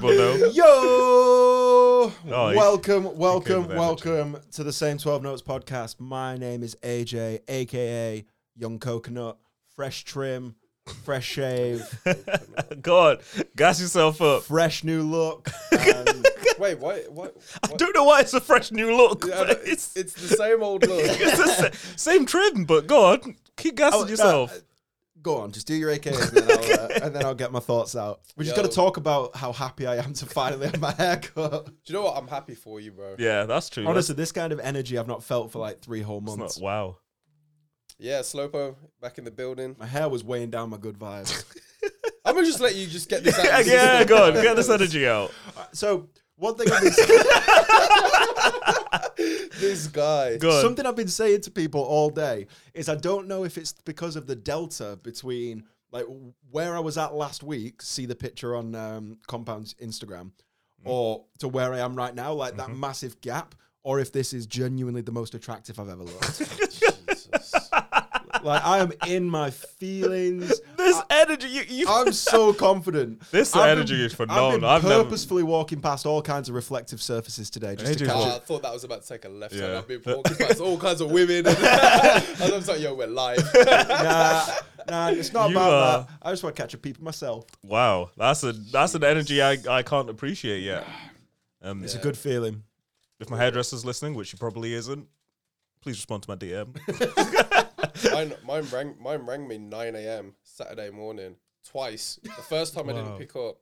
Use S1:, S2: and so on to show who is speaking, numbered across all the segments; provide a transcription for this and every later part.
S1: Oh,
S2: though.
S3: Yo!
S2: he-
S3: welcome,
S2: came
S3: welcome,
S2: with energy.
S3: welcome to the Same 12 Notes podcast. My name is AJ, aka Young Coconut, fresh trim, fresh shave,
S2: Go on, gas yourself up.
S3: fresh new look. Um, And
S1: Wait, what? What?
S2: I
S1: what?
S2: don't know why it's a fresh new look.
S1: I
S2: but
S1: don't-
S2: it's
S1: It's the same old look.
S2: it's the sa- same trim, but go on, keep gassing
S3: Oh, no,
S2: yourself.
S3: uh, go on, just do your AKAs and then I'll, uh, and then I'll get my thoughts out. We just
S1: Yo.
S3: got to talk about how happy I am to finally have my haircut.
S1: Do you know what? I'm happy for you, bro.
S2: yeah, that's true.
S3: Honestly, this kind of energy I've not felt for like three whole
S2: that's
S3: months.
S2: not wow.
S1: Yeah, Slopo back in the building.
S3: my hair was weighing down my good vibes.
S1: I'm gonna just let you just get this out.
S2: yeah,
S1: of the system.
S2: yeah, go on, get this energy out.
S3: so, one thing I've been
S1: This guy.
S2: Go on.
S3: Something I've been saying to people all day is I don't know if it's because of the delta between like where I was at last week, see the picture on um, Compound's Instagram,
S2: Mm-hmm.
S3: or to where I am right now, like that massive gap, or if this is genuinely the most attractive I've ever looked.
S1: Jesus.
S3: like I am in my feelings.
S2: this energy, you, you
S3: I'm so confident.
S2: This
S3: I've
S2: energy is
S3: I've been
S2: phenomenal. I've never-
S3: purposefully walking past all kinds of reflective surfaces today just to
S2: AJ's
S3: catch
S1: Ah,
S2: watching-
S3: it.
S1: I thought that was about to take a left turn.
S2: Yeah.
S1: I've been walking past all kinds of women. And I was like, yo, we're live.
S3: Nah, nah, it's not
S2: You
S3: about
S2: are-
S3: that. I just want to catch a peep of myself.
S2: wow, that's a that's an energy I, I can't appreciate yet. Um,
S3: It's a good feeling.
S2: if my hairdresser's listening, which she probably isn't, please respond to my DM.
S1: mine, mine rang mine rang me 9 a.m. Saturday morning twice. The first time I didn't pick up.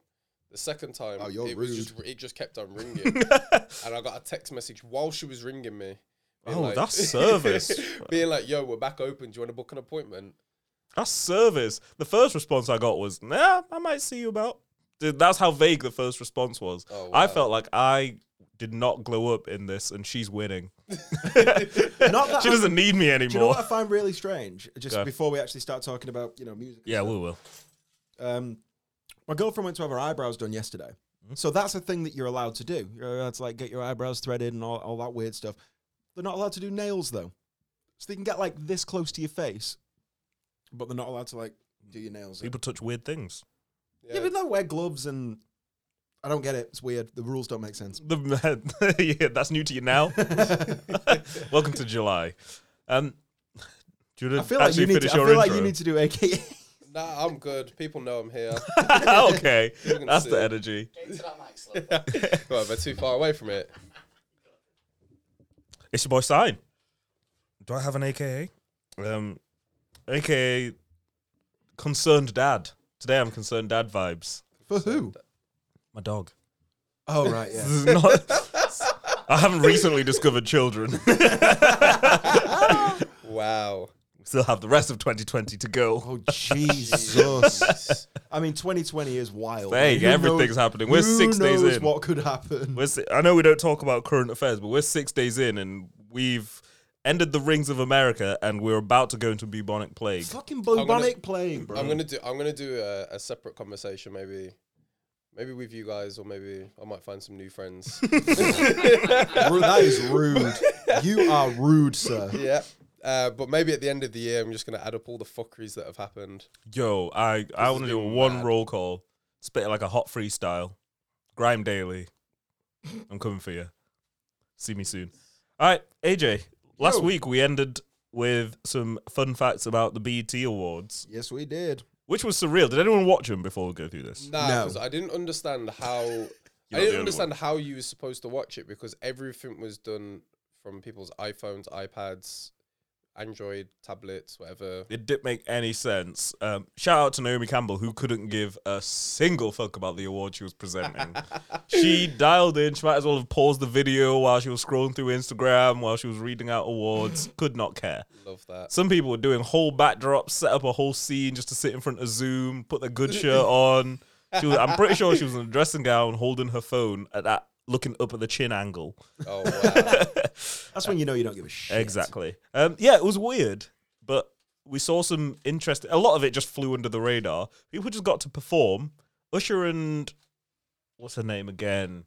S1: The second time,
S3: Oh, you're
S1: it, was
S3: rude.
S1: Just, it just kept on ringing, and I got a text message while she was ringing me. being
S2: Oh, that's service.
S1: being like, "Yo, we're back open. Do you want to book an appointment?"
S2: That's service. The first response I got was, nah, I might see you about. Dude, that's how vague the first response was.
S1: Oh,
S2: I
S1: wow.
S2: felt like I did not glow up in this and she's winning.
S3: Not that
S2: she doesn't need me
S3: Do you know
S2: anymore.
S3: what I find really strange? Just
S2: Go.
S3: before we actually start talking about you know music.
S2: yeah, we will.
S3: Um, my girlfriend went to have her eyebrows done yesterday,
S2: Mm-hmm.
S3: so that's a thing that you're allowed to do. You're allowed to like get your eyebrows threaded and all, all that weird stuff. They're not allowed to do nails though, so they can get like this close to your face, but they're not allowed to like do your nails.
S2: People touch weird things.
S3: Yeah, but they wear gloves and I don't get it. It's weird. The rules don't make sense.
S2: The, yeah, that's new to you now. Welcome to July. Um, do you
S3: I
S2: want to
S3: feel like
S2: actually
S3: you need. To, I
S2: finish
S3: feel
S2: your
S3: like
S2: intro?
S3: you need to do E AKA.
S1: Nah, I'm good. People know I'm here.
S2: Ah, okay,
S1: can
S2: that's
S1: see
S2: the
S1: it.
S2: energy.
S1: well, they're too far away from it.
S2: It's your boy Sign. Do I have an AKA? Um, AKA concerned dad. Today I'm concerned dad vibes.
S3: For who?
S2: My dog.
S3: Oh right, yeah.
S2: This is not. I haven't recently discovered children.
S1: Wow.
S2: Still have the rest of 2020 to go.
S3: Oh Jesus! I mean, 2020 is wild.
S2: Hey,
S3: Who
S2: everything's
S3: knows-
S2: happening. We're
S3: who
S2: six days
S3: knows
S2: in.
S3: What could happen?
S2: We're si- I know we don't talk about current affairs, but we're six days in and we've ended the rings of America and we're about to go into bubonic plague.
S3: Fucking
S1: gonna-
S3: bubonic plague, bro.
S1: I'm gonna do. I'm gonna do a, a separate conversation, maybe, maybe with you guys, or maybe I might find some new friends.
S3: Ru- that is rude. you are rude, sir.
S1: yeah. Uh, but maybe at the end of the year, I'm just gonna add up all the fuckeries that have happened.
S2: Yo, I, I want to do
S1: been
S2: one
S1: mad.
S2: roll call. Spit it like a hot freestyle. Grime Daily. I'm coming for you. See me soon. All right, AJ. Last
S3: Yo.
S2: week we ended with some fun facts about the BET Awards,
S3: Yes, we did.
S2: which was surreal. Did anyone watch them before we go through this?
S1: Nah,
S3: No.
S1: 'cause I didn't understand how.
S2: the
S1: I
S2: only
S1: didn't understand how you were supposed to watch it because everything was done from people's iPhones, iPads, Android tablets, whatever.
S2: It didn't make any sense. Um, shout out to Naomi Campbell, who couldn't give a single fuck about the award she was presenting. she dialed in. She might as well have paused the video while she was scrolling through Instagram, while she was reading out awards. Could not care.
S1: Love that.
S2: Some people were doing whole backdrops, set up a whole scene just to sit in front of Zoom, put their good shirt on. She was, I'm pretty sure she was in a dressing gown holding her phone at that, looking up at the chin angle.
S1: Oh wow.
S3: That's when you know you don't give a shit.
S2: Exactly. Um, yeah, it was weird, but we saw some interest. A lot of it just flew under the radar. People just got to perform. Usher and what's her name again?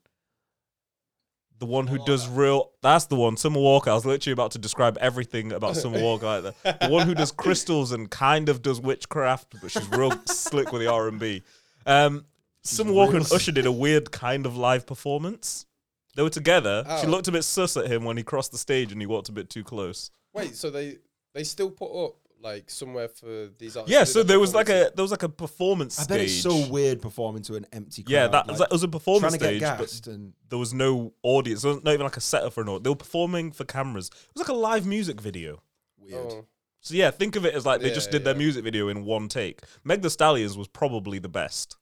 S2: The one who does real. That's the one. Summer Walker. I was literally about to describe everything about Summer Walker like that. The one who does crystals and kind of does witchcraft, but she's real slick with the R and B. Um, Sum Walker and
S3: Reels.
S2: Usher did a weird kind of live performance. They were together. She
S1: Oh.
S2: looked a bit sus at him when he crossed the stage and he walked a bit too close.
S1: Wait, so they they still put up like somewhere for these artists?
S2: Yeah,
S1: to do
S2: so
S1: their
S2: there was like
S1: performances?
S2: a there was like a performance
S3: I
S2: stage.
S3: bet it's so weird performing to an empty crowd.
S2: Yeah, that,
S3: like,
S2: that was a performance
S3: trying to get
S2: stage, but
S3: gassed and
S2: there was no audience. There was not even like a setup for an audience. They were performing for cameras. It was like a live music video.
S3: weird.
S1: Oh.
S2: So yeah, think of it as like they
S1: Yeah,
S2: just did their
S1: yeah.
S2: music video in one take. Meg The Stallions was probably the best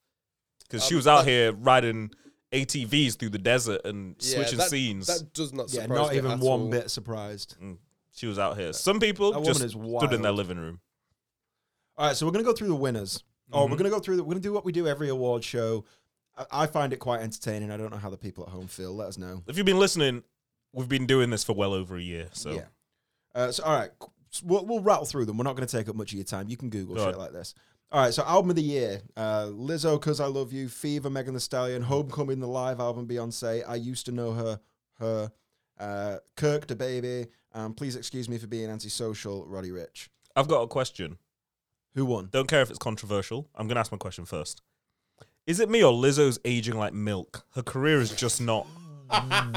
S2: because she
S1: Um,
S2: was out
S1: that-
S2: here riding ATVs through the desert and
S1: Yeah,
S2: switching
S1: that-
S2: scenes.
S1: That does not
S3: Yeah,
S1: surprise
S3: not
S1: me
S3: even
S1: at
S3: one
S1: all.
S3: bit surprised.
S2: she was out here. Some people
S3: That woman
S2: just
S3: is
S2: stood in their
S3: wild.
S2: living room.
S3: All right, so we're gonna go through the winners. Oh, we're
S2: Mhm.
S3: gonna go through. The, we're gonna do what we do every award show. I, I find it quite entertaining. I don't know how the people at home feel. Let us know.
S2: If you've been listening, we've been doing this for well over a year. So
S3: Yeah. Uh, so all right, qu- so we'll, we'll rattle through them. We're not gonna take up much of your time. You can Google
S2: Go
S3: shit
S2: on.
S3: like this. All right, so album of the year: uh, Lizzo, "Cause I Love You," Fever, Megan The Stallion, Homecoming, the live album, Beyonce. I used to know her, her, uh, Kirk the Baby, and please excuse me for being antisocial, Roddy Rich.
S2: I've got a question.
S3: Who won?
S2: Don't care if it's controversial. I'm gonna ask my question first. Is it me or Lizzo's aging like milk? Her career is just not.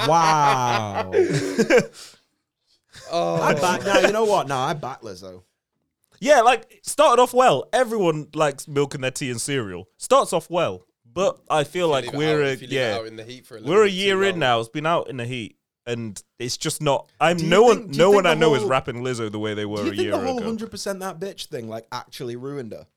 S3: wow.
S1: Oh,
S3: I back now. You know what? Now I back Lizzo.
S2: Yeah, like it started off well. Everyone likes milk and their tea and cereal. Starts off well, but I feel
S1: Leave
S2: like
S1: it
S2: we're
S1: out-
S2: a
S1: if you leave it
S2: yeah
S1: out in the heat for a little
S2: we're a
S1: bit too
S2: year in
S1: long.
S2: now. It's been out in the heat, and it's just not. I'm
S3: Do you think-
S2: no one
S3: do you
S2: no
S3: think
S2: one I
S3: the
S2: know is
S3: whole-
S2: rapping Lizzo the way they were
S3: Do you
S2: a
S3: think
S2: year
S3: the whole
S2: ago.
S3: hundred percent that bitch thing like actually ruined her?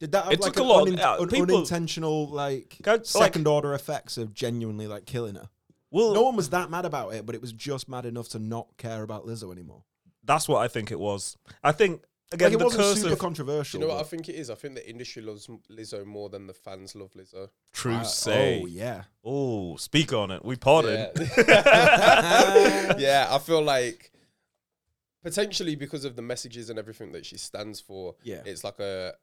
S3: Did that have
S2: It
S3: like
S2: took
S3: an
S2: a lot
S3: unin-
S2: out.
S3: un-
S2: People-
S3: unintentional like
S2: Can I- like-
S3: second order effects of genuinely like killing her?
S2: Well,
S3: No one was that mad about it, but it was just mad enough to not care about Lizzo anymore.
S2: that's what I think it was. I think again
S3: Like it
S2: the
S3: wasn't
S2: curse
S3: super
S2: of
S3: controversial.
S1: Do you know what I
S3: but-
S1: think it is? I think the industry loves M- Lizzo more than the fans love Lizzo.
S2: true
S3: Uh,
S2: say.
S3: Oh yeah.
S2: Oh, speak on it. We potted.
S1: Yeah. yeah, I feel like potentially because of the messages and everything that she stands for,
S3: Yeah.
S1: it's like a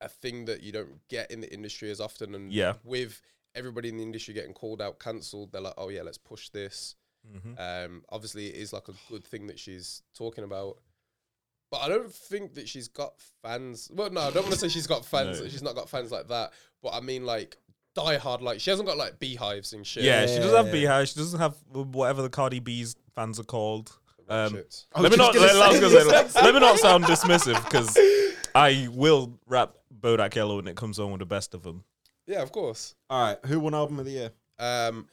S1: a thing that you don't get in the industry as often. And
S2: Yeah.
S1: with everybody in the industry getting called out, cancelled, they're like, oh yeah, let's push this.
S2: Mhm.
S1: Um, obviously, it is like a good thing that she's talking about. But I don't think that she's got fans. Well, no, I don't want to say she's got fans.
S2: No.
S1: She's not got fans like that. But I mean, like, die hard. Like, she hasn't got like beehives and shit.
S2: Yeah, she doesn't have
S3: Yeah.
S2: Beehive. She doesn't have whatever the Cardi B's fans are called. Um,
S1: Shit.
S3: I
S2: let
S3: was
S2: me not
S3: just
S2: let,
S3: gonna
S2: I was
S3: say
S2: gonna
S3: the
S2: say, let me not sound dismissive because I will rap Bodak Yellow when it comes on with the best of them.
S1: yeah, of course.
S3: All right. Who won album of the year?
S1: Um,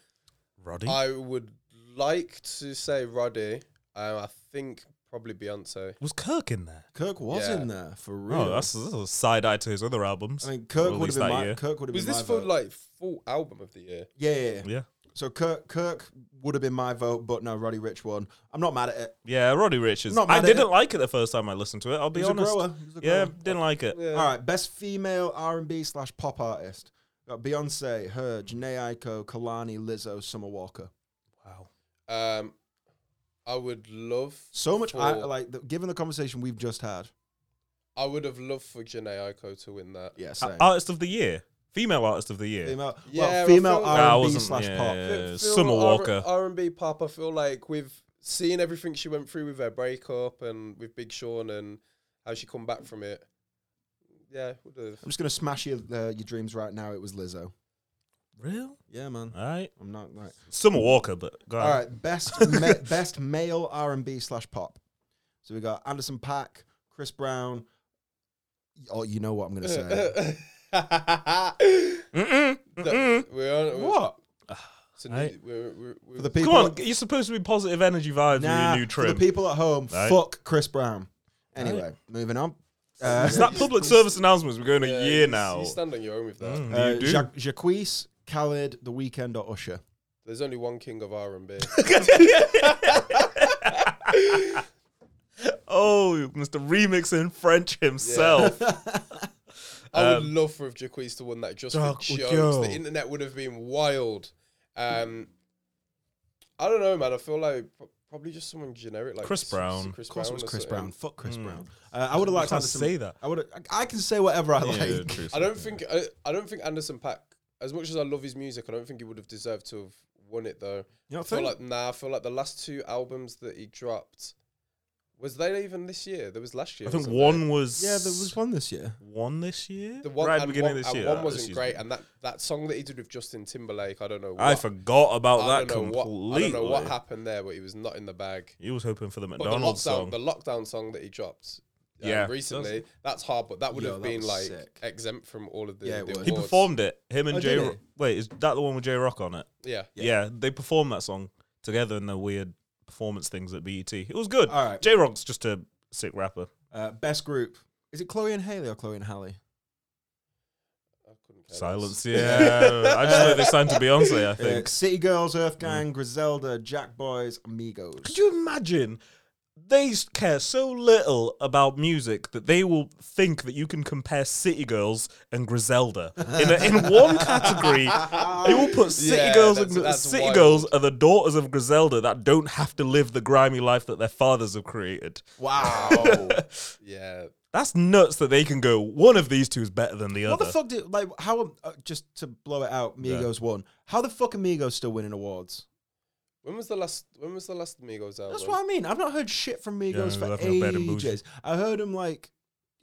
S2: Roddy,
S1: I would like to say Roddy. Um, I think probably Beyonce.
S2: was Kirk in there?
S3: Kirk was
S1: Yeah.
S3: in there for real.
S2: Oh, that's, that's a side eye to his other albums.
S3: I mean, Kirk would have
S2: released
S3: been
S2: that
S3: my.
S2: year.
S3: Kirk would have
S1: Was
S3: been
S1: this
S3: my
S1: for
S3: vote.
S1: like full album of the year?
S3: Yeah, yeah, yeah.
S2: yeah,
S3: So Kirk, Kirk would have been my vote, but no, Roddy Rich won. I'm not mad at it.
S2: yeah, Roddy Rich is.
S3: Not
S2: I
S3: mad at
S2: didn't
S3: it.
S2: like it the first time I listened to it. I'll be
S3: He's a
S2: honest.
S3: grower. He's a
S2: Yeah,
S3: grower.
S2: didn't like it.
S1: Yeah.
S3: All right, best female R&B slash pop artist. Got Beyonce, her, Janae Aiko, Kalani, Lizzo, Summer Walker.
S2: Wow.
S1: Um, I would love
S3: So much, I,
S1: for-
S3: like, the, given the conversation we've just had.
S1: I would have loved for Janae Aiko to win that.
S3: Yeah, same.
S2: Artist of the year, female artist of the year.
S3: female,
S1: Yeah,
S3: well,
S1: I
S3: female
S1: feel-
S2: Nah, I
S3: R&B
S2: wasn't-
S3: slash
S2: yeah,
S3: pop.
S2: yeah, yeah. Summer Walker.
S1: R and B pop. I feel like with seeing everything she went through with her breakup and with Big Sean and how she come back from it. Yeah, would have.
S3: I'm just going to smash your, uh, your dreams right now. It was Lizzo.
S2: Real?
S3: Yeah, man.
S2: All right.
S3: I'm not, right.
S2: Summer Walker, but go
S3: All
S2: ahead.
S3: right, best ma- best male R and B slash pop. So we got Anderson Pack, Chris Brown. Oh, you know what I'm gonna say.
S2: Mm-mm, mm-mm.
S1: we're on,
S3: what?
S1: So
S2: Right.
S1: we're, we're, we're,
S3: For the people,
S2: Come on, you're supposed to be positive energy vibes
S3: nah,
S2: with your new
S3: for
S2: trim.
S3: the people at home,
S2: Right.
S3: fuck Chris Brown. Anyway, moving on. Uh,
S2: It's that public service announcements. We're going a
S1: yeah,
S2: year
S1: you-
S2: now.
S1: You stand on your own with that.
S2: Mm.
S3: uh,
S2: you do?
S3: Ja- Jacquees, Khaled, The Weekend, or Usher.
S1: There's only one king of R and B.
S2: oh, Mr. Remix in French himself.
S1: I would love for if Jacquees to win that just for
S2: Jack Um, would
S1: jokes.
S2: go.
S1: The internet would have been wild. Um, I don't know, man. I feel like pro- probably just someone generic like
S2: Chris
S1: s- s-
S2: Brown.
S1: Chris
S3: Of course, it was
S1: or
S3: Chris Brown.
S1: something.
S3: Fuck Chris Brown. Uh, I would have liked
S2: Hmm. can't
S3: Anderson.
S2: say that.
S3: I would. I, I can say whatever I like.
S2: Yeah, true
S1: I don't think I, I don't think Anderson Pack. As much as I love his music, I don't think he would have deserved to have won it though. I
S3: You know what I
S1: feel like
S3: think?
S1: nah. I feel like the last two albums that he dropped Was they even this year? There was last year.
S2: I think
S1: wasn't
S2: one
S1: there?
S2: was
S3: Yeah, there was one this year.
S2: one this year.
S1: The one
S2: right at
S1: and
S2: the beginning
S1: one,
S2: of this
S1: and
S2: year.
S1: One
S2: This
S1: wasn't
S2: year's-
S1: great, and that, that song that he did with Justin Timberlake, I don't know. What,
S2: I forgot about
S1: I
S2: that
S1: don't know
S2: completely.
S1: What, I don't know what happened there, but he was not in the bag.
S2: He was hoping for the
S1: But
S2: McDonald's
S1: the lockdown,
S2: song.
S1: the lockdown song that he dropped, um,
S2: Yeah.
S1: recently, that's hard. But that would
S3: Yo,
S1: have
S3: that
S1: been
S3: was
S1: like
S3: sick.
S1: exempt from all of the.
S3: Yeah, it
S1: the
S3: was.
S2: he
S1: awards.
S2: performed it. Him and
S3: Oh,
S2: Jay.
S3: did
S2: Ro-
S3: he?
S2: Wait, is that the one with J Rock on it?
S1: Yeah,
S2: Yeah. they performed that song together in their weird performance things at BET. It was good.
S3: All right.
S2: J Rock's just a sick rapper.
S3: Uh, best group. Is it Chloe and Haley or Chloe and Halle?
S1: I couldn't care less.
S2: Silence. Yeah, I just know they signed to Beyonce. I think. Hmm.
S3: Uh, City Girls, Earth Gang, Griselda, Jack Boys, Amigos.
S2: Could you imagine? They s- care so little about music that they will think that you can compare City Girls and Griselda in, a, in one category. They will put City
S1: Yeah,
S2: Girls
S1: that's-
S2: and
S1: that's
S2: City
S1: wild.
S2: Girls are the daughters of Griselda that don't have to live the grimy life that their fathers have created.
S3: Wow.
S1: yeah,
S2: That's nuts that they can go. One of these two is better than the
S3: what
S2: other.
S3: the fuck did like how uh, just to blow it out? Migos won. How the fuck are Migos still winning awards?
S1: When was the last? When was the last Migos album?
S3: That's what I mean. I've not heard shit from Migos for
S2: they're definitely bad and bougie.
S3: ages. I heard them like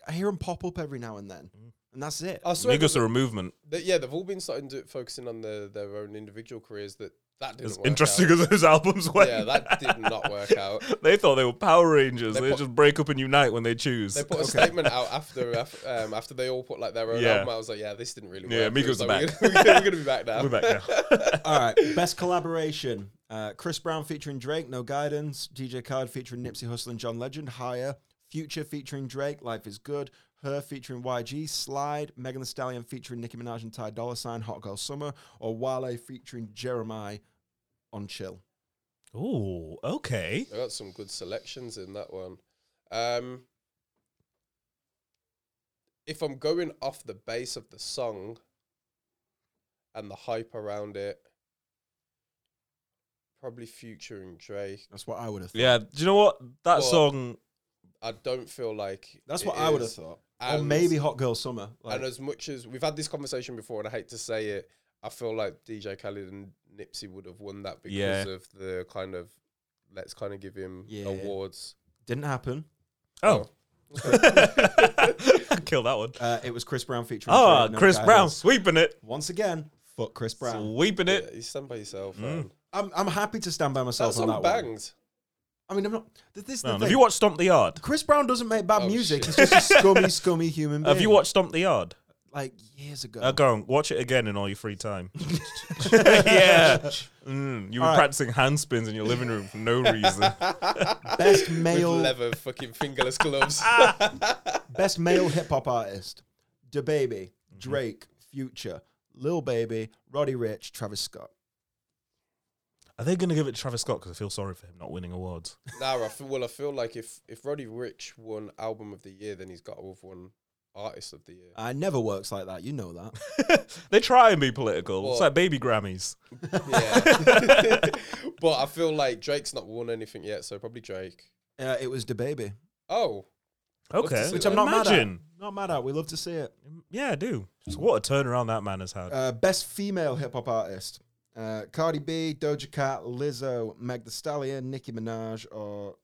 S3: I hear them pop up every now and then,
S1: Mm.
S3: and that's it. Oh,
S1: I swear
S2: Migos
S1: that-
S2: are a movement.
S1: that- yeah, they've all been starting to focusing on their, their own individual careers. That that didn't.
S2: As
S1: work
S2: interesting
S1: out.
S2: as those albums were.
S1: yeah, that did not work out.
S2: they thought they were Power Rangers.
S1: They
S2: They,
S1: put-
S2: just break up and unite when they choose.
S1: They put a statement out after af- um, after they all put like their own
S2: Yeah.
S1: album. out. I was like, yeah, this didn't really.
S2: Yeah,
S1: work. It was
S2: Migos are
S1: like,
S2: back.
S1: We're gonna, we're gonna be back now.
S2: We're back now.
S3: All right, best collaboration: uh, Chris Brown featuring Drake, No Guidance; DJ Khaled featuring Nipsey Hussle and John Legend, Higher; Future featuring Drake, Life Is Good; Her featuring YG, Slide; Megan Thee Stallion featuring Nicki Minaj and Ty Dolla Sign, Hot Girl Summer; or Wale featuring Jeremiah on Chill.
S2: Ooh, okay.
S1: I got some good selections in that one. Um, if I'm going off the base of the song and the hype around it, probably Future and Drake.
S3: That's what I would have. thought.
S2: Yeah, do you know what that
S1: Well,
S2: song?
S1: I don't feel like
S3: That's
S1: it
S3: what I would have
S1: is.
S3: thought. or
S1: And-
S3: maybe Hot Girl Summer. Like,
S1: and as much as we've had this conversation before, and I hate to say it, I feel like DJ Khaled and Nipsey would have won that because
S2: Yeah.
S1: of the kind of let's kind of give him
S3: Yeah.
S1: awards.
S3: didn't happen.
S2: Oh, kill that one.
S3: Uh, it was Chris Brown featuring.
S2: Ah,
S3: Drake, No
S2: Chris Brown
S3: Guidance.
S2: sweeping it,
S3: Once again, fuck Chris Brown.
S2: sweeping
S1: Yeah,
S2: it.
S1: you stand by yourself.
S2: Mm.
S1: man.
S3: I'm, I'm happy to stand by
S1: That
S3: myself
S1: song
S3: on that one.
S1: bangs.
S3: I mean, I'm not. th- This is the
S2: No,
S3: thing.
S2: Um, have you watched Stomp the Yard?
S3: Chris Brown doesn't make bad
S1: Oh,
S3: music.
S1: shit.
S3: He's just a scummy, scummy human being.
S2: Have you watched Stomp the Yard?
S3: like years ago?
S2: Uh, go on, watch it again in all your free time. yeah, Mm, you were
S3: All right.
S2: practicing hand spins in your living room for no reason.
S3: Best
S1: With
S3: male,
S1: leather fucking fingerless gloves.
S3: best male hip hop artist: Da Baby,
S2: Mm-hmm.
S3: Drake, Future, Lil Baby, Roddy Rich, Travis Scott.
S2: Are they going to give it to Travis Scott? Because I feel sorry for him not winning awards.
S1: nah, I feel, well, I feel like if if Roddy Rich won album of the year, then he's got to have won artist of the year.
S3: I never works like that. You know that.
S2: they try and be political. It's
S1: Well-
S2: like baby Grammys.
S1: Yeah, but I feel like Drake's not won anything yet, so probably Drake.
S3: Uh, it was Da Baby,
S1: Oh, to
S2: Okay,
S1: see
S3: which
S1: that.
S3: I'm not
S2: Imagine.
S3: mad at. Not mad at. We love to see it.
S2: Yeah, I do. So what a turnaround that man has had.
S3: Uh, best female hip hop artist: uh, Cardi B, Doja Cat, Lizzo, Meg The Stallion, Nicki Minaj, or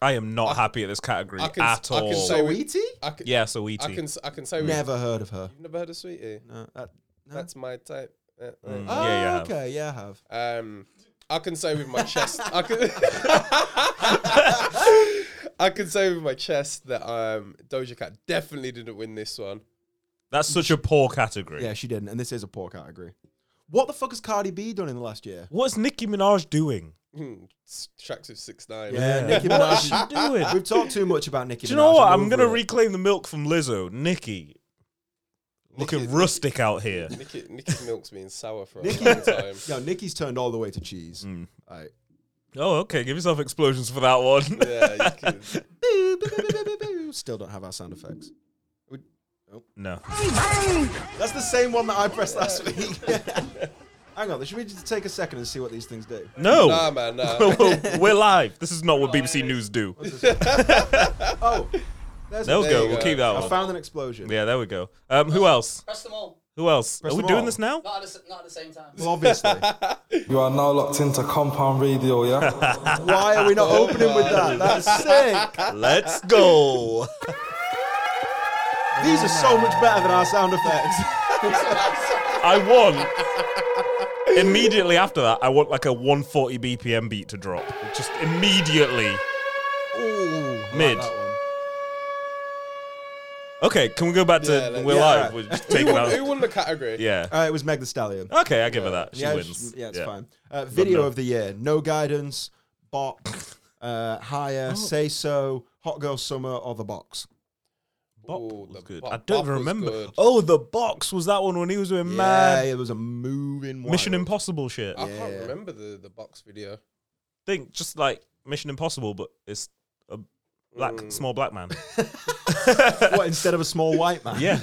S2: I am not
S1: I-
S2: happy at this category
S1: I can-
S2: at
S1: I can
S2: all.
S1: say-
S3: Saweetie.
S1: I can,
S2: yeah, so E we
S1: I can, s- I can say we-
S3: Never heard of her.
S1: You've never heard of Sweetie?
S3: No, that, no.
S1: That's my type. Uh, uh.
S2: Mm.
S3: Oh,
S2: Yeah, you have.
S3: okay. Yeah, I have.
S1: Um, I can say with my chest, I can, I can say with my chest that um, Doja Cat definitely didn't win this one.
S2: That's such a poor category.
S3: Yeah, she didn't. And this is a poor category. What the fuck has Cardi B done in the last year?
S2: What's Nicki Minaj doing?
S1: Hmm, s- Tracks with six nine.
S3: Yeah, Nicki
S2: What is
S3: Minaj.
S2: she doing?
S3: We've talked too much about Nicki.
S2: Do you know
S3: Minaj.
S2: what? I'm
S3: over
S2: gonna
S3: it.
S2: reclaim the milk from Lizzo. Nicki, looking
S1: Nicki-
S2: rustic out here.
S1: Nikki, Nikki milk's been sour for a
S3: Nicki-
S1: long time.
S3: Yo, Nicki's turned all the way to cheese.
S2: Mm.
S3: Like,
S2: Oh, okay. Give yourself explosions for that one.
S1: Yeah, you can,
S3: boo, boo, boo, boo, boo, boo, boo. Still don't have our sound effects.
S2: no.
S3: That's the same one that I pressed last week. Hang on, should we just take a second and see what these things do?
S1: nah,
S2: No.
S1: man, nah.
S2: We're live. This is not what BBC News do.
S3: Oh, there's
S2: There
S1: There
S2: we
S1: you
S2: go. We'll
S1: go.
S2: keep that
S3: Oh, I
S2: one.
S3: found an explosion.
S2: Yeah, there we go. Um, who else?
S4: Press them all.
S2: Who else?
S3: Press
S2: Are we
S3: them
S2: doing
S3: all.
S2: this now?
S4: Not at, the, s- not at the same time.
S3: Well, obviously.
S5: You are now locked into Compound Radio, yeah?
S3: Why are we not opening with that? That's sick.
S2: Let's go.
S3: These are so much better than our sound effects.
S2: I want immediately after that. I want like a 140 BPM beat to drop. Just immediately.
S3: Ooh,
S2: Mid. Okay, can we go back to
S1: Yeah, let's-
S2: we're
S3: yeah.
S2: live? We're just
S1: who,
S2: taking
S1: won,
S2: out.
S1: who won the category?
S2: Yeah.
S3: Uh, it was Meg the Stallion.
S2: Okay, I give her that. Oh, She
S3: yeah,
S2: wins.
S3: it's- yeah, it's fine. Uh, video
S2: no.
S3: of the year: No Guidance, Bot, uh, Higher,
S2: Oh.
S3: Say So, Hot Girl Summer, or The Box.
S2: Bop
S1: Ooh,
S2: was
S1: the
S2: good.
S1: Bop-
S2: I don't
S1: Bop
S2: even
S1: was
S2: remember.
S1: good.
S2: Oh, the box was that one when he was doing
S3: Yeah,
S2: mad
S3: it was a moving one.
S2: Mission Impossible shit.
S1: I
S2: I
S1: can't
S3: Yeah.
S1: remember the, the box video.
S2: think just like Mission Impossible, but it's a black
S1: Mm.
S2: small black man.
S3: What instead of a small white man?
S2: yeah.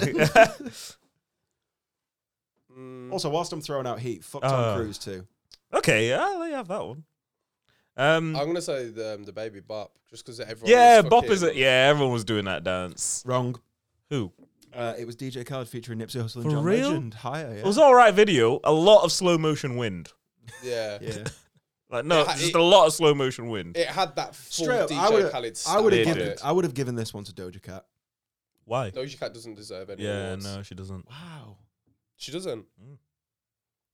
S1: Mm,
S3: Also, whilst I'm throwing out heat, fuck Tom
S2: Uh.
S3: Cruise too.
S2: okay. Yeah, I'll let you have that one. Um.
S1: I'm gonna say the, um, the baby Bop, just because everyone.
S2: yeah,
S1: was
S2: Bop is it.
S1: fucking-
S2: Yeah, everyone was doing that dance.
S3: Wrong.
S2: Who?
S3: Uh, it was DJ Khaled featuring Nipsey Hussle
S2: For
S3: and John
S2: real?
S3: Legend. Higher. Yeah.
S2: It was all right video. A lot of slow motion wind.
S1: Yeah.
S3: yeah.
S2: Like no,
S1: It ha-
S2: just
S1: it-
S2: a lot of slow motion wind.
S1: It had that full
S3: Straight up, I
S1: DJ
S3: would've-
S1: Khaled.
S3: I would have
S2: They
S1: stamp on
S3: given.
S2: did.
S1: it.
S3: I would have given this one to Doja Cat.
S2: Why?
S1: Doja Cat doesn't deserve any
S2: Yeah,
S1: awards.
S2: no, she doesn't.
S3: Wow.
S1: She doesn't.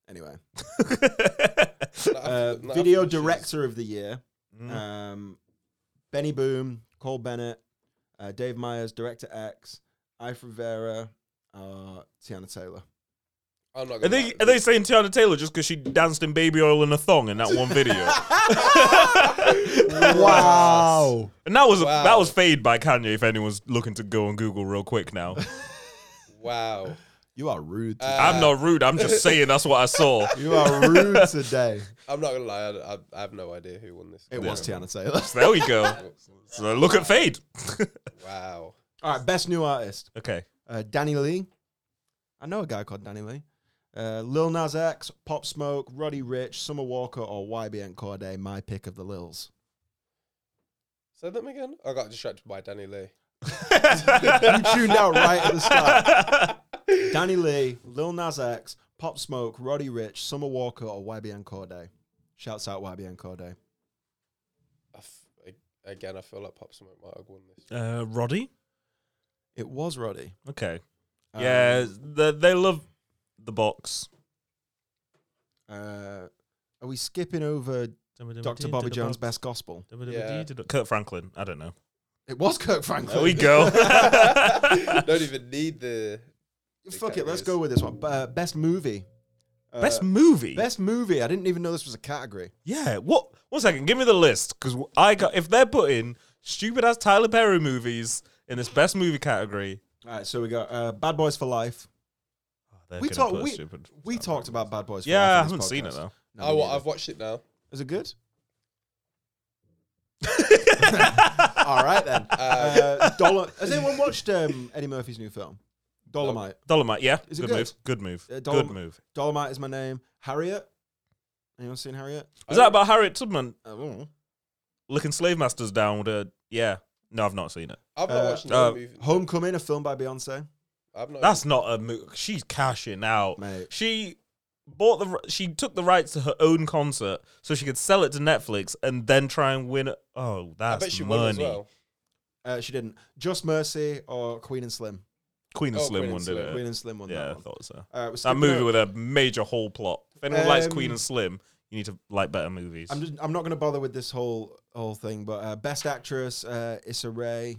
S3: Anyway,
S1: Not after
S3: uh,
S1: the- not
S3: video
S1: after the shoes.
S3: director of the year.
S2: Mm.
S3: Um, Benny Boom, Cole Bennett, uh, Dave Myers, Director X, Ike Rivera, uh, Tiana Taylor.
S1: I'm not
S2: Are
S1: gonna
S2: they
S1: lie.
S2: are they saying Tiana Taylor just because she danced in baby oil and a thong in that one video?
S3: Wow.
S2: And that was
S1: Wow.
S2: that was fade by Kanye. If anyone's looking to go on Google real quick now,
S1: Wow.
S3: You are rude.
S1: Uh,
S3: Today.
S2: I'm not rude. I'm just saying that's what I saw.
S3: you are rude today.
S1: I'm not gonna lie. I, I, I have no idea who won this.
S3: It was Tiana Taylor.
S2: There we go. So look at fade.
S1: Wow.
S3: All right, best new artist.
S2: okay.
S3: Uh, Danny Lee. I know a guy called Danny Lee. Uh, Lil Nas X, Pop Smoke, Roddy Rich, Summer Walker, or YBN Corday. My pick of the Lils.
S1: Say them again. I got distracted by Danny Lee.
S3: You tuned out right at the start. Danny Lee, Lil Nas X, Pop Smoke, Roddy Rich, Summer Walker, or YBN Corday. Shouts out YBN Corday.
S1: I f- a- again, I feel like Pop Smoke might have won this.
S2: Uh, Roddy.
S3: It was Roddy.
S2: Okay.
S3: Um,
S2: yeah, they, they love the box.
S3: Uh, are we skipping over Dr. Bobby Jones' best gospel?
S1: Yeah.
S2: Kurt Franklin. I don't know.
S3: It was Kirk Franklin.
S2: There we go.
S3: Uh,
S1: Don't even need the.
S3: Fuck it, let's go with this one. Uh, best movie. Uh,
S2: Best movie.
S3: best movie. I didn't even know this was a category.
S2: Yeah. What? One second. Give me the list because I got if they're putting stupid ass Tyler Perry movies in this best movie category. oh,
S3: All right, so we got uh, Bad Boys for Life.
S2: they're
S3: We
S2: gonna
S3: talked.
S2: put
S3: We,
S2: stupid
S3: we
S2: Tyler
S3: talked
S2: Perry
S3: about
S2: movies.
S3: Bad Boys. For Life
S2: Yeah, I
S3: on this
S2: haven't seen it
S3: podcast.
S2: though.
S1: I,
S3: No, me
S1: wa-
S3: neither.
S1: I've watched it now.
S3: Is it good? All right then. Uh, Dolo- Has anyone watched um, Eddie Murphy's new film? Dolomite.
S2: Dolomite. Yeah.
S3: Is it
S2: good,
S3: good?
S2: move. Good move.
S3: Uh,
S2: good
S3: Dolomite-
S2: move.
S3: Dolomite is my name. Harriet. Anyone seen Harriet?
S2: Is that about Harriet Tubman
S3: I don't know.
S2: licking slave masters down with a? Yeah. No, I've not seen it.
S1: I've not
S3: Uh,
S1: watched
S2: uh,
S1: no movie.
S3: Homecoming, a film by Beyonce.
S1: I've not.
S2: That's not a move. She's cashing out.
S3: Mate.
S2: She bought the. r- She took the rights to her own concert so she could sell it to Netflix and then try and win. it. Oh,
S1: I
S2: that's
S1: bet she
S2: money.
S1: won as well.
S3: Uh, she didn't. Just Mercy or Queen and Slim.
S2: Queen and
S1: Oh,
S2: Slim
S1: Queen and
S2: one did
S1: Slim.
S2: it.
S3: Queen and Slim won
S2: yeah, I
S3: that one.
S2: thought so.
S3: All right, we're
S2: That
S3: skipping
S2: movie
S3: over-
S2: with a major whole plot. If anyone likes Queen
S3: Um,
S2: and Slim, you need to like better movies.
S3: I'm just. I'm not going to bother with this whole whole thing. But uh, best actress, uh, Issa Rae.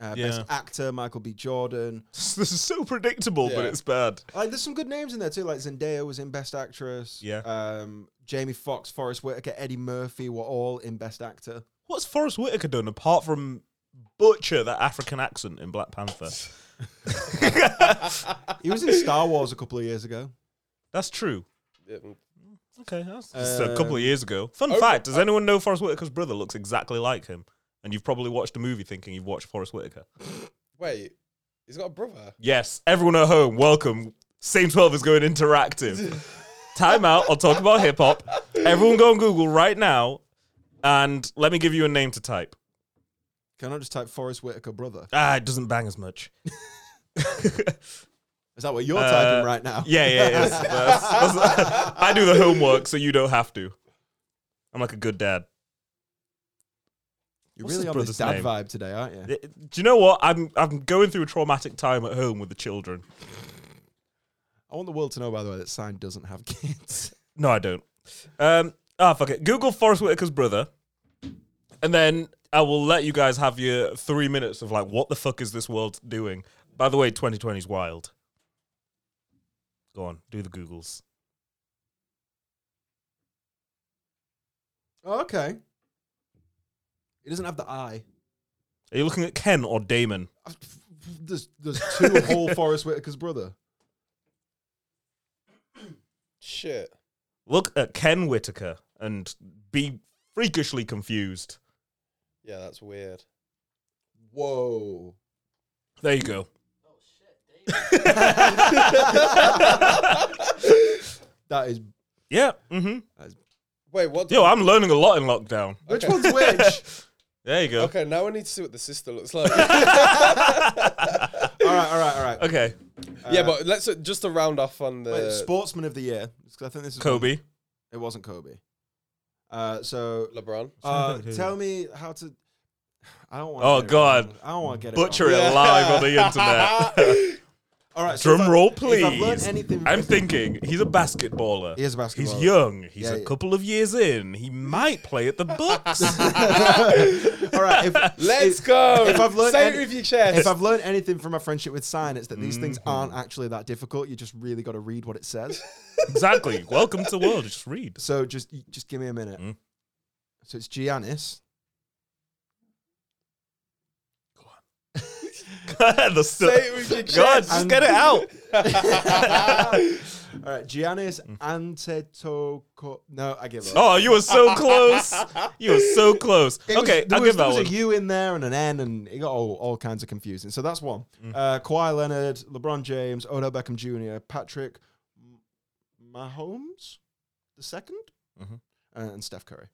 S3: Uh, Best
S2: Yeah.
S3: actor, Michael B. Jordan.
S2: this is so predictable, but
S1: Yeah.
S2: it's bad.
S3: Like, there's some good names in there too. Like Zendaya was in Best Actress.
S2: Yeah.
S3: Um, Jamie Foxx, Forrest Whitaker, Eddie Murphy were all in Best Actor.
S2: What's Forrest Whitaker done apart from butcher that African accent in Black Panther?
S3: He was in Star Wars a couple of years ago.
S2: That's true.
S1: Yeah, mm.
S2: Okay, that's just a couple of years ago. Fun
S1: over-
S2: fact: Does anyone know Forrest Whitaker's brother looks exactly like him? And you've probably watched a movie thinking you've watched Forrest Whitaker.
S1: Wait, he's got a brother.
S2: Yes, everyone at home, welcome. Same 12 is going interactive. Time out. I'll talk about hip hop. Everyone go on Google right now and let me give you a name to type.
S3: Can I just type Forrest Whitaker brother?
S2: Ah, it doesn't bang as much.
S3: Is that what you're
S2: Uh,
S3: typing right now?
S2: Yeah, yeah, it is. That's- that's- I do the homework, so you don't have to. I'm like a good dad.
S3: You're
S2: What's
S3: really
S2: his
S3: on this
S2: brother's
S3: dad
S2: name?
S3: vibe today, aren't you?
S2: Eh, Do you know what? I'm I'm going through a traumatic time at home with the children.
S3: I want the world to know, by the way, that Sign doesn't have kids.
S2: No, I don't. Um, ah, fuck it. Google Forrest Whitaker's brother, and then I will let you guys have your three minutes of like, what the fuck is this world doing? By the way, 2020 is wild. Go on, do the Googles.
S3: oh, okay. He doesn't have the eye.
S2: Are you looking at Ken or Damon?
S3: There's, there's two whole Forrest Whitaker's brother.
S1: Shit.
S2: Look at Ken Whitaker and be freakishly confused.
S1: Yeah, that's weird.
S3: Whoa.
S2: There you go.
S3: That is.
S2: Yeah. Mm-hmm.
S1: Wait, what?
S2: Yo, I'm learning a lot in lockdown.
S3: Which one's which?
S2: There you go.
S1: okay, now I need to see what the sister looks like.
S3: all right, all right, all right.
S2: Okay.
S1: yeah, but let's uh, just to round off on the.
S3: Wait, sportsman of the year. 'Cause I think this is
S2: Kobe.
S3: It wasn't Kobe. Uh, so
S1: LeBron.
S3: uh,
S2: Sorry.
S3: tell me how to. I don't want.
S2: Oh, God.
S3: I don't want to get it
S2: Butcher
S3: wrong.
S2: it
S1: Yeah.
S2: live on the internet.
S3: All right, so if
S2: Drum
S3: I-
S2: roll,
S3: if I've learned
S2: please.
S3: anything from
S2: I'm thinking he's a basketballer.
S3: He is a basketballer.
S2: He's young. He's
S3: Yeah,
S2: a
S3: yeah.
S2: couple of years in. He might play at the Bucks.
S3: All right. If,
S1: Let's
S3: if-
S1: go.
S3: if I've learned
S1: say
S3: any-
S1: it with your chest.
S3: If I've learned anything from my friendship with Sign, it's that these things aren't actually that difficult. You just really got to read what it says.
S2: exactly. Welcome to the world. Just read.
S3: so just you- just give me a minute.
S2: Mm.
S3: So it's Giannis.
S2: the stu-
S1: Say it with your
S2: God,
S1: chest.
S2: just get it out.
S3: All right, Giannis Antetokounmpo. No, I give up.
S2: Mm. Oh, you were so close. You were so close.
S3: It was-
S2: okay,
S3: there
S2: I'll
S3: was,
S2: give that
S3: there
S2: one.
S3: was a U in there and an N, and it got all, all kinds of confusing. So that's one.
S2: Mm.
S3: Uh, Kawhi Leonard, LeBron James, Odell Beckham Jr., Patrick M- Mahomes, the 2nd
S2: Mhm.
S3: uh, and Steph Curry.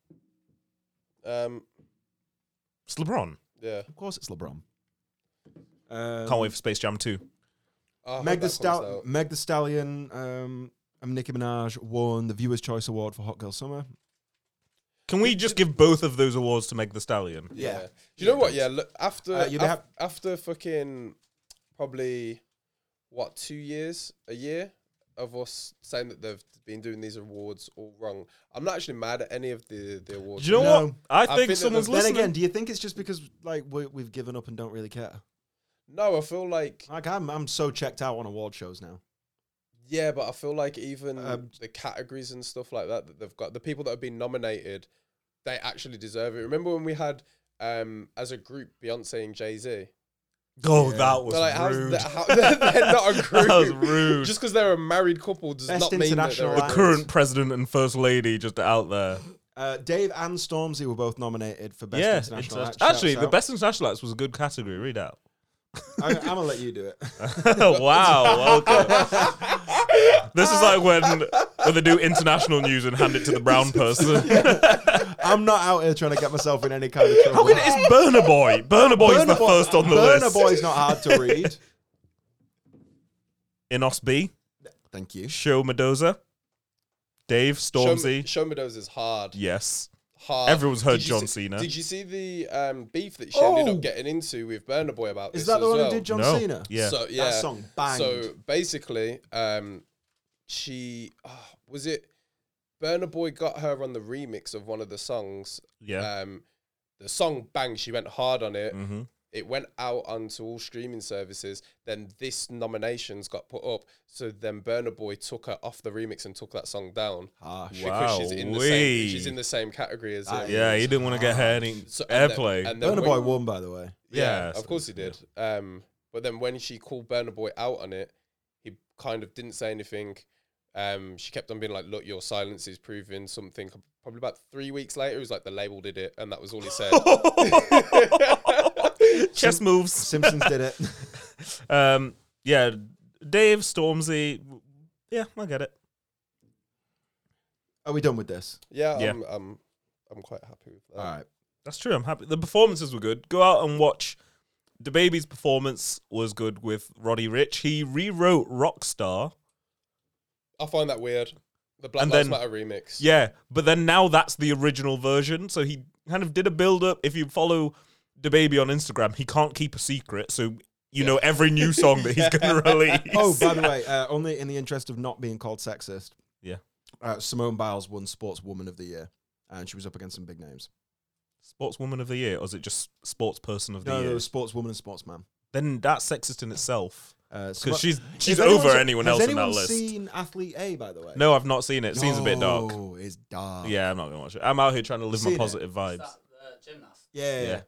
S1: um,
S2: It's LeBron.
S1: yeah.
S3: Of course, it's LeBron. Um,
S2: Can't wait for Space Jam 2.
S1: Oh, I hope
S3: Meg the,
S1: that comes
S3: Stal-
S1: out.
S3: Meg the Stallion um, and Nicki Minaj won the Viewers' Choice Award for Hot Girl Summer.
S2: Can we just give both of those awards to Meg the Stallion?
S1: Yeah.
S3: Yeah.
S1: Do you know what? Yeah. Look, after
S3: Uh, you'd
S1: af-
S3: have-
S1: after fucking probably what two years, a year of us saying that they've been doing these awards all wrong. I'm not actually mad at any of the the awards.
S2: Do you know
S3: No.
S2: what? I think,
S1: think that
S2: someone's
S1: the-
S3: Then
S2: listening.
S3: again, do you think it's just because like we we've given up and don't really care?
S1: No, I feel like
S3: Like I'm, I'm so checked out on award shows now.
S1: yeah, but I feel like even
S3: Um,
S1: the categories and stuff like that that they've got the people that have been nominated, they actually deserve it. Remember when we had um as a group Beyonce and Jay Z?
S2: oh, that was
S1: They're like, how's
S2: rude.
S1: the, how, they're, not a group.
S2: That was rude.
S1: Just because they're a married couple does
S3: Best
S1: not mean that
S3: international
S1: they're
S2: the
S1: a
S3: actress.
S1: group.
S2: current president and first lady just out there.
S3: Uh, Dave and Stormzy were both nominated for best
S2: yeah,
S3: international
S2: interest-
S3: act. Shouts
S2: actually, the
S3: out.
S2: best international acts was a good category. Read out.
S3: I, I'm gonna let you do it.
S2: wow. Okay. this is like when when they do international news and hand it to the brown person.
S3: I'm not out here trying to get myself in any kind of trouble.
S2: How can it's Burner Boy? Burner Boy is the first on the
S3: Burner
S2: list.
S3: Boy's not hard to read.
S2: Inos B,
S3: Thank you.
S2: Show Medoza, Dave Stormzy.
S1: Show Meadows is hard.
S2: yes.
S1: Hard.
S2: Everyone's heard
S1: you
S2: John
S1: see-
S2: Cena.
S1: Did you see the um, beef that she ended
S3: Oh!
S1: up getting into with Burner Boy about
S3: Is
S1: this
S3: that the
S1: as
S3: one
S1: well?
S3: who did John
S2: no.
S3: Cena?
S2: Yeah.
S1: So yeah,
S3: song banged.
S1: So basically, um, she ah, was it. Burner Boy got her on the remix of one of the songs.
S2: yeah.
S1: Um, the song bang, she went hard on it.
S2: Mhm.
S1: It went out onto all streaming services. Then this nominations got put up. So then Burner Boy took her off the remix and took that song down.
S3: Harsh.
S1: Because she's in the same,
S2: Wowee.
S1: she's in the same category as him.
S2: Ah, yeah, he didn't want to get her any
S1: So- and then-
S2: airplay.
S1: and then
S3: Burner Boy
S1: when-
S3: won, by the way.
S2: Yeah,
S1: Yeah,
S2: so-
S1: of course he did. Um, but then when she called Burner Boy out on it, he kind of didn't say anything. Um, she kept on being like, "Look, your silence is proving something." Probably about three weeks later, it was like the label did it, and that was all he said.
S2: Chess moves.
S3: Simpsons did it.
S2: Um, yeah, Dave Stormzy. Yeah, I get it.
S3: Are we done with this?
S1: yeah,
S2: Yeah.
S1: I'm, I'm, I'm quite happy with that.
S2: Uh,
S3: All right.
S2: That's true. I'm happy. The performances were good. Go out and watch the baby's performance was good with Roddy Rich. He rewrote Rockstar.
S1: I find that weird. The Black
S2: And
S1: Lives
S2: then-
S1: Matter remix.
S2: Yeah, but then now that's the original version. So he kind of did a build up. If you follow the baby on Instagram, he can't keep a secret. So you know every new song that he's going to release.
S3: Oh, by the way, uh, only in the interest of not being called sexist.
S2: Yeah.
S3: Uh, Simone Biles won Sportswoman of the Year, and she was up against some big names.
S2: Sportswoman of the year, or is it just sportsperson of the
S3: No,
S2: year?
S3: there was Sportswoman and Sportsman.
S2: Then that's sexist in itself
S3: Because
S2: because she's she's
S3: If anyone's-
S2: over anyone
S3: has
S2: else in that
S3: anyone
S2: list.
S3: Seen Athlete A by the way.
S2: No, I've not seen it. It seems a bit dark.
S3: No, It's dark.
S2: Yeah, I'm not gonna watch it. I'm out here trying to live
S3: Seen
S2: my
S3: it.
S2: positive
S4: Is
S2: vibes.
S4: that the gymnast?
S3: Yeah. yeah,
S2: Yeah.
S3: yeah.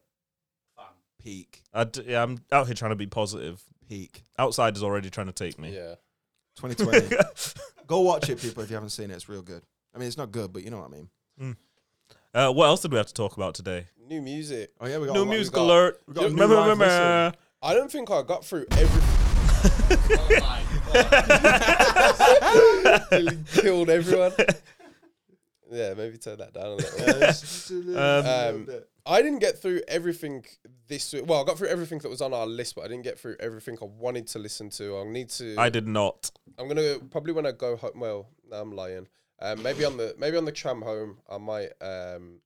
S4: Fan.
S3: Peak.
S2: I d- yeah, I'm out here trying to be positive.
S3: Peak.
S2: Outside is already trying to take me.
S1: Yeah.
S3: 2020. Go watch it, people, if you haven't seen it. It's real good. I mean, it's not good, but you know what I mean.
S2: uh, what else did we have to talk about today?
S1: New music.
S3: Oh yeah, we got a
S2: New
S3: lot-
S2: music
S1: got-
S2: alert.
S3: we got a new
S2: Remember,
S3: live
S2: remember.
S1: I don't think I got through every
S4: Oh my god.
S1: killed everyone. yeah, maybe turn that down a little. Um, I didn't get through everything this week. Well, I got through everything that was on our list, but I didn't get through everything I wanted to listen to. I'll need to.
S2: I did not.
S1: I'm gonna probably when I go home. Well, no, I'm lying. Um, maybe on the maybe on the tram home, I might um,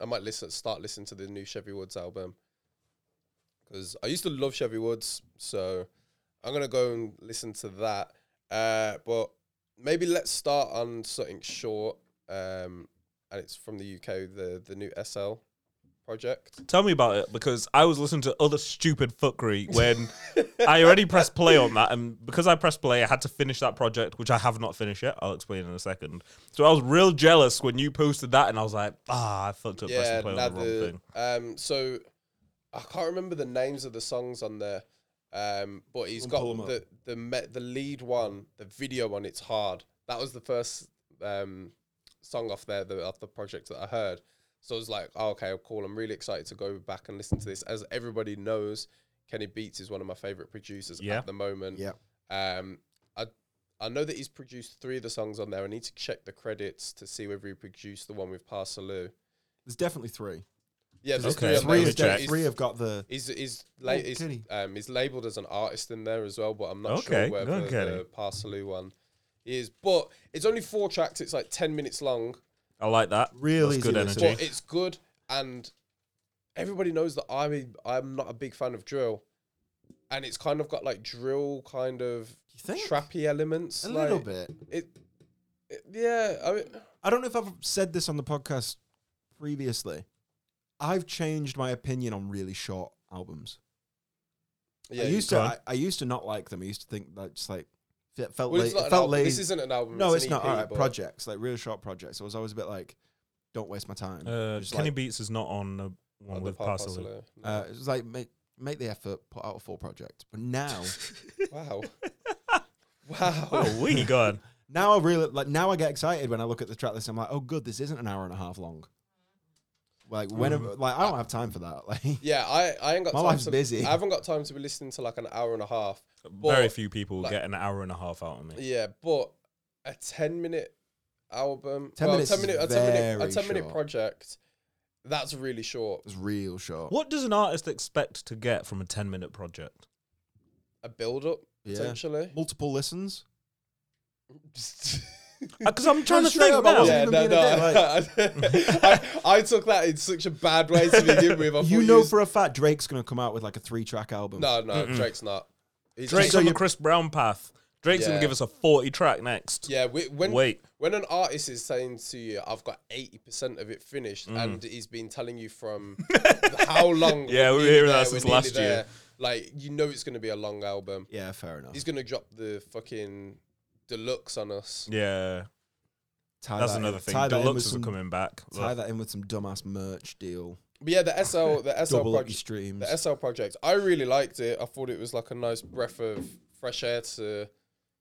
S1: I might listen start listening to the new Chevy Woods album because I used to love Chevy Woods, so I'm gonna go and listen to that. Uh, but maybe let's start on something short, um, and it's from the UK, the the new SL project.
S2: Tell me about it because I was listening to other stupid fuckery when I already pressed play on that, and because I pressed play, I had to finish that project, which I have not finished yet. I'll explain in a second. So I was real jealous when you posted that, and I was like, ah, I fucked up pressing play on the
S1: nah,
S2: wrong
S1: the-
S2: thing.
S1: Um, so I can't remember the names of the songs on there, um, but he's
S3: Someone
S1: got
S3: pull 'em up.
S1: the the me- the lead one, the video on. It's hard. That was the first um, song off there, the off the project that I heard. So I was like, oh, okay, cool. I'm really excited to go back and listen to this. As everybody knows, Kenny Beats is one of my favorite producers
S2: Yeah.
S1: at the moment.
S3: Yeah.
S1: Um, I I know that he's produced three of the songs on there. I need to check the credits to see whether he produced the one with Parsaloo.
S3: There's definitely three.
S1: Yeah, there's
S2: Okay,
S1: three.
S2: I'm
S3: Three,
S2: gonna
S3: is
S2: check.
S3: de-
S1: He's,
S3: three have got the.
S1: he's, he's, la-
S3: Oh,
S1: he's,
S3: Kenny.
S1: um, he's labeled as an artist in there as well, but I'm not
S2: Okay,
S1: sure whether
S2: go Kenny.
S1: the Parsaloo one is. But it's only four tracks. It's like ten minutes long,
S2: I like that.
S3: Really
S2: That's good
S3: easy listening.
S2: energy.
S1: but it's good. And everybody knows that I'm I'm not a big fan of drill, and it's kind of got like drill kind of
S3: You think?
S1: trappy elements.
S3: a
S1: like,
S3: little bit.
S1: It, it- yeah. I mean,
S3: I don't know if I've said this on the podcast previously. I've changed my opinion on really short albums.
S1: yeah.
S3: I
S1: you-
S3: used
S2: go
S3: to.
S2: on.
S3: I, I used to not like them. I used to think that just like it felt
S1: well,
S3: la-
S1: it's not
S3: it
S1: an
S3: felt
S1: album.
S3: lazy.
S1: This isn't an album.
S3: no, it's
S1: an
S3: not.
S1: EP,
S3: All right,
S1: but-
S3: projects like really short projects. I was always a bit like, don't waste my time.
S2: Uh,
S3: Just
S2: Kenny
S3: like-
S2: Beats is not on the
S1: on
S2: one
S1: the
S2: with
S1: Par-
S2: Parsley.
S1: Parsaloo. No.
S3: Uh, it was like make make the effort, put out a full project. But now,
S1: Wow. wow.
S2: Oh, we gone.
S3: now I really like. Now I get excited when I look at the track list. I'm like, oh, good, this isn't an hour and a half long. Like whenever,
S1: Mm.
S3: like I don't have time for that. Like,
S1: Yeah, I, I ain't got
S3: My
S1: time
S3: life's
S1: to,
S3: busy.
S1: I haven't got time to be listening to like an hour and a half. But,
S2: Very few people
S1: like-
S2: get an hour and a half out of me.
S1: Yeah, but a ten minute album.
S3: 10
S1: well,
S3: minutes
S1: ten
S3: is
S1: minute, a ten minute,
S3: very
S1: a ten minute
S3: short.
S1: project. That's really short.
S3: it's real short.
S2: What does an artist expect to get from a 10 minute project?
S1: A build up
S3: Yeah.
S1: potentially.
S3: Multiple listens.
S2: Because Uh, I'm trying to
S3: straight
S2: think
S3: up, I
S2: now.
S3: wasn't
S1: yeah,
S3: even
S1: no,
S3: being a
S1: no.
S3: dick,
S1: I, I took that in such a bad way to begin with. I
S3: you
S1: thought
S3: know
S1: was-
S3: for a fact Drake's gonna come out with like a three track album.
S1: no, no, Drake's not. He's
S2: Drake's
S3: So
S2: on the
S3: you-
S2: Chris Brown path. Drake's gonna
S1: Yeah.
S2: give us a forty track next.
S1: Yeah, we, when
S2: Wait.
S1: when an artist is saying to you, "I've got eighty percent of it finished,"
S2: Mm.
S1: and he's been telling you from how long?
S2: Yeah, we were
S1: nearly
S2: hearing that
S1: there,
S2: since
S1: nearly
S2: last year.
S1: there, Like you know, it's going to be a long album.
S3: Yeah, fair enough.
S1: He's going to drop the fucking deluxe on us.
S2: Yeah,
S3: Tie
S2: that's
S3: that in-
S2: another thing.
S3: tie that in with
S2: Deluxes are
S3: some-
S2: coming back.
S3: Tie that in with some dumbass merch deal.
S1: But yeah, the SL the SL
S3: Double up your
S1: project,
S3: streams.
S1: the SL project. I really liked it. I thought it was like a nice breath of fresh air to
S3: It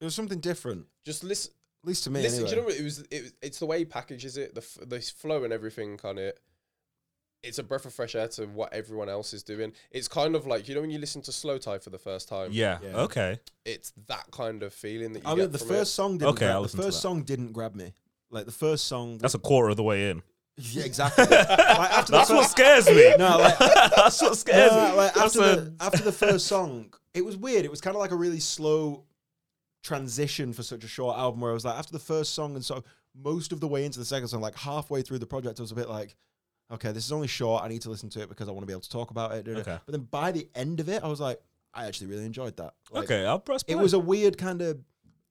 S3: was something different,
S1: just listen.
S3: at least to me.
S1: Listen,
S3: anyway.
S1: do you know what it was? It was it's the way he packages it, the f- the flow and everything on it. It's a breath of fresh air to what everyone else is doing. It's kind of like you know when you listen to Slow Tie for the first time.
S2: yeah.
S3: Yeah.
S2: Okay.
S1: it's that kind of feeling that you
S3: I
S1: get
S3: mean, the
S1: from
S3: first song didn't.
S2: Okay,
S3: grab,
S2: I'll
S3: the
S2: listen to
S3: first
S2: that.
S3: song didn't grab me. Like the first song,
S2: That's a quarter of the way in.
S3: Yeah, exactly. Like, after the
S2: That's what
S3: first-
S2: scares me.
S3: No, like,
S2: That's what scares
S3: No,
S2: me.
S3: Uh, like,
S2: That's
S3: after,
S2: a-
S3: the, after the first song, it was weird. It was kind of like a really slow transition for such a short album where I was like, after the first song and so most of the way into the second song, like halfway through the project, I was a bit like, okay, this is only short. I need to listen to it because I want to be able to talk about it.
S2: Okay.
S3: But then by the end of it, I was like, I actually really enjoyed that. Like,
S2: okay, I'll press.
S3: It
S2: play.
S3: was a weird kind of,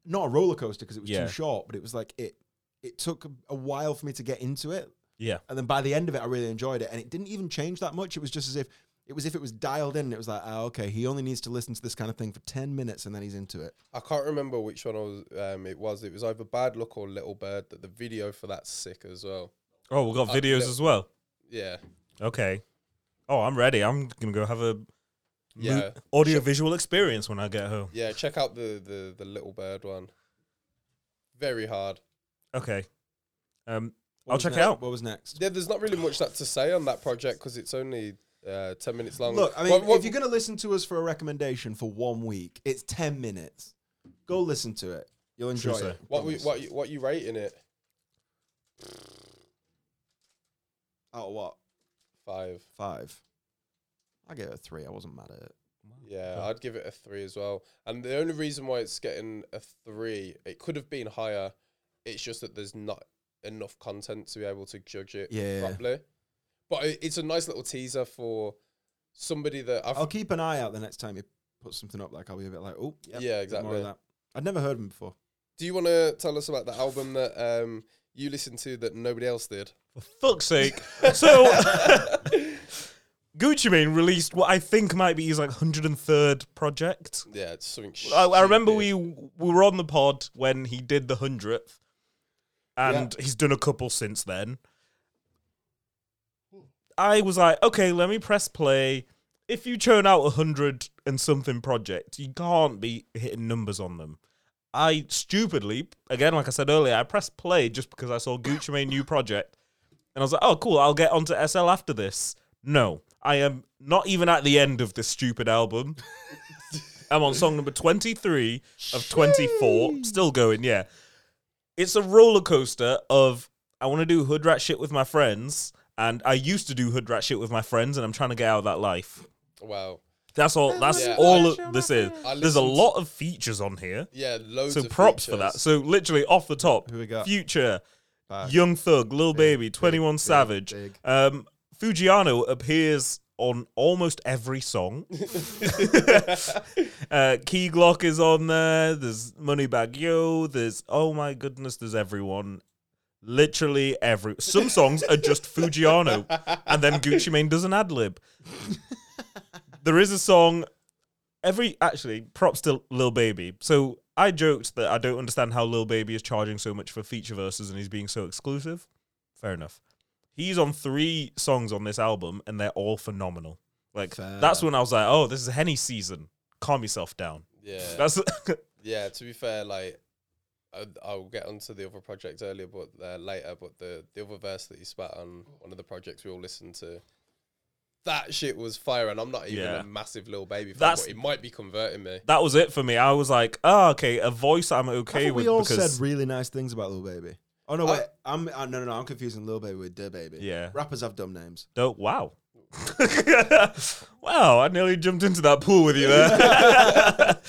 S3: not a roller coaster because it was
S2: Yeah.
S3: too short, but it was like, it, it took a while for me to get into it.
S2: yeah.
S3: And then by the end of it, I really enjoyed it. And it didn't even change that much. It was just as if it was if it was dialed in. It was like, oh, okay, he only needs to listen to this kind of thing for ten minutes, and then he's into it.
S1: I can't remember which one I was, um, it was. It was either Bad Luck or Little Bird. That the video for that's sick as well.
S2: Oh, we've got
S1: Uh,
S2: videos
S1: yeah.
S2: as well.
S1: Yeah,
S2: Okay. Oh, I'm ready. I'm gonna go have a
S1: yeah,
S2: audio visual experience when I get home.
S1: yeah. Check out the the the Little Bird one. Very hard.
S2: Okay. Um,
S3: What
S2: I'll
S3: was
S2: check it
S3: next-
S2: out.
S3: What was next?
S1: Yeah, there's not really much that to say on that project because it's only uh, ten minutes long.
S3: Look, I mean,
S1: What- what-
S3: if you're gonna listen to us for a recommendation for one week, it's ten minutes. Go listen to it. You'll enjoy
S2: True,
S3: it.
S2: sir.
S1: what we, what you, what you rating it?
S3: Out of what?
S1: Five.
S3: Five. I gave it a three. I wasn't mad at it.
S1: Yeah, I'd give it a three as well. And the only reason why it's getting a three, it could have been higher. It's just that there's not enough content to be able to judge it
S3: Yeah.
S1: properly. But i- it's a nice little teaser for somebody that I've.
S3: I'll keep an eye out the next time you put something up. Like I'll be a bit like, oh, yep,
S1: Yeah,
S3: there's more of
S1: exactly.
S3: that. I'd never heard of him before.
S1: Do you want to tell us about the album that um, you listened to that nobody else did?
S2: For fuck's sake. so Gucci Mane released what I think might be his like hundred and third project.
S1: Yeah, it's something.
S2: I, I remember
S1: stupid.
S2: we we were on the pod when he did the hundredth, and he's done a couple since then. I was like, okay, let me press play. If you churn out a hundred and something projects, you can't be hitting numbers on them. I stupidly, again, like I said earlier, I pressed play just because I saw Gucci Mane new project, and I was like, oh, cool, I'll get onto SL after this. No, I am not even at the end of this stupid album. I'm on song number 23 of 24. Still going, yeah. It's a roller coaster of I want to do hood rat shit with my friends, and I used to do hood rat shit with my friends, and I'm trying to get out of that life.
S1: Wow.
S2: That's all. That's
S1: Yeah.
S2: all this is.
S1: I
S2: There's a
S1: listened-
S2: lot of features on here,
S1: Yeah, loads
S2: so
S1: of
S2: props for
S1: features.
S2: that. So literally off the top,
S3: Who we got?
S2: Future,
S3: Back.
S2: Young Thug, Lil Baby, Twenty One
S3: big,
S2: Savage,
S3: big.
S2: um, Fujiano appears on almost every song. uh, Key Glock is on there. There's Moneybag Yo. There's oh my goodness. There's everyone. Literally every some songs are just Fujiano, and then Gucci Mane does an ad lib. there is a song. Every actually props to Lil Baby. So I joked that I don't understand how Lil Baby is charging so much for feature verses and he's being so exclusive. Fair enough. He's on three songs on this album and they're all phenomenal. Like
S3: Fair.
S2: that's when I was like, oh, this is Henny season. Calm yourself down.
S1: Yeah.
S2: That's
S1: Yeah, to be fair, like I, I'll get onto the other project earlier, but uh, later. But the the other verse that you spat on one of the projects we all listened to, that shit was fire, and I'm not even
S2: Yeah.
S1: a massive little baby fan,
S2: That's-
S1: but it might be converting me.
S2: that was it for me. I was like, oh, okay, a voice I'm
S3: I
S2: okay
S3: thought
S2: with
S3: we all
S2: because
S3: said really nice things about Lil Baby. Oh no,
S1: I-
S3: wait. I, am uh, no no no. I'm confusing Lil Baby with Da Baby.
S2: Yeah.
S3: rappers have dumb names.
S2: Oh, wow. wow, I nearly jumped into that pool with you there.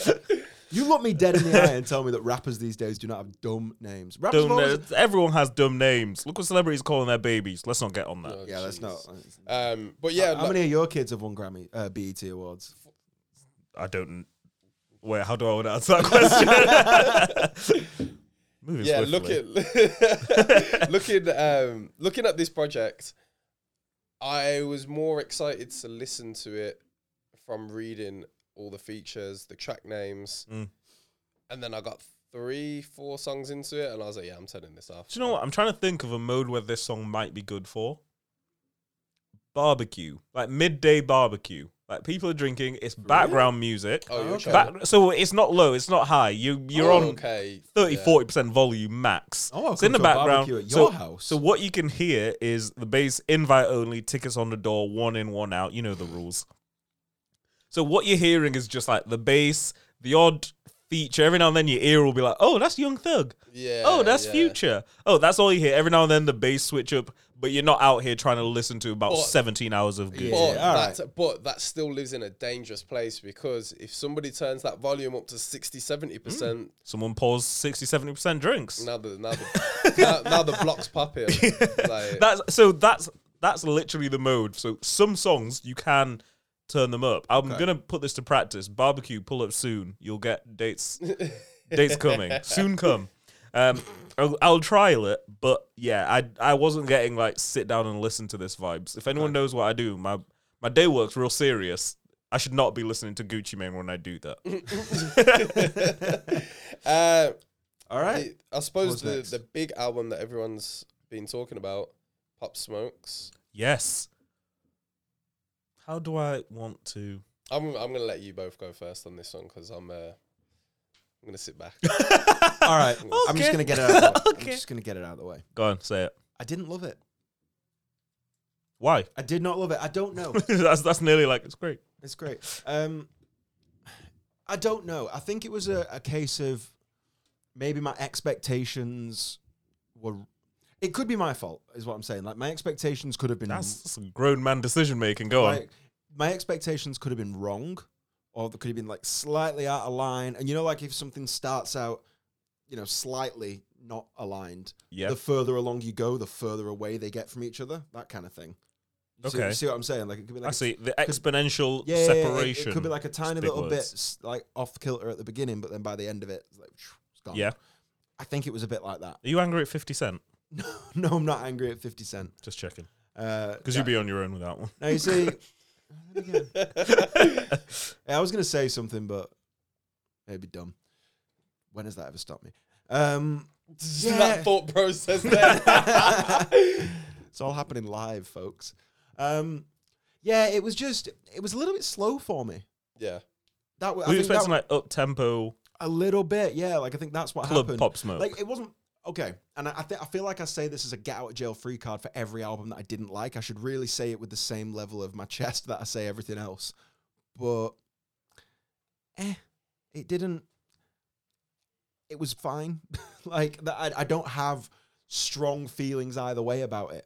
S3: You look me dead in the eye and tell me that rappers these days do not have dumb names. Rappers
S2: dumb
S3: have always-
S2: names. Everyone has dumb names. Look what celebrities calling their babies. Let's not get on that.
S1: Oh,
S3: Yeah, that's
S1: jeez.
S3: not. uh,
S1: Um, but yeah,
S3: How
S1: like-
S3: many of your kids have won Grammy uh, BET awards?
S2: I don't. Wait, how do I want to answer that question? Moving
S1: yeah, look
S2: swiftly.
S1: at looking um looking at this project, I was more excited to listen to it from reading all the features, the track names,
S2: Mm.
S1: and then I got three, four songs into it, and I was like, yeah, I'm turning this off.
S2: Do you know what? I'm trying to think of a mode where this song might be good for. Barbecue, like midday barbecue. Like people are drinking. It's background music.
S1: Oh, you're
S3: Okay.
S1: trying-
S2: Back, so it's not low. It's not high. You you're
S1: Oh,
S2: on
S1: okay.
S2: 30
S1: yeah.
S2: 40% volume max.
S3: Oh, I'll
S2: it's in the
S3: come to a
S2: background.
S3: barbecue at
S2: so,
S3: your house.
S2: so what you can hear is the bass invite only, tickets on the door, one in, one out. You know the rules. So what you're hearing is just like the bass, the odd feature. Every now and then your ear will be like, oh, that's Young Thug.
S1: Yeah.
S2: oh, that's
S1: yeah.
S2: Future. Oh, that's all you hear. Every now and then the bass switch up. but you're not out here trying to listen to about
S1: But-
S2: 17 hours of good.
S3: Yeah,
S1: But,
S3: all
S1: that, but that still lives in a dangerous place because if somebody turns that volume up to 60, 70%,
S2: Someone pours 60, 70% drinks.
S1: now, the, now, the, now, now the block's popping. like,
S2: That's so that's that's literally the mode. So some songs you can turn them up. I'm gonna put this to practice. Barbecue, pull up soon. You'll get dates. dates coming soon. Come. Um, I'll, I'll trial it, but yeah, I I wasn't getting like sit down and listen to this vibes. If anyone knows what I do, my my day work's real serious. I should not be listening to Gucci Mane when I do that.
S1: uh,
S3: All right.
S1: I, I suppose
S3: What's
S1: the,
S3: next?
S1: the big album that everyone's been talking about, Pop Smokes.
S2: yes. How do I want to?
S1: I'm I'm gonna let you both go first on this one because I'm uh, I'm gonna sit back.
S3: All right. I'm just gonna get it out. Of the way. I'm
S2: Okay.
S3: just gonna get it out of the way.
S2: Go on, say it.
S3: I didn't love it.
S2: Why?
S3: I did not love it. I don't know.
S2: that's that's nearly like it's great.
S3: It's great. Um, I don't know. I think it was a, a case of maybe my expectations were. It could be my fault, is what I'm saying. Like my expectations could have been
S2: That's, that's some grown man decision making. Go on.
S3: Mm-hmm. like my expectations could have been wrong, or they could have been like slightly out of line. And you know, like if something starts out, you know, slightly not aligned,
S2: Yeah.
S3: the further along you go, the further away they get from each other. That kind of thing. You see-
S2: Okay.
S3: you see what I'm saying? Like it could be like
S2: I
S3: a
S2: see the exponential
S3: yeah, yeah, yeah, it-
S2: separation.
S3: It, could be like a tiny
S2: big
S3: little bit
S2: words.
S3: s- like off kilter at the beginning, but then by the end of it, it's like phew, it's gone.
S2: Yeah.
S3: I think it was a bit like that.
S2: Are you angry at Fifty Cent?
S3: no, I'm not angry at Fifty Cent
S2: Just checking,
S3: because
S2: because you'd be on your own with that one.
S3: Now you see, Yeah, I was going to say something, but it'd be dumb. When has that ever stopped me? Um, yeah.
S1: that thought process there.
S3: it's all happening live, folks. Um, yeah, it was just it was a little bit slow for me.
S1: yeah,
S3: That was,
S2: we
S3: I
S2: were
S3: think that
S2: expecting like up tempo
S3: A little bit, yeah. Like I think that's what
S2: Club
S3: happened.
S2: Pop Smoke.
S3: Like it wasn't okay. And I, I think I feel like I say this as a get out of jail free card for every album that I didn't like. I should really say it with the same level of my chest that I say everything else. But eh, it didn't. It was fine. like that, I, I don't have strong feelings either way about it.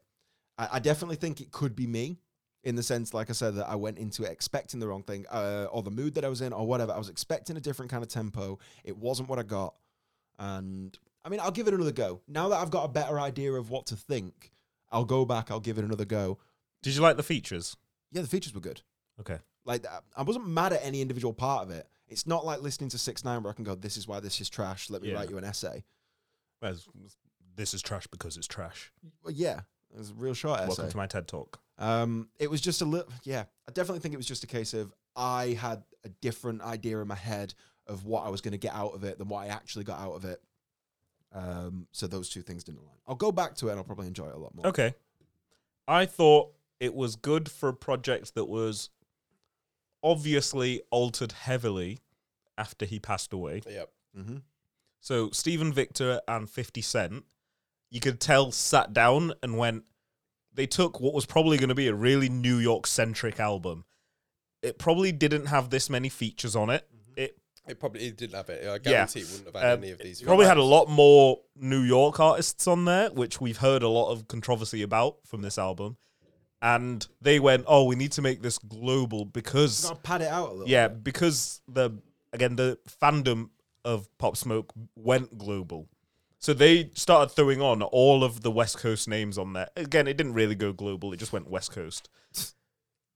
S3: I, I definitely think it could be me in the sense, like I said, that I went into it expecting the wrong thing, uh, or the mood that I was in, or whatever. I was expecting a different kind of tempo. It wasn't what I got, and I mean, I'll give it another go. Now that I've got a better idea of what to think, I'll go back. I'll give it another go.
S2: Did you like the features?
S3: Yeah, the features were good.
S2: Okay.
S3: Like I- I wasn't mad at any individual part of it. It's not like listening to Six Nine where I can go, "This is why this is trash." Let me
S2: Yeah.
S3: write you an essay.
S2: Whereas this is trash because it's trash.
S3: Well, yeah, it was a real short essay.
S2: Welcome to my TED talk.
S3: Um, it was just a little, yeah. I definitely think it was just a case of I had a different idea in my head of what I was going to get out of it than what I actually got out of it. Um, so those two things didn't align. I'll go back to it and I'll probably enjoy it a lot more.
S2: Okay. I thought it was good for a project that was obviously altered heavily after he passed away.
S1: yeah.
S3: hmm
S2: So Stephen Victor and 50 Cent, you could tell sat down and went they took what was probably going to be a really New York centric album. It probably didn't have this many features on it. It
S1: It probably it didn't have it. I guarantee it Mm-hmm. wouldn't have had
S2: um,
S1: any of these.
S2: it probably had a lot more New York artists on there, which we've heard a lot of controversy about from this album. And they went, "Oh, we need to make this global because
S3: Gotta pad it out a little.
S2: yeah, because the again the fandom of Pop Smoke went global, so they started throwing on all of the West Coast names on there. Again, it didn't really go global; it just went West Coast.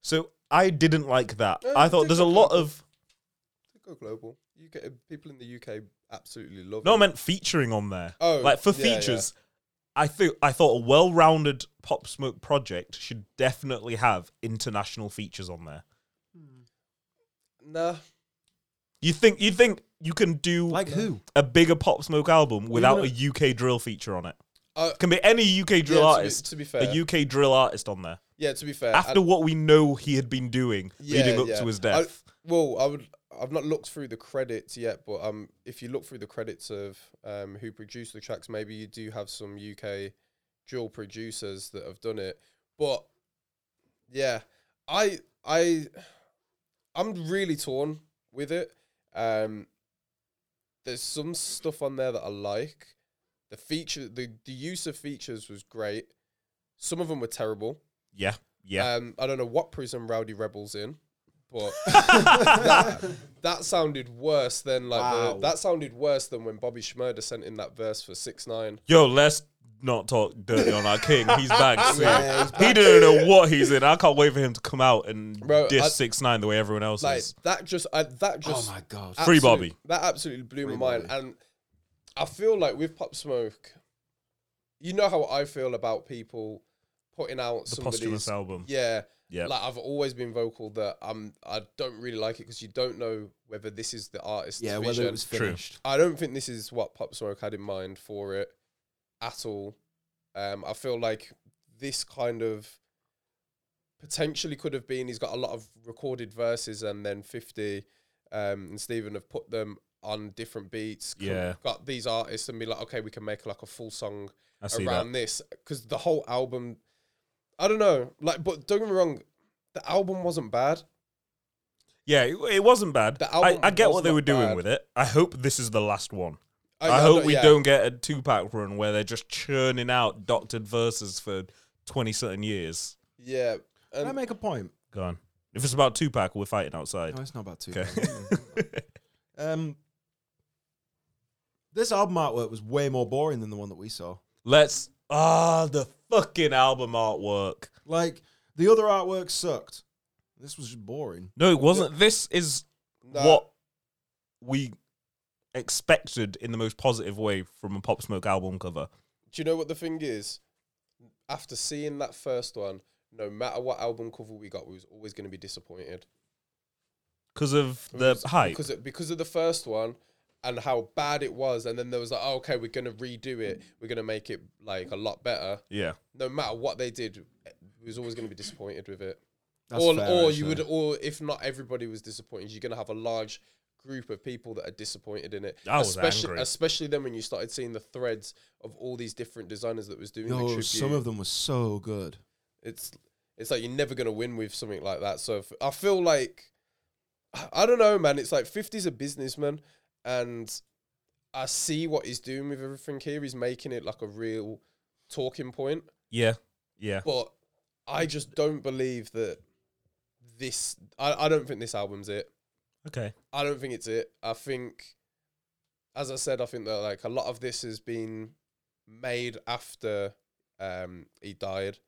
S2: So I didn't like that.
S1: No,
S2: I
S1: it
S2: thought
S1: did
S2: there's a
S1: go
S2: lot
S1: global.
S2: of
S1: Go global. You get people in the UK absolutely love
S2: no,
S1: it.
S2: I meant featuring on there.
S1: Oh,
S2: like for
S1: yeah, yeah.
S2: features, I think I thought a well-rounded Pop Smoke project should definitely have international features on there.
S1: Nah,
S2: You think you think you can do
S3: Like who?
S2: a bigger Pop Smoke album without
S3: gonna-
S2: a UK drill feature on it?
S1: Uh,
S2: Can be any
S1: yeah,
S2: UK drill
S1: to be-
S2: artist.
S1: to be fair.
S2: a UK drill artist on there.
S1: yeah. To be fair, I-
S2: After what we know he had been doing leading up
S1: yeah.
S2: to his
S1: I-
S2: death,
S1: well, I would. I've not looked through the credits yet, but um, if you look through the credits of um who produced the tracks, maybe you do have some UK dual producers that have done it. But yeah, I I I'm really torn with it. Um, there's some stuff on there that I like. The feature, the the use of features was great. Some of them were terrible.
S2: Yeah, yeah.
S1: Um, I don't know what prison Rowdy Rebels in, but that, that sounded worse than like
S3: Wow.
S1: the, that sounded worse than when Bobby Schmurda sent in that verse for six nine.
S2: Yo, let's not talk dirty on our king. He's back. soon.
S3: Yeah, he's
S2: He didn't know what he's in. I can't wait for him to come out and
S1: Bro, I-
S2: diss six nine the way everyone else
S1: Like
S2: is.
S1: that just I, that
S3: Oh
S1: just
S3: my god.
S2: Free
S1: absolute-
S2: Bobby.
S1: That absolutely blew
S3: Free
S1: my mind,
S3: Bobby.
S1: and I feel like with Pop Smoke, you know how I feel about people putting out
S2: The
S1: somebody's
S2: posthumous album.
S1: Yeah,
S2: Yeah.
S1: Like I've always been vocal that um I don't really like it because you don't know whether this is the artist's
S3: Yeah,
S1: vision.
S3: whether it was
S2: True.
S3: finished.
S1: I don't think this is what Pop Smoke had in mind for it at all. Um, I feel like this kind of potentially could have been. He's got a lot of recorded verses, and then Fifty um, and Stephen have put them on different beats. co-
S2: Yeah.
S1: got these artists and be like, okay, we can make like a full song
S2: I see that.
S1: around this because the whole album. I don't know, like, but don't get me wrong, the album wasn't bad.
S2: Yeah, it, it wasn't bad.
S1: The
S2: I,
S1: album
S2: I get
S1: was
S2: what they
S1: not
S2: were doing
S1: bad.
S2: with it. I hope this is the last one. I,
S1: I
S2: hope we
S1: yeah.
S2: don't get a two pack run where they're just churning out doctored verses for twenty certain years.
S1: Yeah,
S3: Can I
S1: and
S3: make a point?
S2: Go on. If it's about two pack, we're fighting outside.
S1: Oh,
S3: No, it's not about two.
S2: Okay.
S3: Um, this album artwork was way more boring than the one that we saw.
S2: Let's ah the fucking album artwork.
S3: Like the other artwork sucked. This was just boring.
S2: No, it wasn't. This is
S1: nah,
S2: what we expected in the most positive way from a Pop Smoke album cover.
S1: Do you know what the thing is? After seeing that first one, no matter what album cover we got, we was always going to be disappointed.
S2: Because of
S1: It
S2: the
S1: was-
S2: hype.
S1: because of, because of the first one and how bad it was, and then there was like, oh, okay, we're going to redo it. We're going to make it like a lot better.
S2: yeah.
S1: No matter what they did, we was always going to be disappointed with it.
S3: That's
S1: or
S3: fair,
S1: or you
S3: actually.
S1: would, or if not everybody was disappointed, you're going to have a large group of people that are disappointed in it.
S2: I was
S1: especially,
S2: angry.
S1: especially then when you started seeing the threads of all these different designers that was doing the
S3: No,
S1: tribute.
S3: some of them were so good.
S1: it's it's like you're never gonna win with something like that. So if, I feel like I don't know, man. It's like 50's a businessman, and I see what he's doing with everything here. He's making it like a real talking point,
S2: Yeah. Yeah.
S1: but I just don't believe that this. I, I don't think this album's it.
S2: Okay.
S1: I don't think it's it. I think, as I said, I think that like a lot of this has been made after um, he died.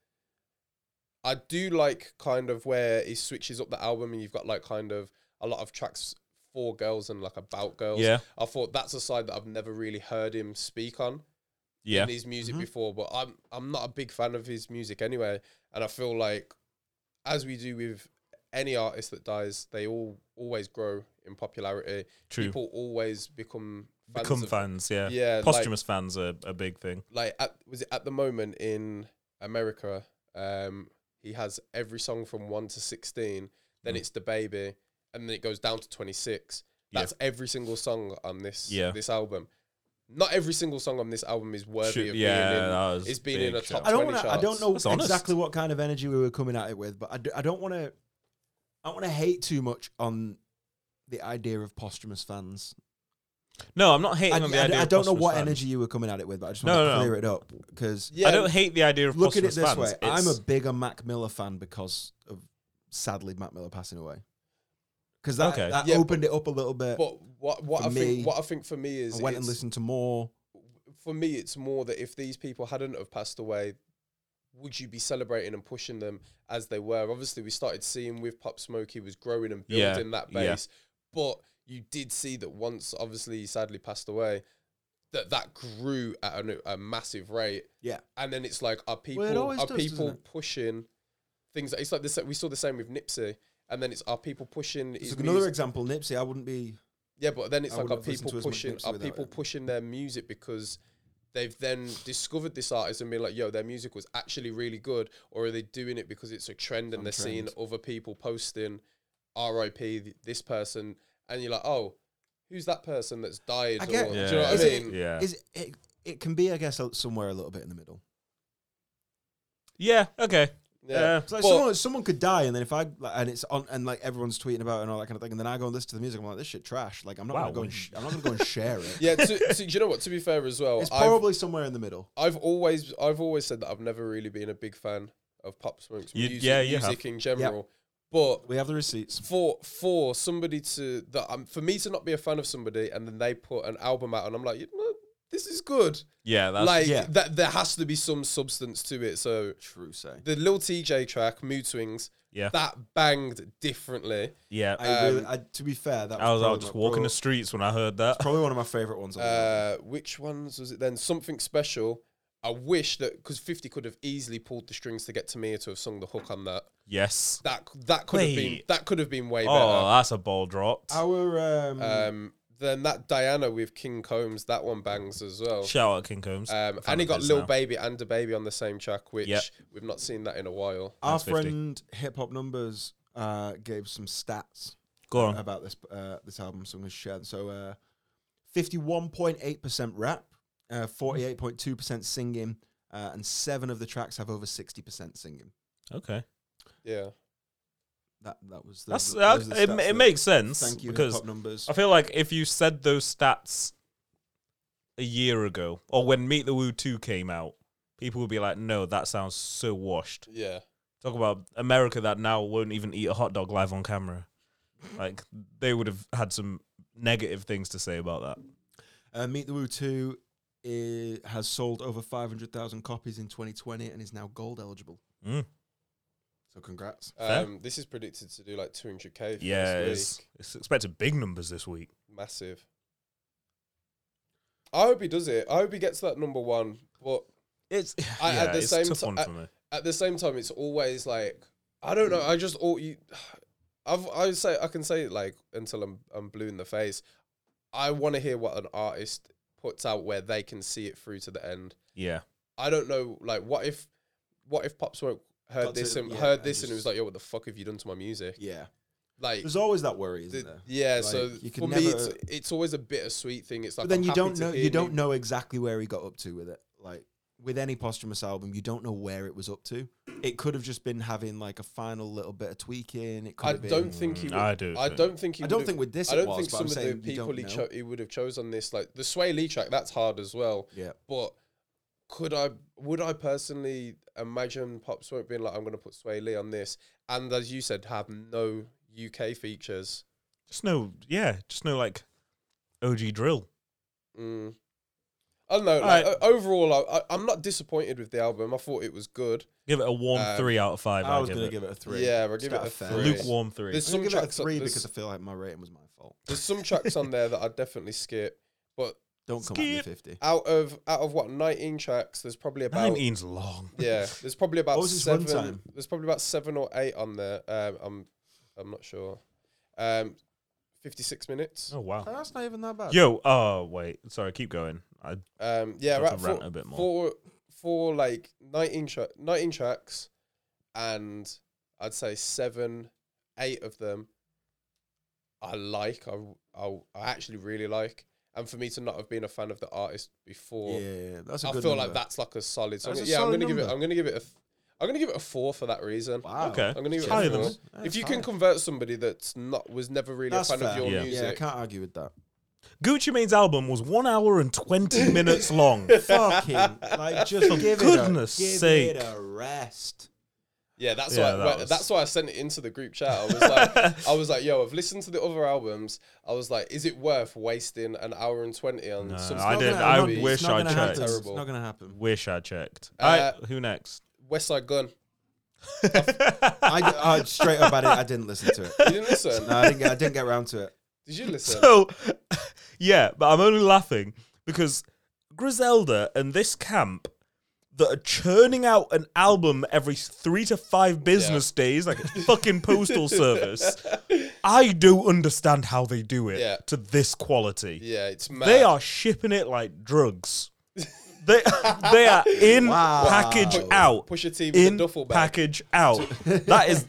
S1: I do like kind of where he switches up the album and you've got like kind of a lot of tracks for girls and like about girls.
S2: Yeah.
S1: I thought that's a side that I've never really heard him speak on
S2: Yeah.
S1: in his music
S2: Mm-hmm.
S3: Mhm.
S1: before, but I'm I'm not a big fan of his music anyway, and I feel like as we do with any artist that dies, they all always grow in popularity.
S2: True.
S1: People always become fans
S2: Become
S1: of-
S2: fans. Yeah.
S1: Yeah, like-
S2: Posthumous fans are a big thing.
S1: Like at, was it at the moment in America? Um, he has every song from one to sixteen. Then
S2: Mm.
S1: it's the baby, and then it goes down to twenty six.
S2: Yeah.
S1: That's every single song on this
S2: Yeah.
S1: this album. Not every single song on this album is worthy
S2: Should-
S1: of
S2: yeah,
S1: being in
S2: that was
S1: it's been
S2: big
S1: in a
S2: shout.
S1: top
S3: I don't
S1: 20
S3: want to. I don't
S1: charts.
S3: know
S2: That's honest.
S3: exactly what kind of energy we were coming at it with, but I, do, I don't want to. I want to hate too much on the idea of posthumous fans.
S2: No, I'm not hating
S3: I,
S2: on the
S3: I-
S2: idea.
S3: I
S2: of
S3: don't know
S2: posthumous
S3: what
S2: fans.
S3: energy you were coming at it with, but I just
S2: No,
S3: want to
S2: no, no.
S3: clear it up because
S1: Yeah,
S2: I don't hate the idea of
S3: look at it
S2: posthumous
S3: this
S2: fans.
S3: way: I'm
S2: It's-
S3: a bigger Mac Miller fan because of sadly Mac Miller passing away. Because that,
S2: Okay.
S3: that
S1: Yeah,
S3: opened it up a little bit.
S1: But what what
S3: For
S1: I
S3: me,
S1: think what I think for me
S3: I
S1: is
S3: went and
S1: it's-
S3: listened to more.
S1: for me it's more that if these people hadn't have passed away, would you be celebrating and pushing them as they were? Obviously, we started seeing with Pop Smoke he was growing and
S2: Yeah,
S1: building that
S2: yeah.
S1: base, but you did see that once obviously he sadly passed away, that that grew at a, a massive rate.
S3: Yeah.
S1: and then it's like are people
S3: always
S1: are
S3: does, doesn't
S1: people
S3: it?
S1: pushing things? It's like this. We saw the same with Nipsey. And then it's are people pushing?
S3: It's
S1: his
S3: another
S1: music-
S3: example, Nipsey. I wouldn't be.
S1: Yeah, but then it's
S3: I
S1: like are
S3: wouldn't have listened
S1: people
S3: to as much
S1: pushing
S3: Nipsey
S1: are
S3: without
S1: people
S3: it.
S1: pushing their music because they've then discovered this artist and been like, yo, their music was actually really good, or are they doing it because it's a trend and
S3: on
S1: they're seeing
S3: trend.
S1: other people posting R.I.P. th- this person, and you're like, oh, who's that person that's died?
S3: I get-
S1: or,
S2: yeah.
S1: Do you know what I
S3: Is it-
S1: mean?
S2: yeah.
S3: Is it, it can be, I guess, somewhere a little bit in the middle.
S2: yeah. Okay.
S1: Yeah.
S3: It's like
S1: But-
S3: someone, someone could die, and then if I like, and it's on, and like everyone's tweeting about it and all that kind of thing, and then I go and listen to the music. I'm like, this shit trash. Like, I'm not
S2: Wow.
S3: gonna go. And sh- I'm not gonna go and share it.
S1: yeah. To, to, you know what? To be fair as well,
S3: It's
S1: I've,
S3: probably somewhere in the middle.
S1: I've always I've always said that I've never really been a big fan of Pop Smoke's
S2: You-
S1: music,
S2: yeah, you have.
S1: music in general. But
S3: We have the receipts.
S1: for for somebody to that um, for me to not be a fan of somebody and then they put an album out and I'm like, you know, this is good.
S2: Yeah, that's
S1: like
S3: yeah.
S1: that there has to be some substance to it. So
S3: True say.
S1: the Lil TJ track, Mood Swings,
S2: Yeah.
S1: that banged differently.
S2: yeah. I,
S3: I really,
S1: Um,
S3: I, to be fair, that
S2: was
S3: probably
S2: out just
S3: my-
S2: walking
S3: probably,
S2: the streets when I heard that.
S3: probably one of my favorite ones. on the album.
S1: Uh, which ones was it then? Something special. I wish that because Fifty could have easily pulled the strings to get to me to have sung the hook on that.
S2: Yes.
S1: That that could have been
S2: Wait.
S1: that could have been way
S2: Oh, that's a ball drop.
S3: Our um,
S2: uh,
S1: better. Um, then that Diana with King Combs, that one bangs as well.
S2: Shout out King Combs.
S1: Um,
S2: Fan
S1: and he
S2: of
S1: got
S2: his
S1: Lil
S2: now.
S1: Baby and the Baby on the same track, which
S2: Yep.
S1: we've not seen that in a while.
S3: our
S2: That's 50.
S3: friend Hip Hop Numbers uh, gave some stats
S2: Go on.
S3: about this uh, this album. So I'm going to share. them. So fifty one point eight percent rap, forty eight point two percent singing, uh, and seven of the tracks have over sixty percent singing.
S2: Okay.
S1: Yeah,
S3: That that was the,
S2: That's
S3: those are
S2: that-
S3: the
S2: it,
S3: stats
S2: it
S3: that-
S2: makes sense
S3: Thank you, Hip
S2: because
S3: Hop Numbers.
S2: I feel like if you said those stats a year ago or when Meet the Woo 2 came out, people would be like, no, that sounds so washed.
S1: yeah.
S2: Talk about America that now won't even eat a hot dog live on camera. Like, they would have had some negative things to say about that.
S3: Uh, Meet the Woo Two. It has sold over 500,000 copies in 2020 and is now gold eligible.
S2: Mm.
S3: So congrats.
S2: Fair.
S1: Um, this is predicted to do like 200k. For
S2: Yeah,
S1: this
S2: it's, it's expected big numbers this week.
S1: week. massive. I hope he does it. I hope he gets that number one. But
S2: It's,
S1: I-
S2: yeah,
S1: at the
S2: it's
S1: same
S2: tough
S1: ti-
S2: one
S1: I-
S2: for me.
S1: at the same time, it's always like I don't know. I just all you. I've I say I can say it like until I'm I'm blue in the face. I want to hear what an artist puts out where they can see it through to the end.
S2: Yeah.
S1: I don't know. Like, what if, what if Pop Smoke heard
S3: Got
S1: this
S3: to-
S1: and
S3: yeah,
S1: heard
S3: and
S1: this and it
S3: just-
S1: was like, yo, what the fuck have you done to my music?
S3: Yeah.
S1: Like,
S3: There's always that worry, isn't
S1: the-
S3: there?
S1: yeah. so
S3: Like, you can
S1: for me,
S3: never-
S1: it's it's always a bittersweet thing. It's like,
S3: but then
S1: I'm
S3: you
S1: happy
S3: don't
S1: to
S3: know
S1: hear
S3: you don't
S1: new-
S3: know exactly where he got up to with it. Like with any posthumous album, you don't know where it was up to. It could have just been having like a final little bit of tweaking. It could
S1: I
S3: have been,
S1: don't think he.
S2: Mm,
S1: Would,
S2: I do
S1: I
S2: think-
S1: don't think he.
S3: I don't
S1: would've-
S3: think with this
S1: I
S3: it
S1: don't
S3: was,
S1: think
S3: but
S1: some
S3: I'm
S1: of the
S3: saying you
S1: people
S3: don't
S1: he,
S3: know.
S1: cho- he would have chose on this, like the Sway Lee track, that's hard as well.
S3: Yeah.
S1: But could I? Would I personally imagine Pop Smoke being like, I'm going to put Sway Lee on this, and as you said, have no UK features.
S2: Just no, yeah, just no, like, OG drill.
S1: Mm. I don't know.
S2: Alright.
S1: Like, o- Overall, I, I, I'm not disappointed with the album. I thought it was good.
S2: Give it a warm
S1: Um,
S2: three out of five.
S3: I
S2: I'd
S3: was
S2: give
S3: gonna
S2: it.
S3: give it a three.
S1: Yeah, I'll give
S3: It's
S1: it
S3: not
S1: a
S3: fair.
S1: three.
S2: Lukewarm three.
S1: There's
S3: I'm gonna
S1: some
S3: give it a
S1: tracks.
S3: three
S1: there's,
S3: because I feel like my rating was my fault.
S1: there's some tracks on there that I definitely skip. But
S3: Don't come at me
S2: Skip.
S3: fifty.
S1: out of out of what 19 tracks, there's probably about
S2: 19's long.
S1: yeah. There's probably about
S3: What was his
S1: seven.
S3: runtime?
S1: There's probably about seven or eight on there. Um, I'm I'm not sure. Um, 56 minutes.
S2: Oh wow.
S3: That's not even that bad.
S2: Yo, oh wait, sorry, keep going. I
S1: Um, yeah,
S2: Got
S1: right.
S2: to rant
S1: For,
S2: a bit more.
S1: for for like nineteen tra- nineteen tracks, and I'd say seven, eight of them. I like. I, I I actually really like. And for me to not have been a fan of the artist before,
S3: Yeah, that's a
S1: I
S3: good.
S1: feel like
S3: number.
S1: that's like a solid. So I'm gonna-
S3: That's a
S1: yeah, I'm
S3: solid
S1: gonna give it.
S3: number.
S1: I'm gonna give it a. Th- I'm gonna give it a four for that reason.
S3: Wow.
S2: Okay.
S1: I'm gonna give it
S2: Higher
S1: a
S2: than
S1: four.
S2: us.
S3: That's
S1: If you can
S3: high.
S1: convert somebody that's not was never really
S3: That's
S1: a fan of
S3: fair.
S1: your
S2: Yeah.
S1: music,
S3: yeah, I can't argue with that.
S2: Gucci Mane's album was one hour and twenty minutes long.
S3: Fucking like, just give
S2: goodness
S3: it a, give
S2: sake.
S3: it a rest.
S1: Yeah, that's
S2: Yeah,
S1: why.
S2: that
S1: well,
S2: was-
S1: That's why I sent it into the group chat. I was like, I was like, yo, I've listened to the other albums. I was like, is it worth wasting an hour and twenty on
S2: No,
S1: some?
S2: I
S1: stuff
S2: did-
S1: that
S2: I
S1: would be-
S2: wish
S3: it's not
S2: I
S3: gonna
S2: checked.
S3: happen. It's
S1: Terrible.
S3: not gonna happen.
S2: Wish I checked.
S1: Uh,
S2: Alright, who next?
S1: West Side Gun.
S3: I, I straight up, I didn't, I didn't listen to it.
S1: You didn't listen.
S3: No, I didn't get, I didn't get around to it.
S1: Did you listen?
S2: So yeah, but I'm only laughing because Griselda and this camp that are churning out an album every three to five business days, like it's fucking postal service. I don't understand how they do it
S1: Yeah.
S2: to this quality.
S1: yeah, it's mad.
S2: They are shipping it like drugs. they they are in
S3: Wow.
S2: package
S3: Pu-
S2: out.
S1: push a team with a
S2: in
S1: duffel bag.
S2: package out. that is,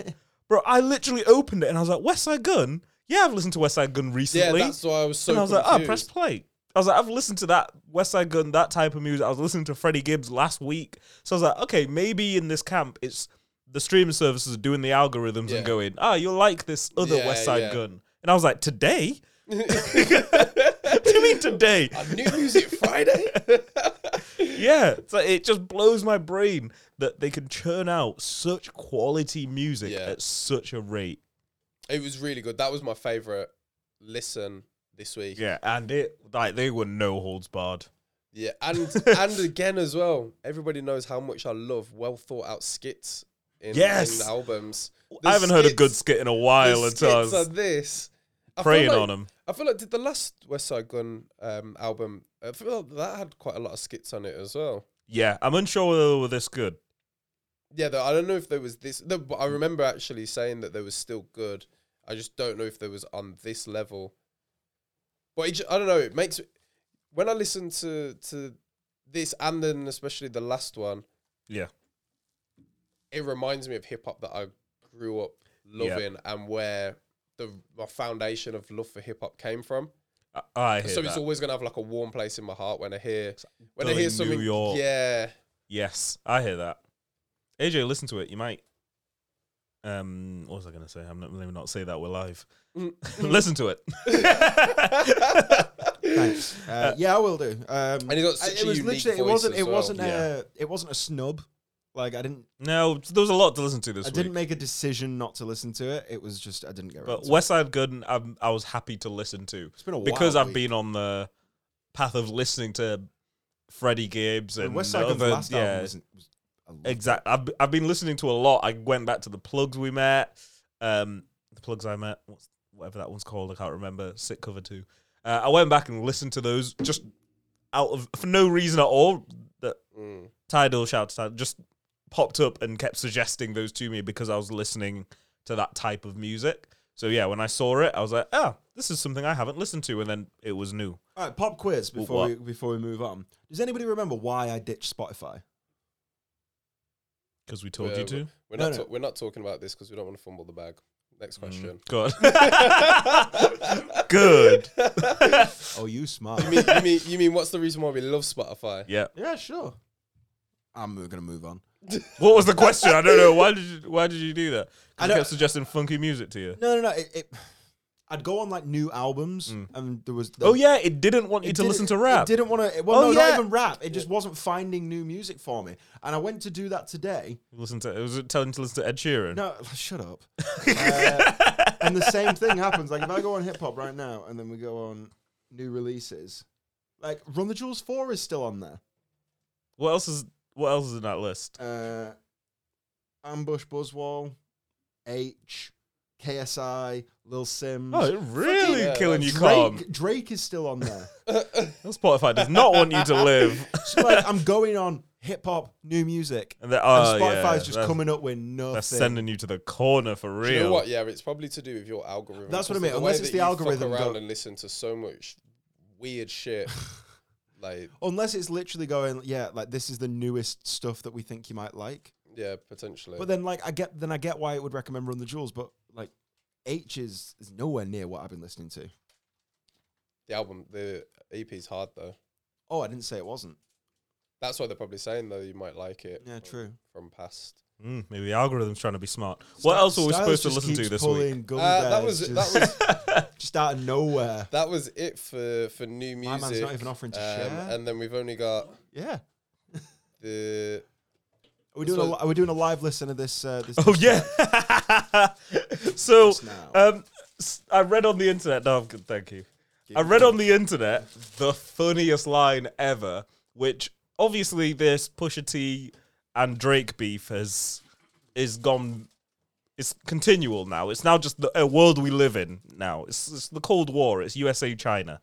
S2: bro. I literally opened it and I was like, West Side Gun. Yeah, I've listened to West Side Gun
S1: yeah,
S2: recently.
S1: that's why I was so.
S2: and I was like, oh, press
S1: confused.
S2: play. I was like, I've listened to that West Side Gun, that type of music. I was listening to Freddie Gibbs last week. So I was like, okay, maybe in this camp, it's the streaming services are doing the algorithms
S1: Yeah.
S2: and going, ah, you'll like this other
S1: Yeah,
S2: West Side
S1: yeah.
S2: Gun. And I was like, today? what do you mean today?
S1: New Music Friday.
S2: Yeah, so it just blows my brain that they can churn out such quality music
S1: Yeah.
S2: at such a rate.
S1: it was really good. That was my favorite listen this week.
S2: Yeah, and it like they were no holds barred.
S1: Yeah, and and again as well, everybody knows how much I love well thought out skits in,
S2: Yes.
S1: in albums.
S2: I haven't heard a good
S1: skits-
S2: skit in a
S1: the
S2: while until I
S1: skits are
S2: was
S1: this. I feel
S2: preying
S1: like-
S2: on them.
S1: I feel like did the last West Side Gun um, album. I feel like that had quite a lot of skits on it as well.
S2: Yeah, I'm unsure whether they were this good.
S1: Yeah, though I don't know if there was this. No, but I remember actually saying that there was still good. I just don't know if there was on this level. But it, ju- I don't know. It makes when I listen to to this and then especially the last one,
S2: Yeah,
S1: it reminds me of hip hop that I grew up
S2: Yeah.
S1: loving and where the my foundation of love for hip hop came from.
S2: I, I hear
S1: so
S2: that.
S1: it's always gonna have like a warm place in my heart when I hear when I
S2: Billy
S1: hear
S2: New
S1: something.
S2: York.
S1: Yeah,
S2: Yes, I hear that. AJ, listen to it. You might. Um, what was I going to say? I'm not. Let me not say that we're live.
S3: Mm-hmm.
S2: listen to it.
S3: Thanks. Uh, yeah, I will do. Um,
S1: and he got
S3: I-
S1: such
S3: it
S1: a
S3: was
S1: unique
S3: literally. It
S1: voice
S3: wasn't.
S1: as
S3: It
S1: well.
S3: wasn't.
S2: Yeah.
S3: A, it wasn't a snub. Like I didn't.
S2: no, there was a lot to listen to this
S3: I
S2: week.
S3: didn't make a decision not to listen to it. It was just I didn't get.
S2: but
S3: But
S2: West Side Gun, I'm, I was happy to listen to
S3: it's been a
S2: because
S3: wild
S2: I've
S3: week.
S2: been on the path of listening to Freddie Gibbs
S3: I mean,
S2: and
S3: West Side Gun's
S2: other-
S3: last
S2: yeah,
S3: album wasn't. Was, I loved it.
S2: Exactly. I've, I've been listening to a lot. I went back to the plugs we met, um, the plugs I met, what's, whatever that one's called. I can't remember. Sick cover two. Uh, I went back and listened to those just out of for no reason at all. That
S1: Mm.
S2: Tidal shout to Tidal just popped up and kept suggesting those to me because I was listening to that type of music. So yeah, when I saw it, I was like, oh, this is something I haven't listened to, and then it was new.
S3: All right, pop quiz before
S2: what?
S3: we, before we move on. Does anybody remember why I ditched Spotify?
S2: Because we told
S1: We're-
S2: you to.
S1: We're
S3: No,
S1: not.
S3: no. Mm.
S1: ta- we're not talking about this because we don't want to fumble the bag. Next question.
S2: Good. Mm, Good.
S3: Oh, you smart.
S1: you, mean, you mean you mean what's the reason why we love Spotify?
S2: Yeah.
S3: yeah, sure. I'm gonna move on.
S2: What was the question? I don't know. Why did you Why did you do that?
S3: I
S2: I
S3: don't-
S2: kept suggesting funky music to you.
S3: No, no, no. It, it, I'd go on like new albums, and there was.
S2: Oh yeah, it didn't want
S3: it
S2: you to
S3: didn't-
S2: listen to rap.
S3: It didn't want to. Well,
S2: Oh,
S3: no,
S2: yeah.
S3: not even rap. It just wasn't finding new music for me. And I went to do that today.
S2: Listen to. It was telling you to listen to Ed Sheeran.
S3: No, shut up. Uh, and the same thing happens. Like if I go on hip hop right now, and then we go on new releases, like Run the Jewels Four is still on there.
S2: What else is What else is in that list?
S3: uh, Ambush Buzzwall, H, KSI, Lil Sims.
S2: Oh, it really
S1: yeah,
S2: killing you
S3: Um, uh, Drake,
S2: calm.
S3: Drake is still on there.
S2: That Spotify does not want you to live.
S3: so like, I'm going on hip hop, new music.
S2: And, they-
S3: And
S2: oh,
S3: Spotify's
S2: yeah,
S3: just
S2: that's-
S3: coming up with nothing.
S2: They're sending you to the corner for
S1: Do
S2: real.
S1: you know what? Yeah, it's probably to do with your algorithm.
S3: That's what I
S1: 'cause
S3: mean,
S1: the way
S3: unless it's
S1: that
S3: the
S1: you fuck
S3: algorithm
S1: around
S3: go-
S1: and listen to so much weird shit. like
S3: Unless it's literally going, yeah, like this is the newest stuff that we think you might like.
S1: yeah, potentially.
S3: But then, like, I get, then I get why it would recommend Run the Jewels, but like, H is, is nowhere near what I've been listening to.
S1: the album, the EP's hard though.
S3: Oh, I didn't say it wasn't.
S1: That's what they're probably saying though. You might like it.
S3: Yeah,
S1: from-
S3: true.
S1: From past.
S2: Mm, maybe the algorithm's trying to be smart. What else were we supposed to listen to this week?
S1: Uh, that was that was
S3: just out of nowhere.
S1: that was it for for new music. um,
S3: My man's not even offering to share.
S1: And then we've only got
S3: Yeah. Are
S1: the
S3: we
S1: This
S3: doing
S1: was-
S3: a, li- are we doing a live listen of this? Uh, this
S2: Oh yeah. so
S3: Just now.
S2: um, s- I read on the internet. No, I'm good. Thank you. I read on the internet the funniest line ever, which obviously this Pusha T and Drake beef has is gone. It's continual now. It's now just the a world we live in now. It's, it's the Cold War. It's USA China.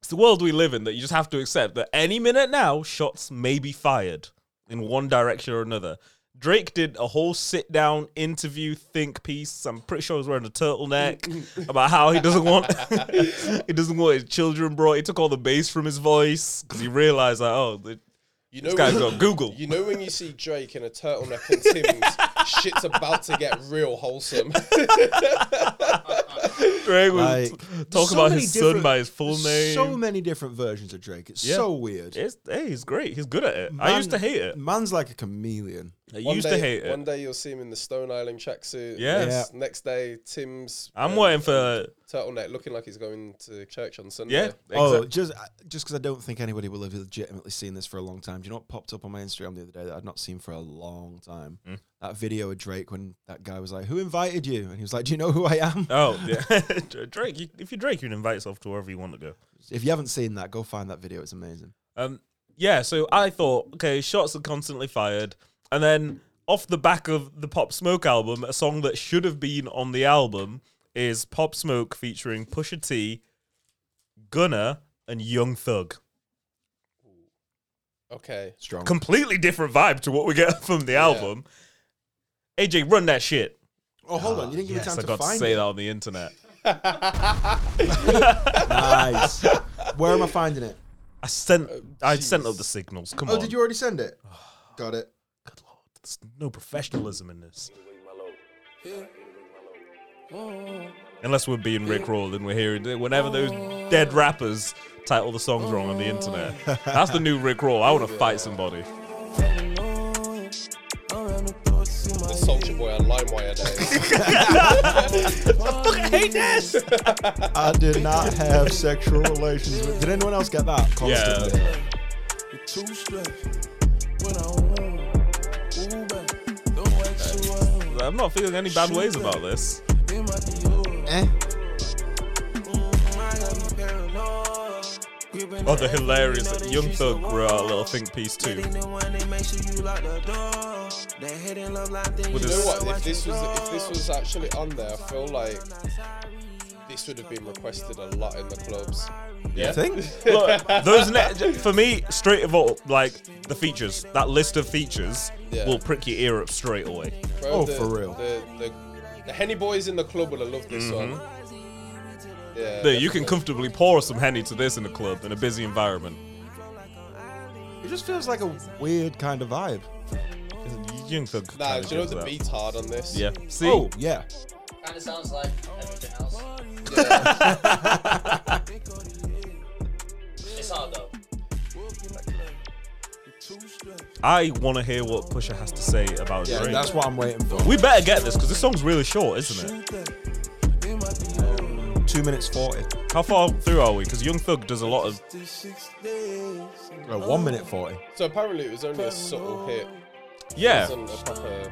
S2: It's the world we live in that you just have to accept that any minute now, shots may be fired in one direction or another. Drake did a whole sit down interview think piece. I'm pretty sure he was wearing a turtleneck about how he doesn't want he doesn't want his children brought. He took all the bass from his voice because he realized like, oh, the,
S1: you know
S2: this guy's
S1: when-
S2: got Google.
S1: You know when you see Drake in a turtleneck and Tim's, shit's about to get real wholesome.
S2: Greg was
S3: Like,
S2: talking
S3: so
S2: about
S3: many
S2: his son
S3: different-
S2: by his full name.
S3: So many different versions of Drake. It's
S2: Yeah.
S3: so weird.
S2: It's, hey, he's great. He's good at it. I used to
S3: Man-
S2: hate it.
S3: Man's like a chameleon.
S2: I
S1: One
S2: used
S1: day,
S2: to hate
S1: One
S2: it.
S1: day you'll see him in the Stone Island tracksuit.
S2: Yeah.
S1: Next, next day, Tim's.
S2: I'm
S1: um,
S2: waiting for
S1: turtleneck, looking like he's going to church on Sunday.
S2: yeah.
S3: Oh,
S2: exact-
S3: just just because I don't think anybody will have legitimately seen this for a long time. Do you know what popped up on my Instagram the other day that I'd not seen for a long time?
S2: Hmm.
S3: That video of Drake when that guy was like, "Who invited you?" and he was like, "Do you know who I am?"
S2: oh yeah. Drake. You, if you're Drake, you can invite yourself to wherever you want to go.
S3: If you haven't seen that, go find that video. It's amazing.
S2: Um, yeah, so I thought, okay, shots are constantly fired, and then off the back of the Pop Smoke album, a song that should have been on the album is Pop Smoke featuring Pusha T, Gunna, and Young Thug.
S1: Okay.
S3: Strong.
S2: Completely different vibe to what we get from the album. AJ, run that shit.
S3: oh, hold on, you didn't give
S2: Yes, I
S3: me time
S2: got
S3: to
S2: to
S3: find
S2: say
S3: it.
S2: that on the internet.
S3: Nice. Where am I finding it?
S2: I sent, I sent
S1: jeez.
S2: up the signals. Come
S3: Oh,
S2: on,
S3: did you already send it? Got it.
S2: Good lord, there's no professionalism in this. Unless we're being rickrolled and we're hearing it. Whenever those dead rappers title the songs wrong on the internet, that's the new rickroll. I want to fight somebody.
S1: The Soldier Boy on LimeWire days.
S2: I hate this.
S3: I did not have sexual relations with. Did anyone else get that? Constantly.
S2: Yeah. I'm not feeling any bad ways about this.
S3: Eh?
S2: Oh, the hilarious Young Thug wrote a little think piece too. With
S1: you know
S2: his,
S1: what? If this was if this was actually on there, I feel like this would have been requested a lot in the clubs.
S2: yeah.
S3: Think?
S2: Look, those ne- for me straight of all like the features that list of features
S1: Yeah.
S2: will prick your ear up straight away
S1: Bro,
S3: Oh,
S1: the,
S3: for real.
S1: The, the, the Henny Boys in the club would have loved this song. Yeah.
S2: There, Mm-hmm. you can comfortably pour some henny to this in a club in a busy environment
S3: It just feels like a weird kind of vibe.
S2: young thug kinda
S1: Nah, do you know
S2: gives
S1: the
S2: that.
S1: beat's hard on this?
S2: yeah see
S3: Oh, yeah.
S4: Kind of sounds like everything else. it's hard though.
S2: i want to hear what pusher has to say about
S3: Yeah,
S2: drake
S3: that's what I'm waiting for.
S2: we better get this because this song's really short isn't it
S3: Two minutes forty.
S2: how far through are we because young thug does a lot of
S3: Or one minute forty.
S1: So apparently it was only a subtle hit.
S2: yeah
S1: It wasn't a proper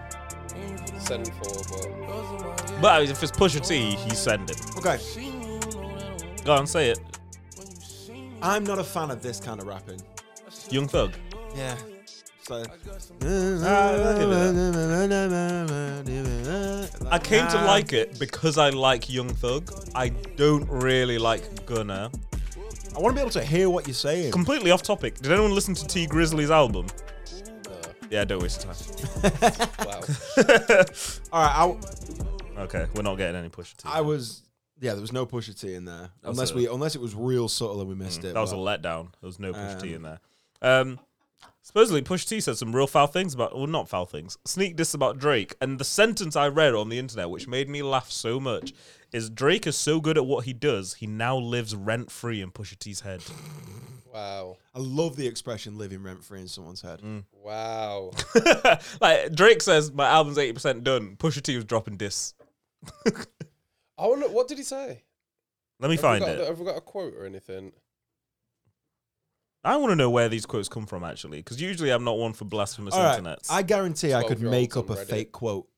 S1: send for,
S2: but if it's pusher t he's sending
S3: Okay.
S2: go on say it
S3: I'm not a fan of this kind of rapping.
S2: young thug
S3: Yeah. So.
S2: I came to like it because I like Young Thug. I don't really like Gunna.
S3: I want to be able to hear what you're saying.
S2: Completely off topic. Did anyone listen to T Grizzly's album? Yeah, don't waste time.
S1: but wow.
S3: All right.
S2: Okay, we're not getting any push.
S3: I, I was. Yeah, there was no Pusha T in there, unless
S2: a- Mm,
S3: we unless it was real subtle and we missed it.
S2: That was a
S3: but-
S2: letdown. There was no Push T
S3: Um,
S2: in there. Um, supposedly, Push T said some real foul things about, well, not foul things, sneak diss about Drake. And the sentence I read on the internet, which made me laugh so much, is Drake is so good at what he does, he now lives rent free in Pusha T's head.
S1: Wow.
S3: I love the expression "living rent free" in someone's head.
S2: Mm,
S1: Wow.
S2: like Drake says, my album's eighty percent done. Pusha T was dropping diss.
S1: I wonder what did he say? Have
S2: Let me
S1: we
S2: find
S1: got-
S2: it.
S1: Have we got a quote or anything?
S2: I want to know where these quotes come from actually, because usually I'm not one for blasphemous
S3: All right,
S2: internets.
S3: I guarantee I could
S1: 12-year-olds
S3: make up a
S1: on Reddit.
S3: fake quote,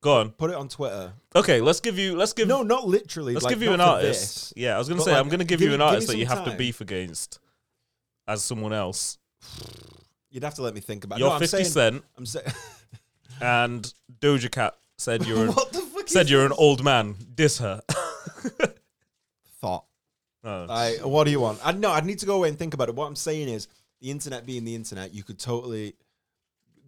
S2: Go on.
S3: put it on Twitter.
S2: Okay, let's give you. Let's give.
S3: No, not literally.
S2: let's
S3: like,
S2: give you an
S3: not for
S2: artist.
S3: this.
S2: Yeah, I was gonna
S3: But,
S2: say
S3: like,
S2: I'm gonna give,
S3: give
S2: you
S3: me-
S2: an
S3: give me
S2: artist that
S3: some
S2: you have to
S3: time.
S2: beef against as someone else.
S3: You'd have to let me think about. it.
S2: You're
S3: no, I'm
S2: Fifty
S3: saying,
S2: Cent
S3: I'm saying.
S2: and Doja Cat said you're an,
S3: what the fuck?
S2: said
S3: is
S2: you're an old man. Diss her.
S3: thought.
S2: Oh.
S3: Like, what do you want? I no, I'd need to go away and think about it. What I'm saying is, the internet being the internet, you could totally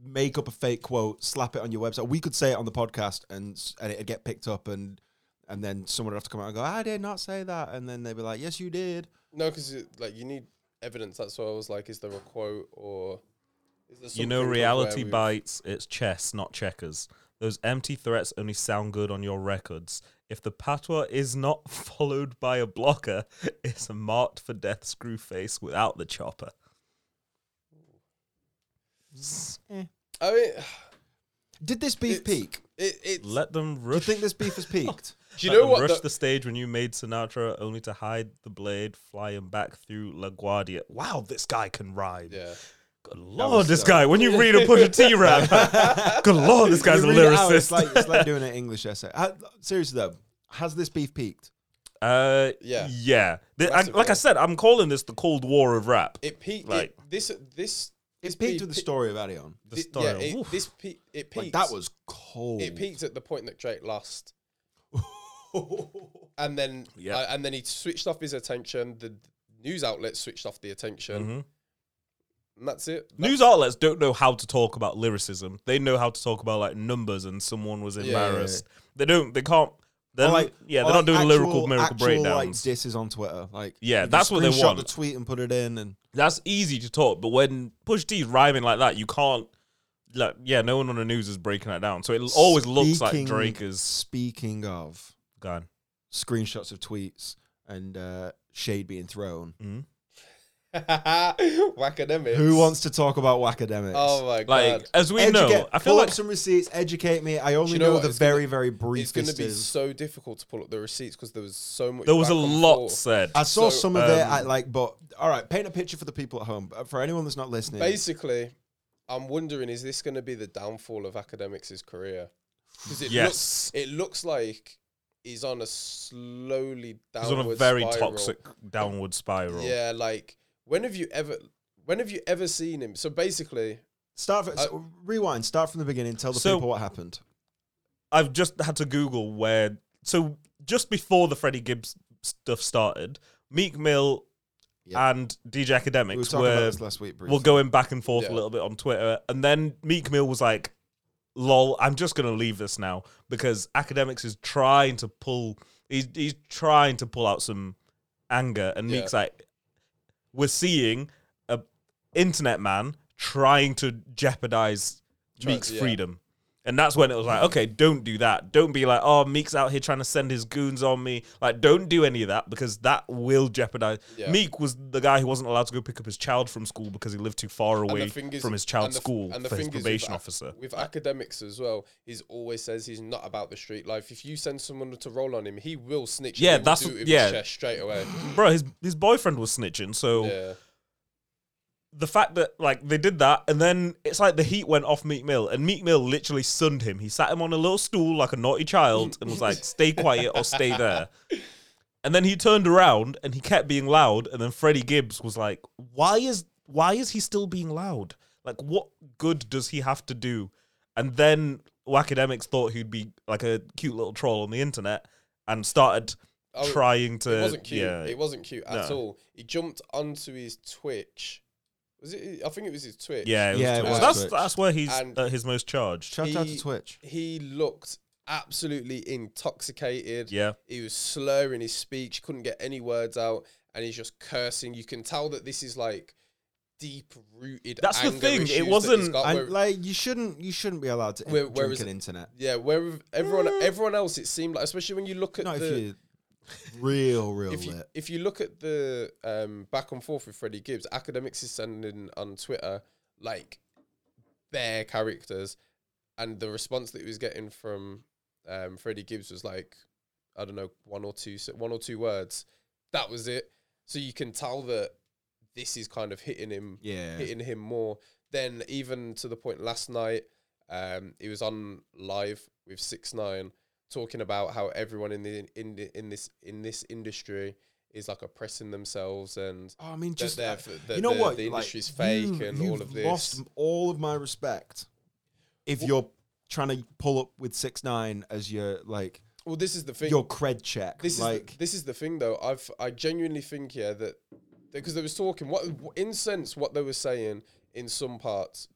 S3: make up a fake quote, slap it on your website. We could say it on the podcast, and s- and it'd get picked up, and and then someone would have to come out and go, "I did not say that," and then they'd be like, "Yes, you did."
S1: No, because like you need evidence. That's why I was like, is there a quote or is there
S2: You know,
S1: something of
S2: reality
S1: where we-
S2: bites. It's chess, not checkers. Those empty threats only sound good on your records. If the patois is not followed by a blocker, it's marked for death screw face without the chopper.
S1: I mean,
S3: Did this beef
S1: It's-
S3: peak?
S1: it, it's
S2: Let them
S3: Do you
S2: rush.
S3: think this beef has peaked?
S1: do you
S2: let
S1: know
S2: them
S1: what?
S2: rush
S1: the-
S2: the-, stage when you made Sinatra, only to hide the blade flying back through LaGuardia. Wow, this guy can ride.
S1: yeah. uh,
S2: Good lord, this guy. When you read a Pusha T rap, good lord, this guy's a
S3: You read it out,
S2: lyricist.
S3: It's like, it's like doing an English essay. Ha- seriously though, has this beef peaked?
S2: Uh,
S1: Yeah.
S2: yeah. The- I-
S1: Massive,
S2: like
S1: yeah.
S2: I said, I'm calling this the Cold War of rap.
S1: It peaked.
S2: Like-
S1: it, this this this
S3: It's peaked with the
S1: peak-
S3: story of Adion.
S2: the
S1: thi-
S2: story.
S1: Yeah,
S2: of-
S1: it,
S2: oof.
S1: this peak. It
S3: Like
S1: peaked.
S3: that was cold.
S1: It peaked at the point that Drake lost, and then
S2: Yeah.
S1: uh, and then he switched off his attention. The news outlets switched off the attention,
S2: Mhm.
S1: and that's it. That-
S2: News outlets don't know how to talk about lyricism. They know how to talk about like numbers and someone was
S1: yeah, yeah.
S2: embarrassed. They don't. They can't. They're
S3: Or like-
S2: yeah,
S3: or
S2: they're not
S3: like
S2: doing
S3: actual-
S2: lyrical miracle
S3: actual, Like
S2: breakdowns.
S3: disses on Twitter, like
S2: Yeah,
S3: you just
S2: that's what they
S3: screenshot
S2: want.
S3: The tweet and put it in, and
S2: That's easy to talk, but when Push T's rhyming like that, you can't. Like, yeah, no one on the news is breaking that down. So it always looks like
S3: Speaking-
S2: Drake is
S3: Speaking of
S2: gone.
S3: screenshots of tweets and uh, shade being thrown,
S1: Wacademics.
S3: who wants to talk about Wacademics?
S1: Oh my
S2: Like
S1: god!
S2: as we know,
S3: Educate-
S2: I feel
S3: pull
S2: like
S3: up some receipts. Educate me. I only
S1: you know
S3: know,
S1: what?
S3: the
S1: It's gonna-
S3: very, very
S1: It's
S3: brief.
S1: going to be so difficult to pull up the receipts because there was so much.
S2: there was a
S1: back and
S2: lot
S1: forth.
S2: said.
S3: I saw
S1: so,
S3: some of it.
S2: um,
S3: I like, but all right. Paint a picture for the people at home. Uh, For anyone that's not listening,
S1: Basically, I'm wondering: is this going to be the downfall of academics' career? Because it
S2: Yes.
S1: looks, it looks like he's on a slowly
S2: He's on
S1: downward.
S2: a very
S1: spiral.
S2: toxic downward spiral.
S1: Yeah, like when have you ever? When have you ever seen him? So basically,
S3: start from,
S1: I-
S3: so rewind. Start from the beginning. Tell the
S2: So-
S3: people what happened.
S2: I've just had to Google where. So just before the Freddie Gibbs stuff started, Meek Mill
S3: Yeah.
S2: and DJ
S3: We were
S2: Academics
S3: talking about
S2: were
S3: this last week. Briefly.
S2: were going back and forth a
S1: Yeah.
S2: little bit on Twitter, and then Meek Mill was like, "Lol, I'm just gonna leave this now because Academics is trying to pull. He's he's trying to pull out some anger, and
S1: Yeah.
S2: Meek's like, we're seeing a internet man trying to jeopardize
S1: Try-
S2: Meek's
S1: yeah.
S2: freedom. And that's when it was like, okay, don't do that. Don't be like, oh, Meek's out here trying to send his goons on me. Like, don't do any of that because that will jeopardize.
S1: Yeah.
S2: Meek was the guy who wasn't allowed to go pick up his child from school because he lived too far
S1: and the
S2: away
S1: thing is-
S2: from his
S1: and
S2: child's
S1: the-
S2: school
S1: and the
S2: for his
S1: thing is with
S2: probation
S1: ac-
S2: officer.
S1: With academics as well, he's always says he's not about the street life. If you send someone to roll on him, he will snitch. and
S2: Yeah,
S1: he will
S2: that's-
S1: do it with his
S2: yeah.
S1: chest straight away.
S2: Bro, his his boyfriend was snitching, so
S1: yeah,
S2: the fact that like they did that and then it's like the heat went off Meek Mill and Meek Mill literally sunned him. He sat him on a little stool like a naughty child and was like, "Stay quiet or stay there." And then he turned around and he kept being loud. And then Freddie Gibbs was like, "Why is why is he still being loud? Like, what good does he have to do?" And then academics thought he'd be like a cute little troll on the internet and started
S1: Oh,
S2: trying to
S1: it wasn't cute.
S2: yeah
S1: It wasn't cute at
S2: No.
S1: all. He jumped onto his Twitch. Was it? I think it was his Twitch.
S2: yeah it was
S3: Yeah, it
S2: Twitch.
S1: was
S2: that's
S3: Twitch.
S2: that's where he's
S1: And-
S2: at his most charged.
S3: Shout out to
S1: He-
S3: Twitch.
S1: he looked absolutely intoxicated.
S2: Yeah.
S1: He was slurring his speech, couldn't get any words out, and he's just cursing. You can tell that this is like deep rooted.
S2: That's the thing, it wasn't-
S3: And like, you shouldn't, you shouldn't be allowed to
S1: Oh, Where-
S3: drink
S1: where is
S3: an
S1: it?
S3: internet.
S1: yeah, where everyone everyone else, it seemed like, especially when you look at
S3: Mm. Not
S1: the
S3: if you real, real
S1: if you
S3: lit.
S1: if you look at the um, back and forth with Freddie Gibbs, academics is sending on Twitter like bare characters, and the response that he was getting from um, Freddie Gibbs was like, I don't know, one or two se- one or two words. That was it. So you can tell that this is kind of hitting him,
S3: Yeah.
S1: hitting him more. Then even to the point last night, um, he was on live with Six Nine talking about how everyone in the in the, in this in this industry is like oppressing themselves and
S3: Oh, I mean,
S1: that
S3: just
S1: they're
S3: that-
S1: f- that
S3: you know
S1: the-
S3: what?
S1: the
S3: Like,
S1: industry's fake
S3: you-
S1: and
S3: you've
S1: all of this.
S3: Lost all of my respect. If you're trying to pull up with six nine as your like
S1: well, this is the thing.
S3: your cred check,
S1: this is
S3: like
S1: the, this is the thing though. I've I genuinely think yeah that because they was talking what in sense what they were saying in some parts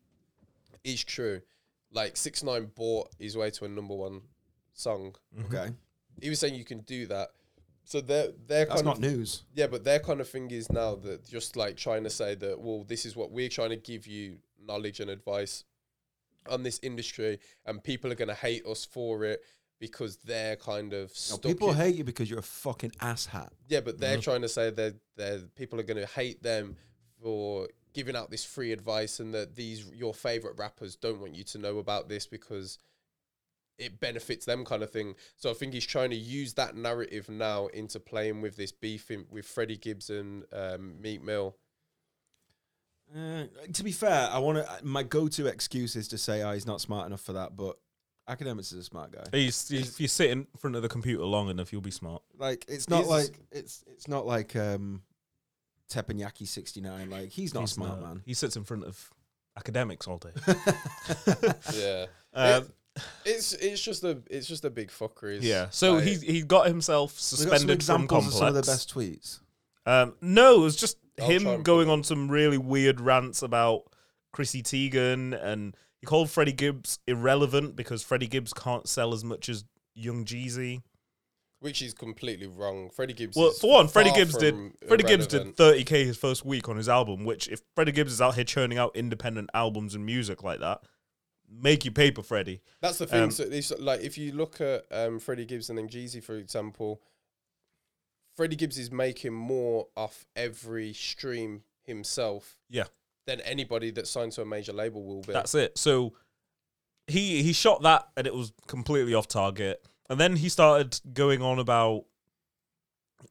S1: is true. Like six nine bought his way to a number one song.
S3: okay,
S1: He was saying you can do that. So they're they're
S3: that's
S1: kind
S3: not
S1: of
S3: news.
S1: Yeah, but their kind of thing is now that just like trying to say that, well, this is what we're trying to give you knowledge and advice on this industry, and people are going to hate us for it because they're kind of
S3: No,
S1: stuck
S3: people
S1: in-
S3: hate you because you're a fucking asshat.
S1: Yeah, but they're
S2: Mm-hmm.
S1: trying to say that they're, people are going to hate them for giving out this free advice and that these your favorite rappers don't want you to know about this because it benefits them kind of thing. So I think he's trying to use that narrative now into playing with this beef in, with Freddie Gibbs and um, Meat Mill.
S3: Uh, to be fair, I want to. My go-to excuse is to say, "Oh, he's not smart enough for that," but academics is a smart guy.
S2: He's, he's- if you sit in front of the computer long enough, you'll be smart.
S3: Like, it's not
S1: He's-
S3: like it's it's not like um, Teppanyaki sixty nine. Like, he's not
S2: He's
S3: smart,
S2: not-
S3: man.
S2: He sits in front of academics all day.
S1: Yeah.
S2: Um,
S1: It's it's just a it's just a big fuckery. It's
S2: yeah. So
S1: like-
S2: he he got himself
S3: We got some
S2: suspended from
S3: examples of
S2: complex.
S3: some of the best tweets.
S2: Um, no, it was just
S1: I'll try
S2: him
S1: and
S2: going on some really weird rants about Chrissy Teigen, and he called Freddie Gibbs irrelevant because Freddie Gibbs can't sell as much as Young Jeezy.
S1: which is completely wrong. Freddie Gibbs.
S2: Well,
S1: is
S2: for one, Freddie
S1: far
S2: Gibbs did
S1: from
S2: Freddie Gibbs did
S1: irrelevant.
S2: 30k his first week on his album. Which, if Freddie Gibbs is out here churning out independent albums and music like that, make you pay for Freddie.
S1: That's the thing.
S2: Um,
S1: so it's like if you look at um, Freddie Gibbs and then Jeezy, for example, Freddie Gibbs is making more off every stream himself
S2: Yeah,
S1: than anybody that's signed to a major label will be.
S2: That's it. So he he shot that and it was completely off target. And then he started going on about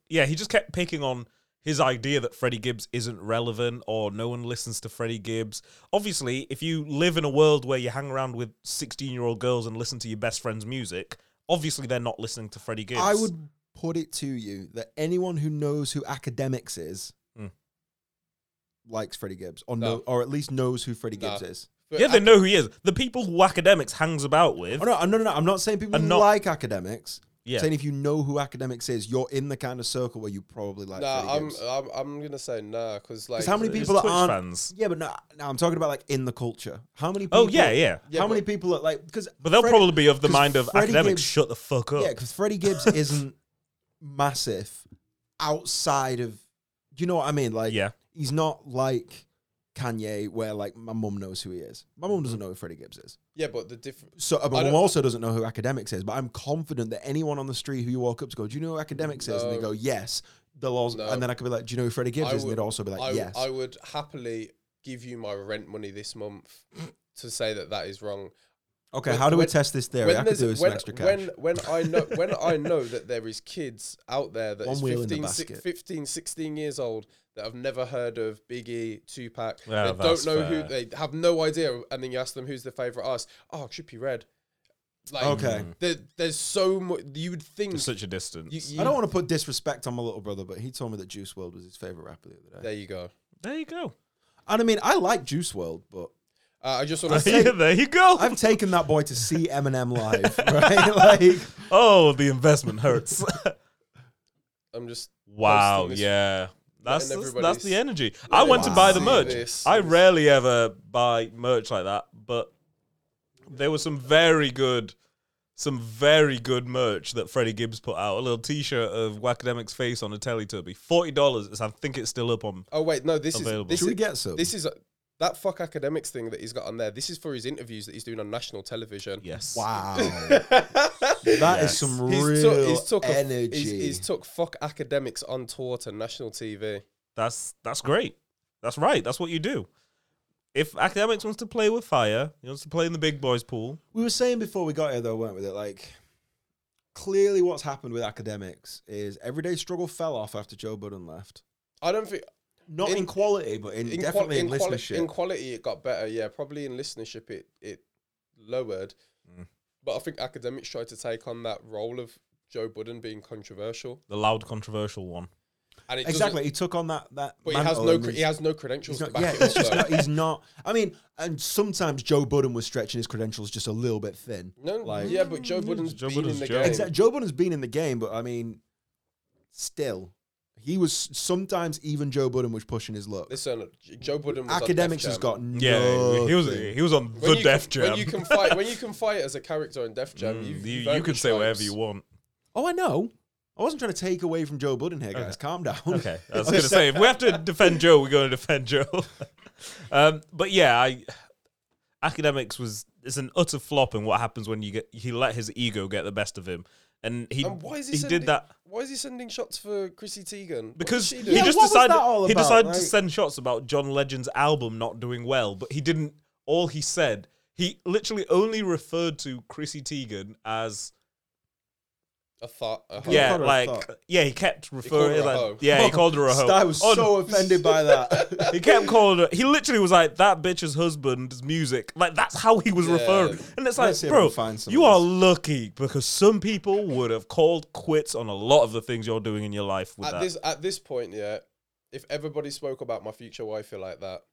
S2: yeah, he just kept picking on his idea that Freddie Gibbs isn't relevant or no one listens to Freddie Gibbs. Obviously, if you live in a world where you hang around with 16-year-old girls and listen to your best friend's music, obviously they're not listening to Freddie Gibbs.
S3: I would put it to you that anyone who knows who academics is
S2: Hmm.
S3: likes Freddie Gibbs, or
S1: No.
S3: no, or at least knows who Freddie
S1: No.
S3: Gibbs is.
S1: But
S2: Yeah, they
S1: ac-
S2: know who he is. The people who academics hangs about with.
S3: Oh, no, no, no, no! I'm not saying people
S2: And not-
S3: like academics.
S2: Yeah.
S3: Saying if you know who academics is, you're in the kind of circle where you probably like.
S1: Nah,
S3: Freddie
S1: I'm,
S2: uh,
S3: Gibbs.
S1: I'm I'm gonna say nah because like
S3: how many
S2: It's
S3: people that
S2: Twitch
S3: aren't-
S2: fans.
S3: yeah, but no, no, I'm talking about like in the culture. How many? people
S2: Oh yeah, yeah.
S1: Yeah,
S3: how many
S1: but-
S3: people are like because?
S2: But they'll
S3: Freddie-
S2: probably be of the
S3: 'cause
S2: mind of
S3: Freddie
S2: academics.
S3: Gibbs-
S2: Shut the fuck up.
S3: Yeah, because Freddie Gibbs isn't massive outside of. You know what I mean? Like,
S2: yeah.
S3: he's not like Kanye, where like my mum knows who he is. My mum doesn't know who Freddie Gibbs is.
S1: Yeah, but the different.
S3: So uh, my
S1: I
S3: mum
S1: don't-
S3: also doesn't know who Academics is. But I'm confident that anyone on the street who you walk up to go, "Do you know who Academics is?" and they
S1: No.
S3: go, "Yes." They'll also,
S1: No.
S3: and then I could be like, "Do you know who Freddie Gibbs
S1: I
S3: is?"
S1: would-
S3: and they'd also be like,
S1: I,
S3: "Yes."
S1: I would happily give you my rent money this month to say that that is wrong.
S3: okay,
S1: when-
S3: how do we
S1: when-
S3: test this theory? I could
S1: there's-
S3: do with some
S1: when,
S3: extra cash.
S1: when when I know when I know that there is kids out there that
S3: One
S1: is
S3: wheel in the
S1: 15, si-
S3: basket.
S1: 15, 16 years old that have never heard of Biggie, Tupac. they
S2: Yeah, that's
S1: don't know who
S2: fair.
S1: they have no idea, and then you ask them who's their favorite artist. Oh, Trippy Red. Like,
S3: Okay.
S1: there, there's so much you would think.
S2: There's such a distance.
S1: you- you-
S3: I don't want to put disrespect on my little brother, but he told me that Juice World was his favorite rapper the other day.
S1: There you go.
S2: there you go.
S3: And I mean, I like Juice World, but
S1: Uh, I just want to say
S2: yeah, there you go.
S3: I've taken that boy to see Eminem live, right? Like,
S2: oh, the investment hurts.
S1: I'm just
S2: wow.
S1: Posting this-
S2: Yeah. That's,
S1: letting
S2: that's that's
S1: everybody
S2: the energy. I went to
S3: everybody
S2: buy the
S3: see
S2: merch.
S1: this.
S2: I rarely ever buy merch like that, but there was some very good, some very good merch that Freddie Gibbs put out. A little T-shirt of Wacademic's face on a Teletubby, forty dollars. I think it's still up on.
S1: Oh wait, no, this
S2: Available.
S1: is
S3: should
S1: this
S3: we
S1: is,
S3: get some?
S1: this is uh, that fuck academics thing that he's got on there. This is for his interviews that he's doing on national television.
S2: Yes.
S3: wow, that is some
S1: He's
S3: real
S1: took, he's took a-
S3: energy.
S1: he's, he's took fuck academics on tour to national TV.
S2: That's that's great. That's right. That's what you do. If academics wants to play with fire, he wants to play in the big boys pool.
S3: we were saying before we got here, though, weren't we? That like clearly, what's happened with academics is everyday struggle fell off after Joe Budden left.
S1: I don't think
S3: Not in,
S1: In-
S3: quality, but in,
S1: in, quali-
S3: definitely
S1: in,
S3: in
S1: quali-
S3: listenership.
S1: in quality it got better. Yeah, probably in listenership it it lowered.
S3: Mm.
S1: But I think academics tried to take on that role of Joe Budden being controversial,
S2: The loud, controversial one.
S1: and it doesn't-
S3: exactly, he took on that that.
S1: But he has
S3: mantle
S1: no
S3: and
S1: cre-
S3: he's-
S1: he has no credentials
S3: He's
S1: to
S3: not,
S1: back
S3: yeah,
S1: it up.
S3: he's just
S1: though.
S3: not, he's not. I mean, and sometimes Joe Budden was stretching his credentials just a little bit thin.
S1: no,
S3: like-
S1: yeah, but Joe Budden's
S2: Joe
S1: been
S2: Budden's
S1: in the
S2: Joe.
S1: game.
S3: Exactly. Joe Budden's been in the game, but I mean, still, he was sometimes even Joe Budden was pushing his luck.
S1: Listen, J- Joe Budden. Was on Def
S3: Academics has
S1: Jam.
S3: got no.
S2: Yeah, he was he was on the
S1: you can,
S2: Def Jam.
S1: When you can fight, when you can fight as a character in Def
S3: Mm,
S1: Jam,
S2: you,
S1: you've,
S2: you
S1: you've
S2: can
S1: earned your
S2: say whatever
S1: stripes.
S2: you want.
S3: Oh, I know. I wasn't trying to take away from Joe Budden here, guys. Calm down.
S2: Okay, I was going to say if we have to defend Joe, we're going to defend Joe. um, but yeah, I academics was it's an utter flop in what happens when you get he let his ego get the best of him, and he
S1: And why is he,
S2: he
S1: sending,
S2: did that
S1: Why is he sending shots for Chrissy Teigen? What did
S2: because
S1: she
S2: he
S1: do?
S3: Yeah,
S2: just
S3: what was
S2: decided
S3: that all
S2: he
S3: about?
S2: decided to
S3: Like-
S2: send shots about John Legend's album not doing well, but he didn't. All he said, he literally only referred to Chrissy Teigen as
S1: a thought. A hoe.
S2: yeah,
S3: Oh, called her a
S2: like
S3: thought.
S2: yeah. He kept
S1: called
S2: referring
S1: her a
S2: like
S1: hoe.
S2: yeah, he called her a hoe.
S3: I was
S2: On-
S3: so offended by that.
S2: He kept calling her. He literally was like, "That bitch's husband's music." Like that's how he was
S1: Yeah.
S2: referring, and it's like,
S3: Let's see if I
S2: bro,
S3: can find some
S2: you
S3: of
S2: are
S3: this."
S2: lucky because some people would have called quits on a lot of the things you're doing in your life with
S1: At
S2: that
S1: this at this point, yeah. If everybody spoke about my future wifey like that,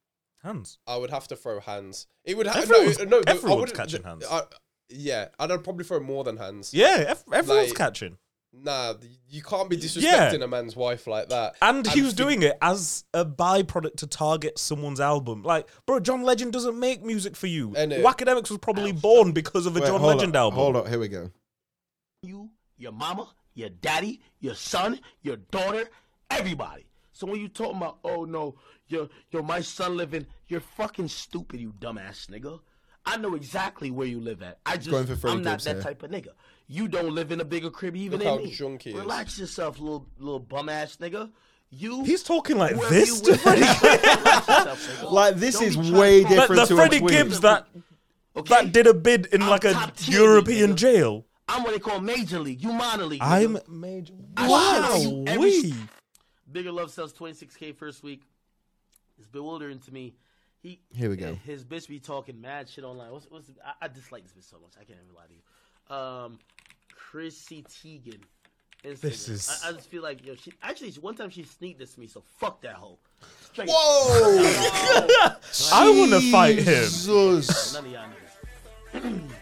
S2: hands.
S1: I would have to throw hands. It would have no,
S2: Everyone's-
S1: it- no. the- I
S2: everyone's
S1: wouldn't-
S2: catching
S1: the-
S2: hands.
S1: I, yeah, and I'd probably throw more than hands.
S2: Yeah, ev- everyone's
S1: Like-
S2: catching,
S1: Nah, th- you can't be disrespecting
S2: Yeah.
S1: a man's wife like that.
S2: and he was
S1: think-
S2: doing it as a byproduct to target someone's album. Like, bro, John Legend doesn't make music for you.
S1: I know.
S2: Academics was probably born because of a
S3: uh, Wait,
S2: John
S3: hold
S2: Legend
S3: up,
S2: album.
S3: Hold up, here we go.
S6: you, your mama, your daddy, your son, your daughter, everybody. So when you talking about, oh no, your your my son living, you're fucking stupid, you dumbass nigga. I know exactly where you live at. I just
S3: going for Freddie
S6: I'm not
S3: Gibbs
S6: that
S3: here.
S6: type of nigga. You don't live in a bigger crib even
S1: Look
S6: than
S1: how
S6: me.
S1: drunk he is.
S6: Relax yourself, little little bum ass nigga. You
S2: He's talking like
S6: wherever
S2: this
S6: you
S2: to
S6: with-
S2: Freddie
S6: Relax yourself, nigga.
S3: Like, this
S6: Don't
S3: is
S6: be trying to
S3: way
S6: fuck-
S2: Like
S3: different
S2: the
S3: to a
S2: Freddie
S3: tweet.
S2: Gibbs that
S6: okay?
S2: that did a bid in
S6: I'm
S2: like a
S6: top tier league,
S2: European
S6: nigga.
S2: jail.
S6: I'm what they call major league. You minor league. nigga.
S2: I'm major.
S6: I
S2: Wow,
S6: should have every-
S2: we.
S6: Bigger Love sells 26k first week. It's bewildering to me. He eh,
S3: Here we go.
S6: His bitch be talking mad shit online. What's, what's I, I dislike this bitch so much. I can't even lie to you. Um, Chrissy Teigen. Instagram.
S2: This is-
S6: I, I just feel like yo. She actually one time she sneaked this to me. So fuck that hoe. Straight
S3: Whoa!
S2: I want to fight him.
S3: Jesus.
S6: None of y'all niggas.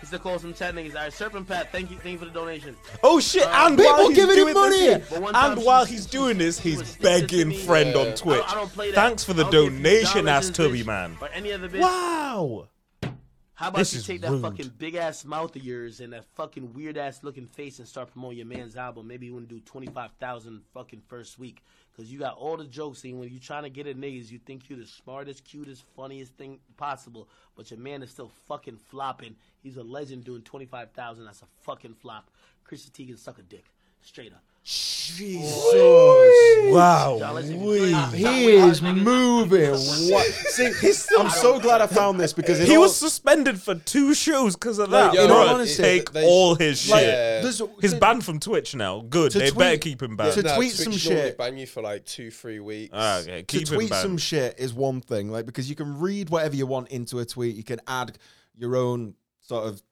S6: He's the call some chat niggas. All right, Serpent Pat. Thank you. Thank you for the donation.
S2: Oh shit! And
S3: People
S2: while he's
S3: giving him
S2: doing this,
S6: money!
S2: here- and while he's doing this, he's begging friend on Twitch.
S6: I don't play that.
S2: Thanks for the
S6: I don't give you
S2: donation,
S6: dollars,
S2: ass
S6: this
S2: Tubby
S6: bitch,
S2: man.
S6: Or any other bitch.
S2: Wow.
S6: How about
S2: This
S6: you
S2: is
S6: take that
S2: rude.
S6: fucking big ass mouth of yours and that fucking weird ass looking face and start promoting your man's album? Maybe you want to do twenty five thousand fucking first week because you got all the jokes. And when you trying to get at niggas, you think you the smartest, cutest, funniest thing possible, but your man is still fucking flopping. He's a legend doing twenty five thousand. That's a fucking flop. Chrissy Teigen suck a dick, straight up.
S3: Jesus.
S2: Wow.
S3: He is moving. What? See, I'm so glad I found this because it
S2: He
S3: all-
S2: was suspended for two shows because of that.
S1: yo,
S2: Bro,
S3: in all honesty,
S2: take
S1: they-
S2: all his
S3: like,
S2: shit.
S1: Yeah.
S3: there's-
S2: He's banned from Twitch now. Good.
S3: To
S2: They better
S3: tweet-
S2: keep him
S3: to
S2: banned.
S1: Nah,
S3: tweet
S1: Twitch
S3: some
S1: normally
S3: shit.
S1: Ban you for like two, three weeks.
S2: Ah, okay,
S3: to
S2: keep him
S3: tweet
S2: banned.
S3: some shit is one thing, like because you can read whatever you want into a tweet. You can add your own sort of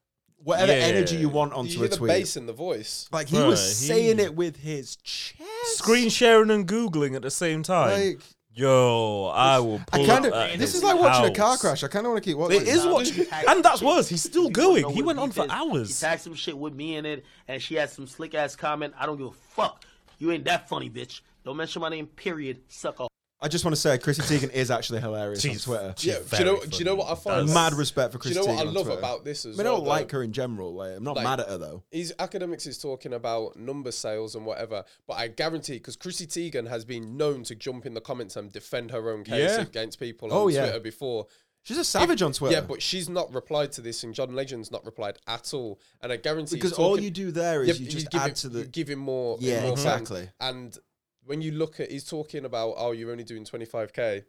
S3: whatever
S2: Yeah.
S3: energy you want
S1: You
S3: onto
S1: hear
S3: a
S1: the
S3: tweet.
S1: bass in the voice.
S3: Like he
S2: Bruh,
S3: was
S2: he-
S3: saying it with his chest.
S2: Screen sharing and googling at the same time.
S3: Like
S2: Yo, I will
S3: I
S2: pull
S3: kind
S2: up at
S3: of. This
S2: his
S3: is like watching a car
S2: house.
S3: crash. I kind of want to keep watching.
S2: It is
S6: Nah,
S2: watching,
S6: he tagged
S2: and
S6: some
S2: that's
S6: shit.
S2: worse. He's still
S6: People don't
S2: going.
S6: know
S2: He
S6: what
S2: went on
S6: beef
S2: for
S6: is.
S2: hours.
S6: He tagged some shit with me in it, and she had some slick ass comment. I don't give a fuck. You ain't that funny, bitch. Don't mention my name. Period. Suck off.
S3: I just want to say, Chrissy Teigen is actually hilarious
S2: She's-
S3: on Twitter.
S2: she's
S1: Yeah, do you know?
S2: very
S1: Do you know what I
S2: funny.
S1: find?
S2: That's-
S3: Mad respect for
S1: Do you
S3: Chrissy
S1: know what I
S3: Teigen on
S1: love
S3: Twitter.
S1: about this? As
S3: I mean, I don't
S1: well,
S3: like
S1: though?
S3: her in general. Like, I'm not
S1: Like-
S3: mad at her though.
S1: His academics is talking about number sales and whatever, but I guarantee because Chrissy Teigen has been known to jump in the comments and defend her own case
S2: Yeah.
S1: against people
S3: Oh,
S1: on
S3: yeah.
S1: Twitter before.
S3: She's a savage on Twitter.
S1: Yeah, but she's not replied to this, and John Legend's not replied at all. And I guarantee he's
S3: because all
S1: talking-
S3: you do there
S1: Yeah,
S3: is
S1: but
S3: you just
S1: give
S3: add
S1: him-
S3: to
S1: you
S3: the.
S1: give him more. him
S3: Yeah,
S1: more fans.
S3: exactly.
S1: And when you look at, he's talking about, oh, you're only doing 25k.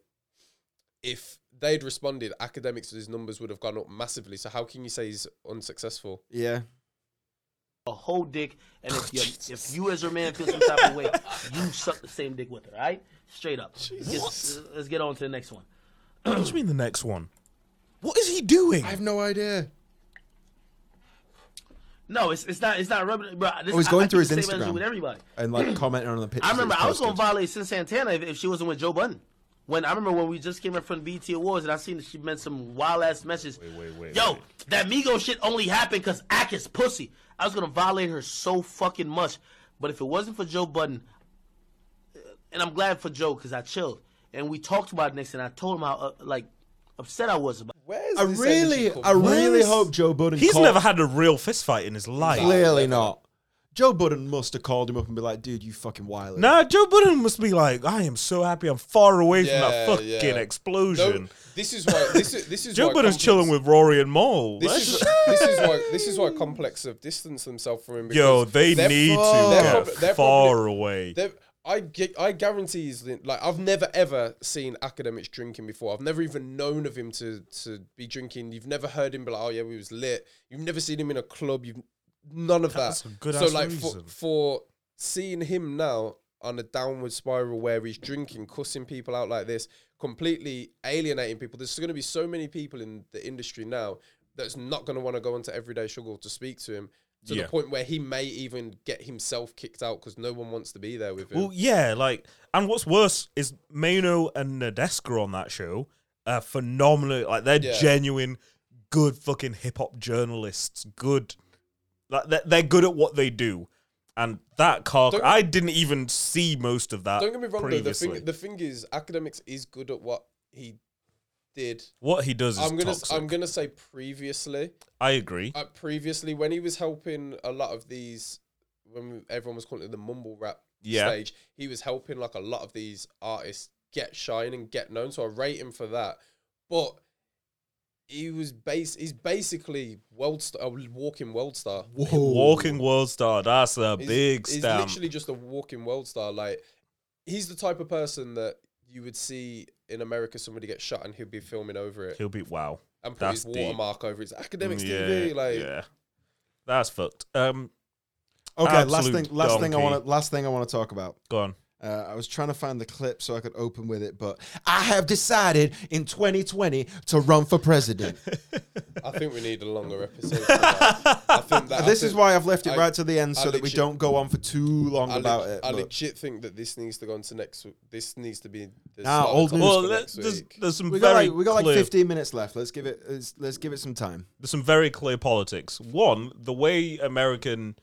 S1: If they'd responded, academics, his numbers would have gone up massively. So how can you say he's unsuccessful?
S3: Yeah.
S6: A whole dick, and
S2: Oh,
S6: if you if you as her man feel some type of way, you suck the same dick with her. All right, straight up. Let's, get- let's get on to the next one.
S2: What do you mean the next one? What is he doing?
S3: I have no idea.
S6: No, it's it's not it's not rubbing. Bro, this,
S3: Oh, he's going
S6: I, I
S3: through
S6: do
S3: his
S6: the same energy
S3: Instagram.
S6: with everybody.
S3: And like commenting on the pictures.
S6: I remember
S3: that he
S6: I was gonna
S3: posted.
S6: violate Sin Santana if, if she wasn't with Joe Budden. When I remember when we just came in from BT Awards and I seen that she meant some wild ass message. Yo, that Migo shit only happened because Ack is pussy. I was gonna violate her so fucking much. But if it wasn't for Joe Budden, uh, and I'm glad for Joe because I chilled and we talked about it next and I told him how uh, like upset I was about. it.
S1: Where's
S3: I
S1: this
S3: really,
S1: energy come
S3: I
S1: from?
S3: really
S2: Where's-
S3: hope Joe Budden.
S2: He's
S3: caught-
S2: never had a real fist fight in his life.
S3: Clearly not. Joe Budden must have called him up and be like, dude, you fucking wild.
S2: Nah, Joe Budden must be like, I am so happy I'm far away from that
S1: Yeah, yeah.
S2: fucking explosion.
S1: No, this is why. This is this is
S2: Joe
S1: why
S2: Budden's
S1: complex-
S2: chilling with Rory and Mole.
S1: This
S2: Let's
S1: is,
S2: just-
S1: this is why this is why complex have distanced themselves from him.
S2: Yo,
S1: because
S2: they
S1: they're
S2: need
S1: prob-
S2: to
S1: they're
S2: get
S1: prob- they're
S2: far
S1: probably-
S2: away.
S1: They've- I gu- I guarantee he's li- like I've never ever seen academics drinking before. I've never even known of him to to be drinking. You've never heard him be like, oh yeah, we was lit. You've never seen him in a club. You've none of
S2: That's
S1: that.
S2: a good
S1: so
S2: ass
S1: like for,
S2: reason.
S1: for seeing him now on a downward spiral where he's drinking, cussing people out like this, completely alienating people. There's going to be so many people in the industry now that's not going to want to go onto everyday struggle to speak to him. To
S2: Yeah.
S1: the point where he may even get himself kicked out because no one wants to be there with him.
S2: Well, yeah, like, and what's worse is Mano and Nadeska on that show are phenomenal. Like, they're
S1: Yeah.
S2: genuine, good fucking hip hop journalists. Good, like, they're, they're good at what they do. And that car,
S1: Don't-
S2: I didn't even see most of that.
S1: Don't get me wrong
S2: previously.
S1: though. The thing, the thing is, academics is good at what he did.
S2: what he does is
S1: I'm gonna,
S2: toxic.
S1: I'm gonna say previously.
S2: I agree.
S1: Uh, previously, when he was helping a lot of these, when everyone was calling it the mumble rap
S2: Yeah.
S1: stage, he was helping like a lot of these artists get shine and get known. So I rate him for that. But he was base. He's basically world star, a walking world star.
S2: Walking world star. That's a
S1: He's-
S2: big
S1: He's
S2: stamp.
S1: literally just a walking world star. Like he's the type of person that you would see in America somebody get shot and he'll be filming over it
S2: He'll be wow.
S1: and put his
S2: that's deep. Mm,
S1: watermark over his academics
S2: yeah,
S1: TV. Like
S2: yeah, that's fucked. Um,
S3: Okay, last
S2: Absolute
S3: thing. Last thing I
S2: donkey.
S3: want to. Last thing I want to talk about.
S2: go on.
S3: Uh, I was trying to find the clip so I could open with it, but I have decided in 2020 to run for president.
S1: I think we need a longer episode. for that. I think that I
S3: this
S1: think-
S3: is why I've left it
S1: I-
S3: right to the end so
S1: I
S3: that we
S1: legit-
S3: don't go on for too long
S1: I leg-
S3: about it.
S1: I
S3: but-
S1: legit think that this needs to go on to next. w- This needs to be the
S3: Nah,
S1: start of
S3: old
S1: topics
S3: news
S2: Well,
S1: for
S2: let-
S1: next
S2: there's,
S1: week.
S2: there's some
S3: we got
S2: very
S3: like we got like
S2: clear
S3: 15 minutes left. Let's give it. Let's, let's give it some time.
S2: there's some very clear politics. One, the way American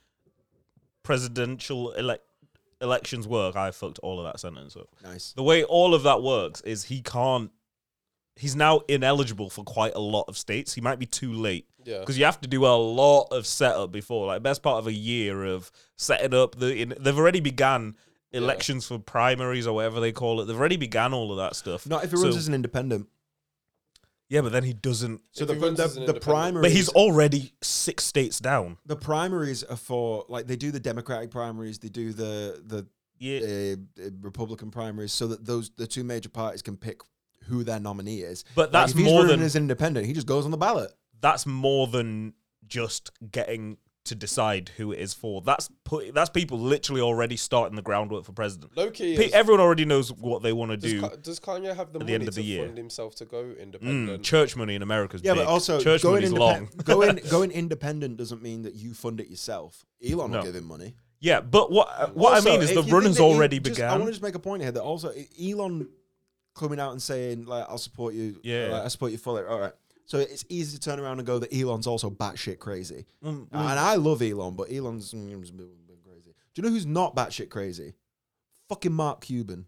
S2: presidential elec elections work, I fucked all of that sentence up.
S3: Nice.
S2: The way all of that works is he can't. He's now ineligible for quite a lot of states. He might be too late.
S1: Yeah.
S2: Because you have to do a lot of setup before, like best part of a year of setting up the. In, they've already began elections for primaries or whatever they call it. They've already began all of that stuff.
S3: Not if he runs
S2: so,
S3: as an independent.
S2: yeah, but then he doesn't.
S3: So
S1: If
S3: the
S1: he runs
S3: the,
S1: as an
S3: the
S1: independent.
S3: primaries.
S2: But he's already six states down.
S3: the primaries are for like they do the Democratic primaries. They do the the
S2: Yeah,
S3: uh, uh, Republican primaries so that those the two major parties can pick who their nominee is. Like,
S2: But that's
S3: if he's
S2: more
S3: running
S2: than-
S3: as an independent. He just goes on the ballot.
S2: that's more than just getting to decide who it is for. That's put, that's people literally already starting the groundwork for president.
S1: low key.
S2: Pe-
S1: is-
S2: Everyone already knows what they want to
S1: does,
S2: do.
S1: Ka- does Kanye have the
S2: at
S1: money
S2: the end of
S1: to
S2: the year.
S1: fund himself to go
S2: Mm,
S1: independent?
S2: church money in America's
S3: Yeah,
S2: big.
S3: but also
S2: church
S3: going,
S2: money's
S3: indepen-
S2: long.
S3: going going independent doesn't mean that you fund it yourself. Elon
S2: No.
S3: will give him money.
S2: yeah, but what uh, what
S3: Also,
S2: I mean is
S3: if
S2: the
S3: you think
S2: run has
S3: that he-
S2: already
S3: just- I
S2: began.
S3: want to just make a point here that also e- Elon coming out and saying like I'll support you.
S2: Yeah.
S3: like, I support you fully. All right. So it's easy to turn around and go that Elon's also batshit crazy. Uh,
S2: Mm,
S3: And I love Elon, but Elon's Elon's a bit crazy. Do you know who's not batshit crazy? Fucking Mark Cuban.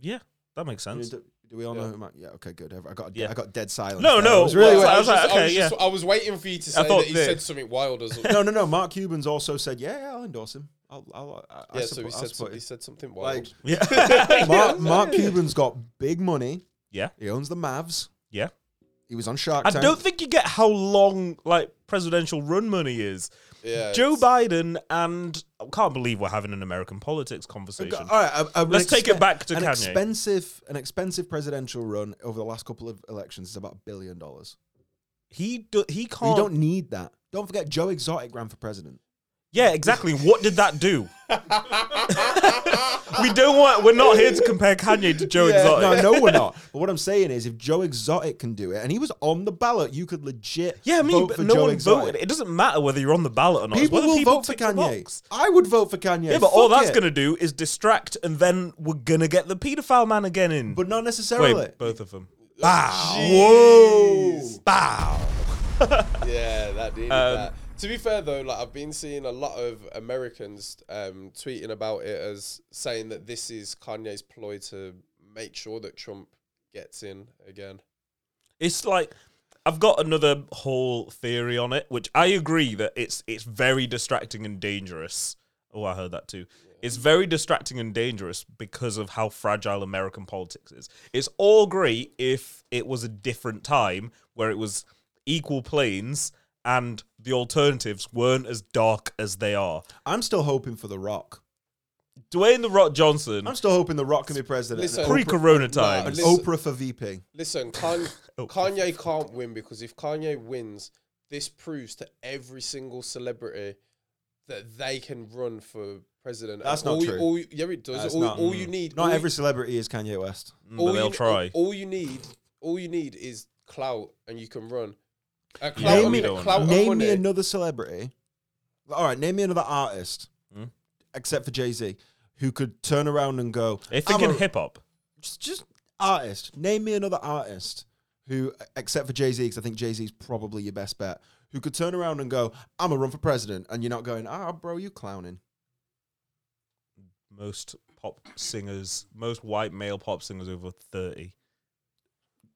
S2: yeah, that makes
S3: I mean,
S2: sense.
S3: Do, do we all know
S1: Yeah.
S3: who Mark? Yeah. Okay. Good. I got.
S2: Yeah.
S3: I got dead silence.
S2: No,
S3: there.
S2: no,
S3: It was really.
S2: well,
S3: weird.
S2: I was like,
S1: just- I
S2: okay,
S1: just- I was waiting for you to say
S2: thought
S1: that he
S2: that-
S1: said something wild or something.
S3: no, no, no. Mark Cuban's also said, "Yeah, yeah, I'll endorse him. I'll, I'll, I, I
S1: Yeah, so he
S3: support, I'll
S1: said,
S3: support
S1: some,
S3: you."
S1: he said something wild.
S3: Like,
S2: yeah,
S3: Mark, Mark Cuban's got big money.
S2: yeah,
S3: He owns the Mavs.
S2: yeah.
S3: He was on Shark
S2: I
S3: Tank.
S2: don't think you get how long like presidential run money is.
S1: yeah,
S2: Joe
S1: it's-
S2: Biden and I can't believe we're having an American politics conversation.
S3: All right, a- a- an
S2: Let's take it back to
S3: an
S2: Kanye.
S3: Expensive, an expensive presidential run over the last couple of elections is about a billion dollars.
S2: He do, he
S3: You
S2: can't.
S3: don't need that. Don't forget, Joe Exotic ran for president.
S2: yeah, exactly. What did that do? we don't want. We're not here to compare Kanye to Joe Exotic.
S3: No, no, we're not. But what I'm saying is, if Joe Exotic can do it, and he was on the ballot, you could legit
S2: Yeah, I mean,
S3: vote
S2: but
S3: for
S2: no
S3: Joe
S2: one
S3: Exotic.
S2: voted. It doesn't matter whether you're on the ballot or not. It's
S3: People
S2: whether
S3: will vote for
S2: tick the
S3: Kanye.
S2: box.
S3: I would vote for Kanye.
S2: Yeah, but all
S3: Fuck
S2: that's
S3: it.
S2: going to do is distract, and then we're going to get the paedophile man again in.
S3: But not necessarily.
S2: Wait, both of them. Bow. Whoa. Bow.
S1: Yeah, that did
S3: Um,
S1: that. To be fair though, like I've been seeing a lot of Americans um, tweeting about it as saying that this is Kanye's ploy to make sure that Trump gets in again.
S2: It's like I've got another whole theory on it, which I agree that it's it's very distracting and dangerous. Oh, I heard that too. It's very distracting and dangerous because of how fragile American politics is. It's all great if it was a different time where it was equal planes and the alternatives weren't as dark as they are.
S3: I'm still hoping for The Rock.
S2: Dwayne the Rock Johnson,
S3: I'm still hoping The Rock can be president.
S1: Listen.
S3: and Oprah,
S2: pre-corona
S1: Nah,
S2: times.
S3: and
S1: Listen.
S3: Oprah for VP.
S1: Listen, Kanye,
S2: Oh.
S1: Kanye can't win because if Kanye wins, this proves to every single celebrity that they can run for president.
S3: That's
S1: And
S3: not
S1: all you-
S3: true.
S1: all you- yeah, it does.
S3: That's
S1: all,
S3: not- mm.
S1: all you need.
S3: Not
S1: all,
S3: every celebrity is Kanye West.
S2: Mm,
S1: all
S2: but they'll
S1: you,
S2: try.
S1: All, all you need, all you need is clout, and you can run. Uh,
S2: Yeah,
S1: clout,
S3: we
S1: I mean,
S2: don't.
S1: clout and
S3: name
S1: money.
S3: me another celebrity. All right, name me another artist,
S2: Hmm?
S3: except for Jay Z, who could turn around and go.
S2: If they
S3: "I'm
S2: can
S3: a-
S2: hip hop,
S3: just, just artist. Name me another artist who, except for Jay Z, because I think Jay Z is probably your best bet, who could turn around and go, "I'm a run for president," and you're not going, "Ah, bro, you clowning."
S2: most pop singers, most white male pop singers over thirty.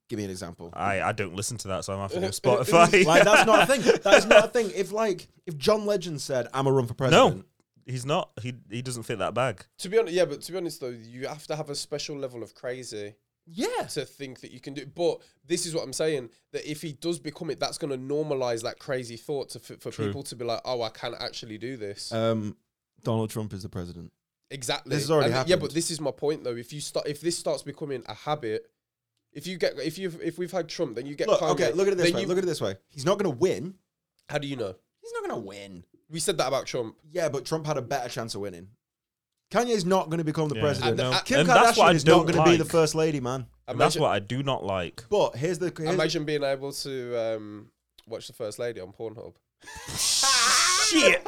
S3: Give me an
S1: Uh,
S3: example.
S2: I, I don't listen to that, so I'm after go Spotify.
S3: like that's not a thing. That is not a thing. If like if John Legend said, "I'm a run for president,"
S2: No, he's not. He he doesn't fit that bag.
S1: To be honest, yeah, but to be honest though, you have to have a special level of crazy
S3: yeah,
S1: to think that you can do. it. But this is what I'm saying: that if he does become it, that's going to normalize that crazy thought to, for, for
S2: True.
S1: people to be like, "Oh, I can actually do this."
S3: um, Donald Trump is the president.
S1: exactly.
S3: this has already
S1: Yeah, but
S3: happened.
S1: this is my point though. If you start, if this starts becoming a habit, if you get, if you, if we've had Trump, then you get.
S3: Look,
S1: Kanye,
S3: okay, look at it this
S1: then
S3: way.
S1: you-
S3: Look at it this way. He's not going to win.
S1: How do you know?
S3: He's not going to win.
S1: We said that about Trump.
S3: Yeah, but Trump had a better chance of winning. Kanye's not going to become the
S2: Yeah.
S3: president.
S1: And- and-
S3: uh, Kim
S2: and that's what I
S3: Kardashian is not
S2: don't
S3: going to be the
S2: like.
S3: first lady, man.
S2: And that's
S1: Imagine-
S2: what I do not like.
S3: But here's the here's,
S1: Imagine being able to um, watch the first lady on Pornhub.
S2: Shit.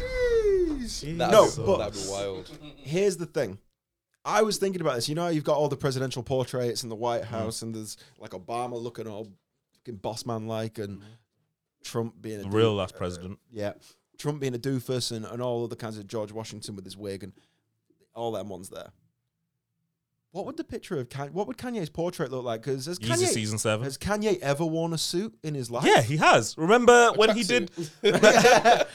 S1: That'd
S3: No,
S1: be-
S3: but-
S1: that'd be wild.
S3: here's the thing. I was thinking about this. You know, how you've got all the presidential portraits in the White
S2: Mm-hmm.
S3: House, and there's like Obama looking all fucking boss man like, and Trump being a
S2: The real
S3: doof-
S2: last president.
S3: yeah, Trump being a doofus, and, and all other kinds of George Washington with his wig, and all them ones there. What would the picture of Kanye, what would Kanye's portrait look like? Because has
S2: He's a
S3: Kanye
S2: season seven.
S3: has Kanye ever worn a suit in his life?
S2: Yeah, he has. Remember when he did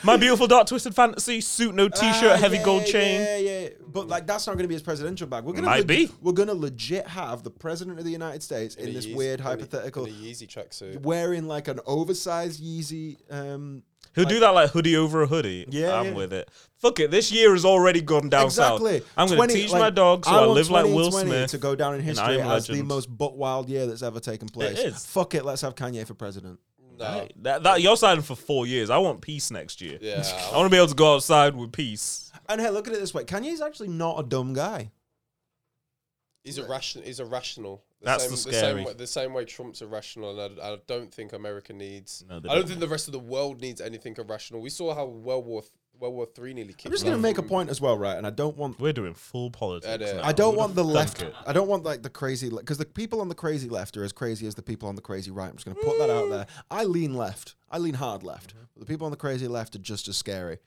S2: My Beautiful Dark Twisted Fantasy, suit, no t shirt,
S3: Ah,
S2: heavy
S3: yeah,
S2: gold chain.
S3: Yeah, yeah. But like, that's not going to be his presidential bag. We're going to
S2: Might be.
S3: We're going to legit have the president of the United States in, this weird hypothetical,
S1: The Yeezy tracksuit.
S3: wearing like an oversized Yeezy. Um,
S2: He'll
S3: Like-
S2: do that like hoodie over a hoodie.
S3: Yeah,
S2: I'm
S3: yeah.
S2: with it. Fuck it. This year has already gone down
S3: exactly.
S2: south. I'm going
S3: 20
S2: to teach
S3: like,
S2: my dog so I,
S3: want
S2: live like Will
S3: 2020
S2: Smith.
S3: to go down in
S2: and I
S3: history
S2: Am
S3: as the
S2: Legend.
S3: most butt wild year that's ever taken place.
S2: is.
S3: Fuck it, let's have Kanye for president.
S1: No.
S2: Hey, that, that you're signing for four years. I want peace next year.
S1: Yeah.
S2: I want to be able to go outside with peace.
S3: And hey, look at it this way: Kanye's actually not a dumb guy.
S1: He's irrational. He's irrational.
S2: That's the
S1: same
S2: scary.
S1: way, the same way Trump's irrational, and I, I don't think America needs.
S2: No,
S1: I
S2: they
S1: don't,
S2: don't.
S1: think the rest of the world needs anything irrational. We saw how World War World War Three nearly killed.
S3: I'm just going to make a point as well, right? And I don't want
S2: We're doing full politics.
S1: I know.
S2: now.
S3: I don't
S2: Who'd
S3: want the
S2: have
S3: left.
S2: thunk it?
S3: I don't want like the crazy because the people on the crazy left are as crazy as the people on the crazy right. I'm just going to put that out there. I lean left. I lean hard left.
S2: Mm-hmm.
S3: But the people on the crazy left are just as scary.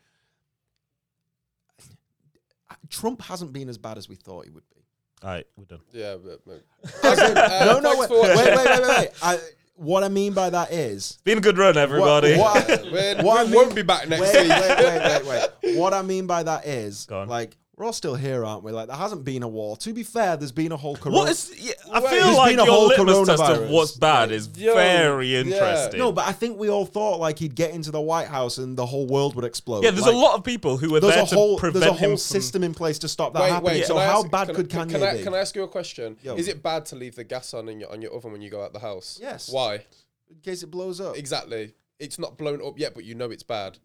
S3: Trump hasn't been as bad as we thought he would be.
S2: All right, we're done.
S1: Yeah, but, no.
S3: no,
S1: uh,
S3: no,
S1: thanks
S3: wait,
S1: for
S3: wait,
S1: watching.
S3: wait, wait, wait. wait. I, what I mean by that is
S2: It's been a good run, everybody.
S3: What, what,
S1: We're-
S3: what I
S1: we
S3: mean-
S1: won't be back next
S3: wait,
S1: week.
S3: wait, wait, wait, wait. What I mean by that is
S2: Go on.
S3: like we're all still here, aren't we? Like there hasn't been a war. To be fair, there's been a whole corona.
S2: What is? Yeah, I
S1: Wait.
S2: feel
S1: There's
S2: like
S3: been a
S2: your
S3: whole
S2: litmus test of
S3: coronavirus.
S2: what's bad is
S1: Yo,
S2: very
S1: yeah.
S2: interesting.
S3: No, but I think we all thought like he'd get into the White House and the whole world would explode.
S2: yeah, there's
S3: Like,
S2: a lot of people who are
S3: There's
S2: there
S3: a whole
S2: to
S3: there's
S2: prevent
S3: a
S2: him
S3: whole
S2: from.
S3: system in place to stop that
S1: Wait,
S3: happening.
S1: wait.
S3: so
S1: can I
S3: how
S1: ask-
S3: bad
S1: can I-
S3: could
S1: can-
S3: Kanye
S1: can I,
S3: be?
S1: Can I ask you a question?
S3: Yo.
S1: Is it bad to leave the gas on in your on your oven when you go out the house?
S3: Yes.
S1: Why?
S3: in case it blows up,
S1: Exactly. It's not blown up yet, but you know it's bad.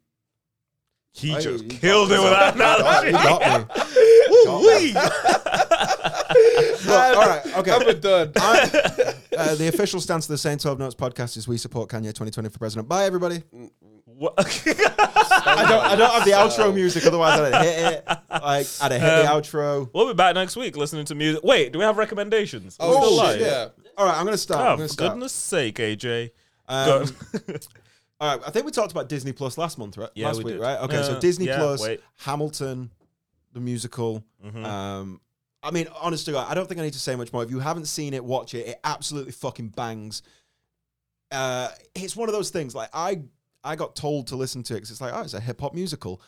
S2: He
S3: Hey,
S2: just
S3: you got
S2: killed
S3: me.
S2: it with that
S3: Got me,
S2: analogy.
S3: got me.
S2: Woo-wee.
S3: Look, all right, okay.
S1: I'm done.
S3: Uh, the official stance of the Saint 12 Notes podcast is we support Kanye 2020 for president. Bye, everybody.
S2: What-
S3: I don't, I don't have the outro music, otherwise I'd have hit it. Like, I'd have hit the
S2: Um,
S3: outro.
S2: We'll be back next week listening to music. Wait, do we have recommendations?
S1: Oh,
S2: Still
S1: shit,
S2: live?
S1: yeah.
S3: All right, I'm going to start.
S2: Oh,
S3: I'm
S2: for
S3: gonna start.
S2: goodness sake, AJ.
S3: Um, All right, I think we talked about Disney Plus last month, right?
S2: Yeah,
S3: last
S2: we
S3: week,
S2: did.
S3: right? Okay, so
S2: Uh,
S3: Disney
S2: yeah,
S3: Plus,
S2: wait. Mm-hmm.
S3: Hamilton, the musical, um, I mean, honest to God, I don't think I need to say much more. If you haven't seen it, watch it. It absolutely fucking bangs. Uh, it's one of those things. Like I, I got told to listen to it because it's like, oh, it's a hip hop musical.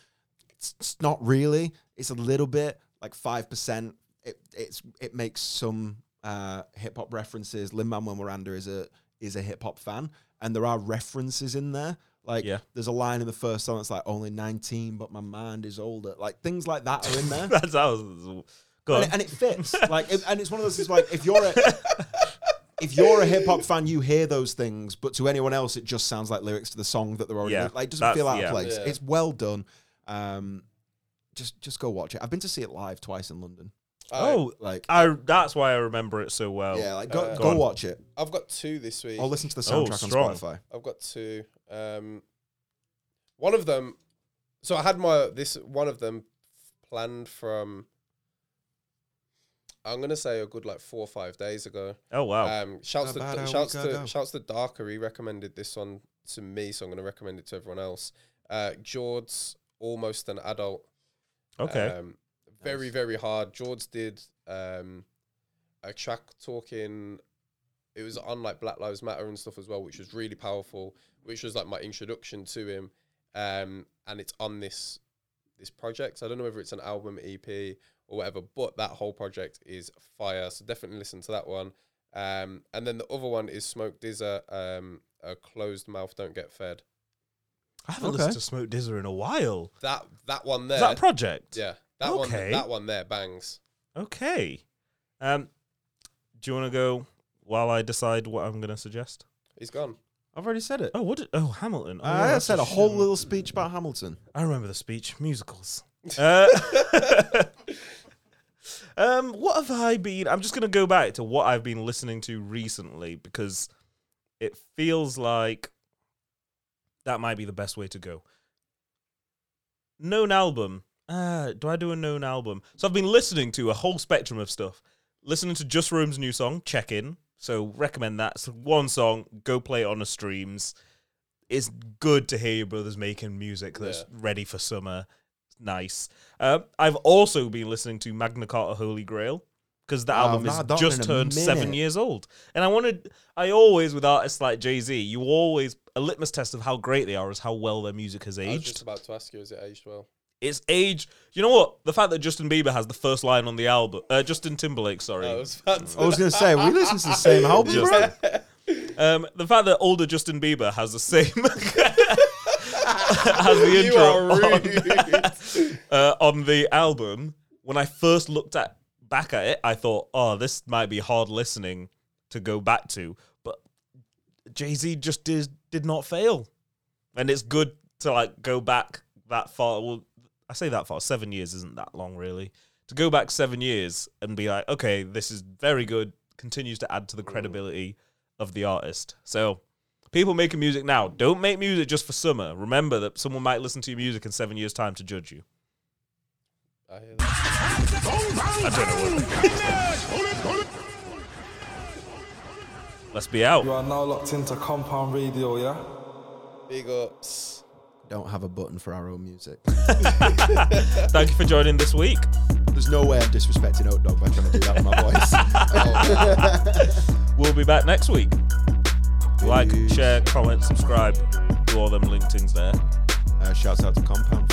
S3: It's, it's not really. It's a little bit, like five percent. It it's it makes some uh, hip hop references. Lin Manuel Miranda is a is a hip hop fan, and there are references in there. Like
S2: Yeah.
S3: there's a line in the first song that's like only 19, but my mind is older. Like things like that are in there.
S2: That's that was go
S3: and,
S2: on.
S3: it- and it fits. like, it, and it's one of those. things like if you're a if you're a hip hop fan, you hear those things, but to anyone else, it just sounds like lyrics to the song that they're already
S2: Yeah,
S3: like. It doesn't
S2: that's-
S3: feel out
S2: yeah.
S3: of place.
S1: Yeah.
S3: It's well done. Um, just just go watch it. I've been to see it live twice in London.
S2: oh,
S3: Like,
S2: I that's why I remember it so well.
S3: yeah, like go,
S1: Uh,
S3: go,
S2: Oh. go on.
S3: watch it
S1: I've got two this week.
S3: or listen to the
S2: Oh,
S3: soundtrack
S2: strong.
S3: on Spotify.
S1: I've got two. Um, one of them. So I had my this one of them planned from. I'm gonna say a good like four or five days ago.
S2: Oh wow.
S1: Um, shouts to
S3: About a
S1: shouts
S3: week
S1: to
S3: ago.
S1: shouts to Darker. He recommended this one to me, so I'm gonna recommend it to everyone else. Uh, George's almost an adult.
S2: okay.
S1: Um, very, very hard. George did um, a track talking. It was on like Black Lives Matter and stuff as well, which was really powerful. Which was like my introduction to him, um, and it's on this this project. So I don't know whether it's an album, EP, or whatever, but that whole project is fire. So definitely listen to that one. Um, and then the other one is Smoke Dizzer, um, a closed mouth don't get fed.
S2: I haven't
S3: okay.
S2: listened to Smoke Dizzer in a while.
S1: That that one there,
S2: Is that a project?
S1: yeah, that one,
S2: Okay.
S1: that one there bangs.
S2: Okay. Um, do you want to go while I decide what I'm going to suggest?
S1: He's gone.
S3: I've already said it.
S2: Oh, what? Did, oh, Hamilton. Oh, yeah,
S3: I
S2: that's
S3: said a
S2: sh-
S3: whole little speech about Hamilton.
S2: I remember the speech. Musicals. Uh, um, what have I been? I'm just going to go back to what I've been listening to recently because it feels like that might be the best way to go. Known album. Uh, do I do a known album? So I've been listening to a whole spectrum of stuff. Listening to Just Room's new song, Check In. So recommend that. It's one song. Go play it on the streams. It's good to hear your brothers making music that's
S1: Yeah.
S2: ready for summer. It's nice. Um, I've also been listening to Magna Carta Holy Grail because the
S3: Wow,
S2: album
S3: I've not
S2: is
S3: done
S2: just
S3: in a
S2: turned seven
S3: minute.
S2: years old. And I wanted, I always, with artists like Jay Z, you always, a litmus test of how great they are is how well their music has
S1: I was
S2: aged.
S1: just about to ask you, is it aged well?
S2: It's age. You know what? The fact that Justin Bieber has the first line on the album, uh, Justin Timberlake, sorry.
S1: I Oh, was about
S2: Oh,
S1: to.
S3: I was gonna say we listen to the same album, bro.
S2: Justin. um, the fact that older Justin Bieber has the same has the
S1: you
S2: intro Oh,
S1: are
S2: on-
S1: rude.
S2: uh, on the album, when I first looked at back at it, I thought, "Oh, this might be hard listening to go back to." But Jay Z just did did not fail, and it's good to like go back that far. Well, I say that far. Seven years isn't that long, really. To go back seven years and be like, "Okay, this is very good," continues to add to the credibility of the artist. So people making music now, don't make music just for summer. Remember that someone might listen to your music in seven years' time to judge you.
S1: I hear that.
S2: Let's be out.
S5: You are now locked into Compound Radio, yeah?
S1: Big ups.
S3: Don't have a button for our own music.
S2: Thank you for joining this week.
S3: There's no way I'm disrespecting Oat Dog by trying to do that with my voice.
S2: We'll be back next week. Like,
S3: Peace.
S2: share, comment, subscribe. Do all them link things there.
S3: Uh, shouts out to Compound.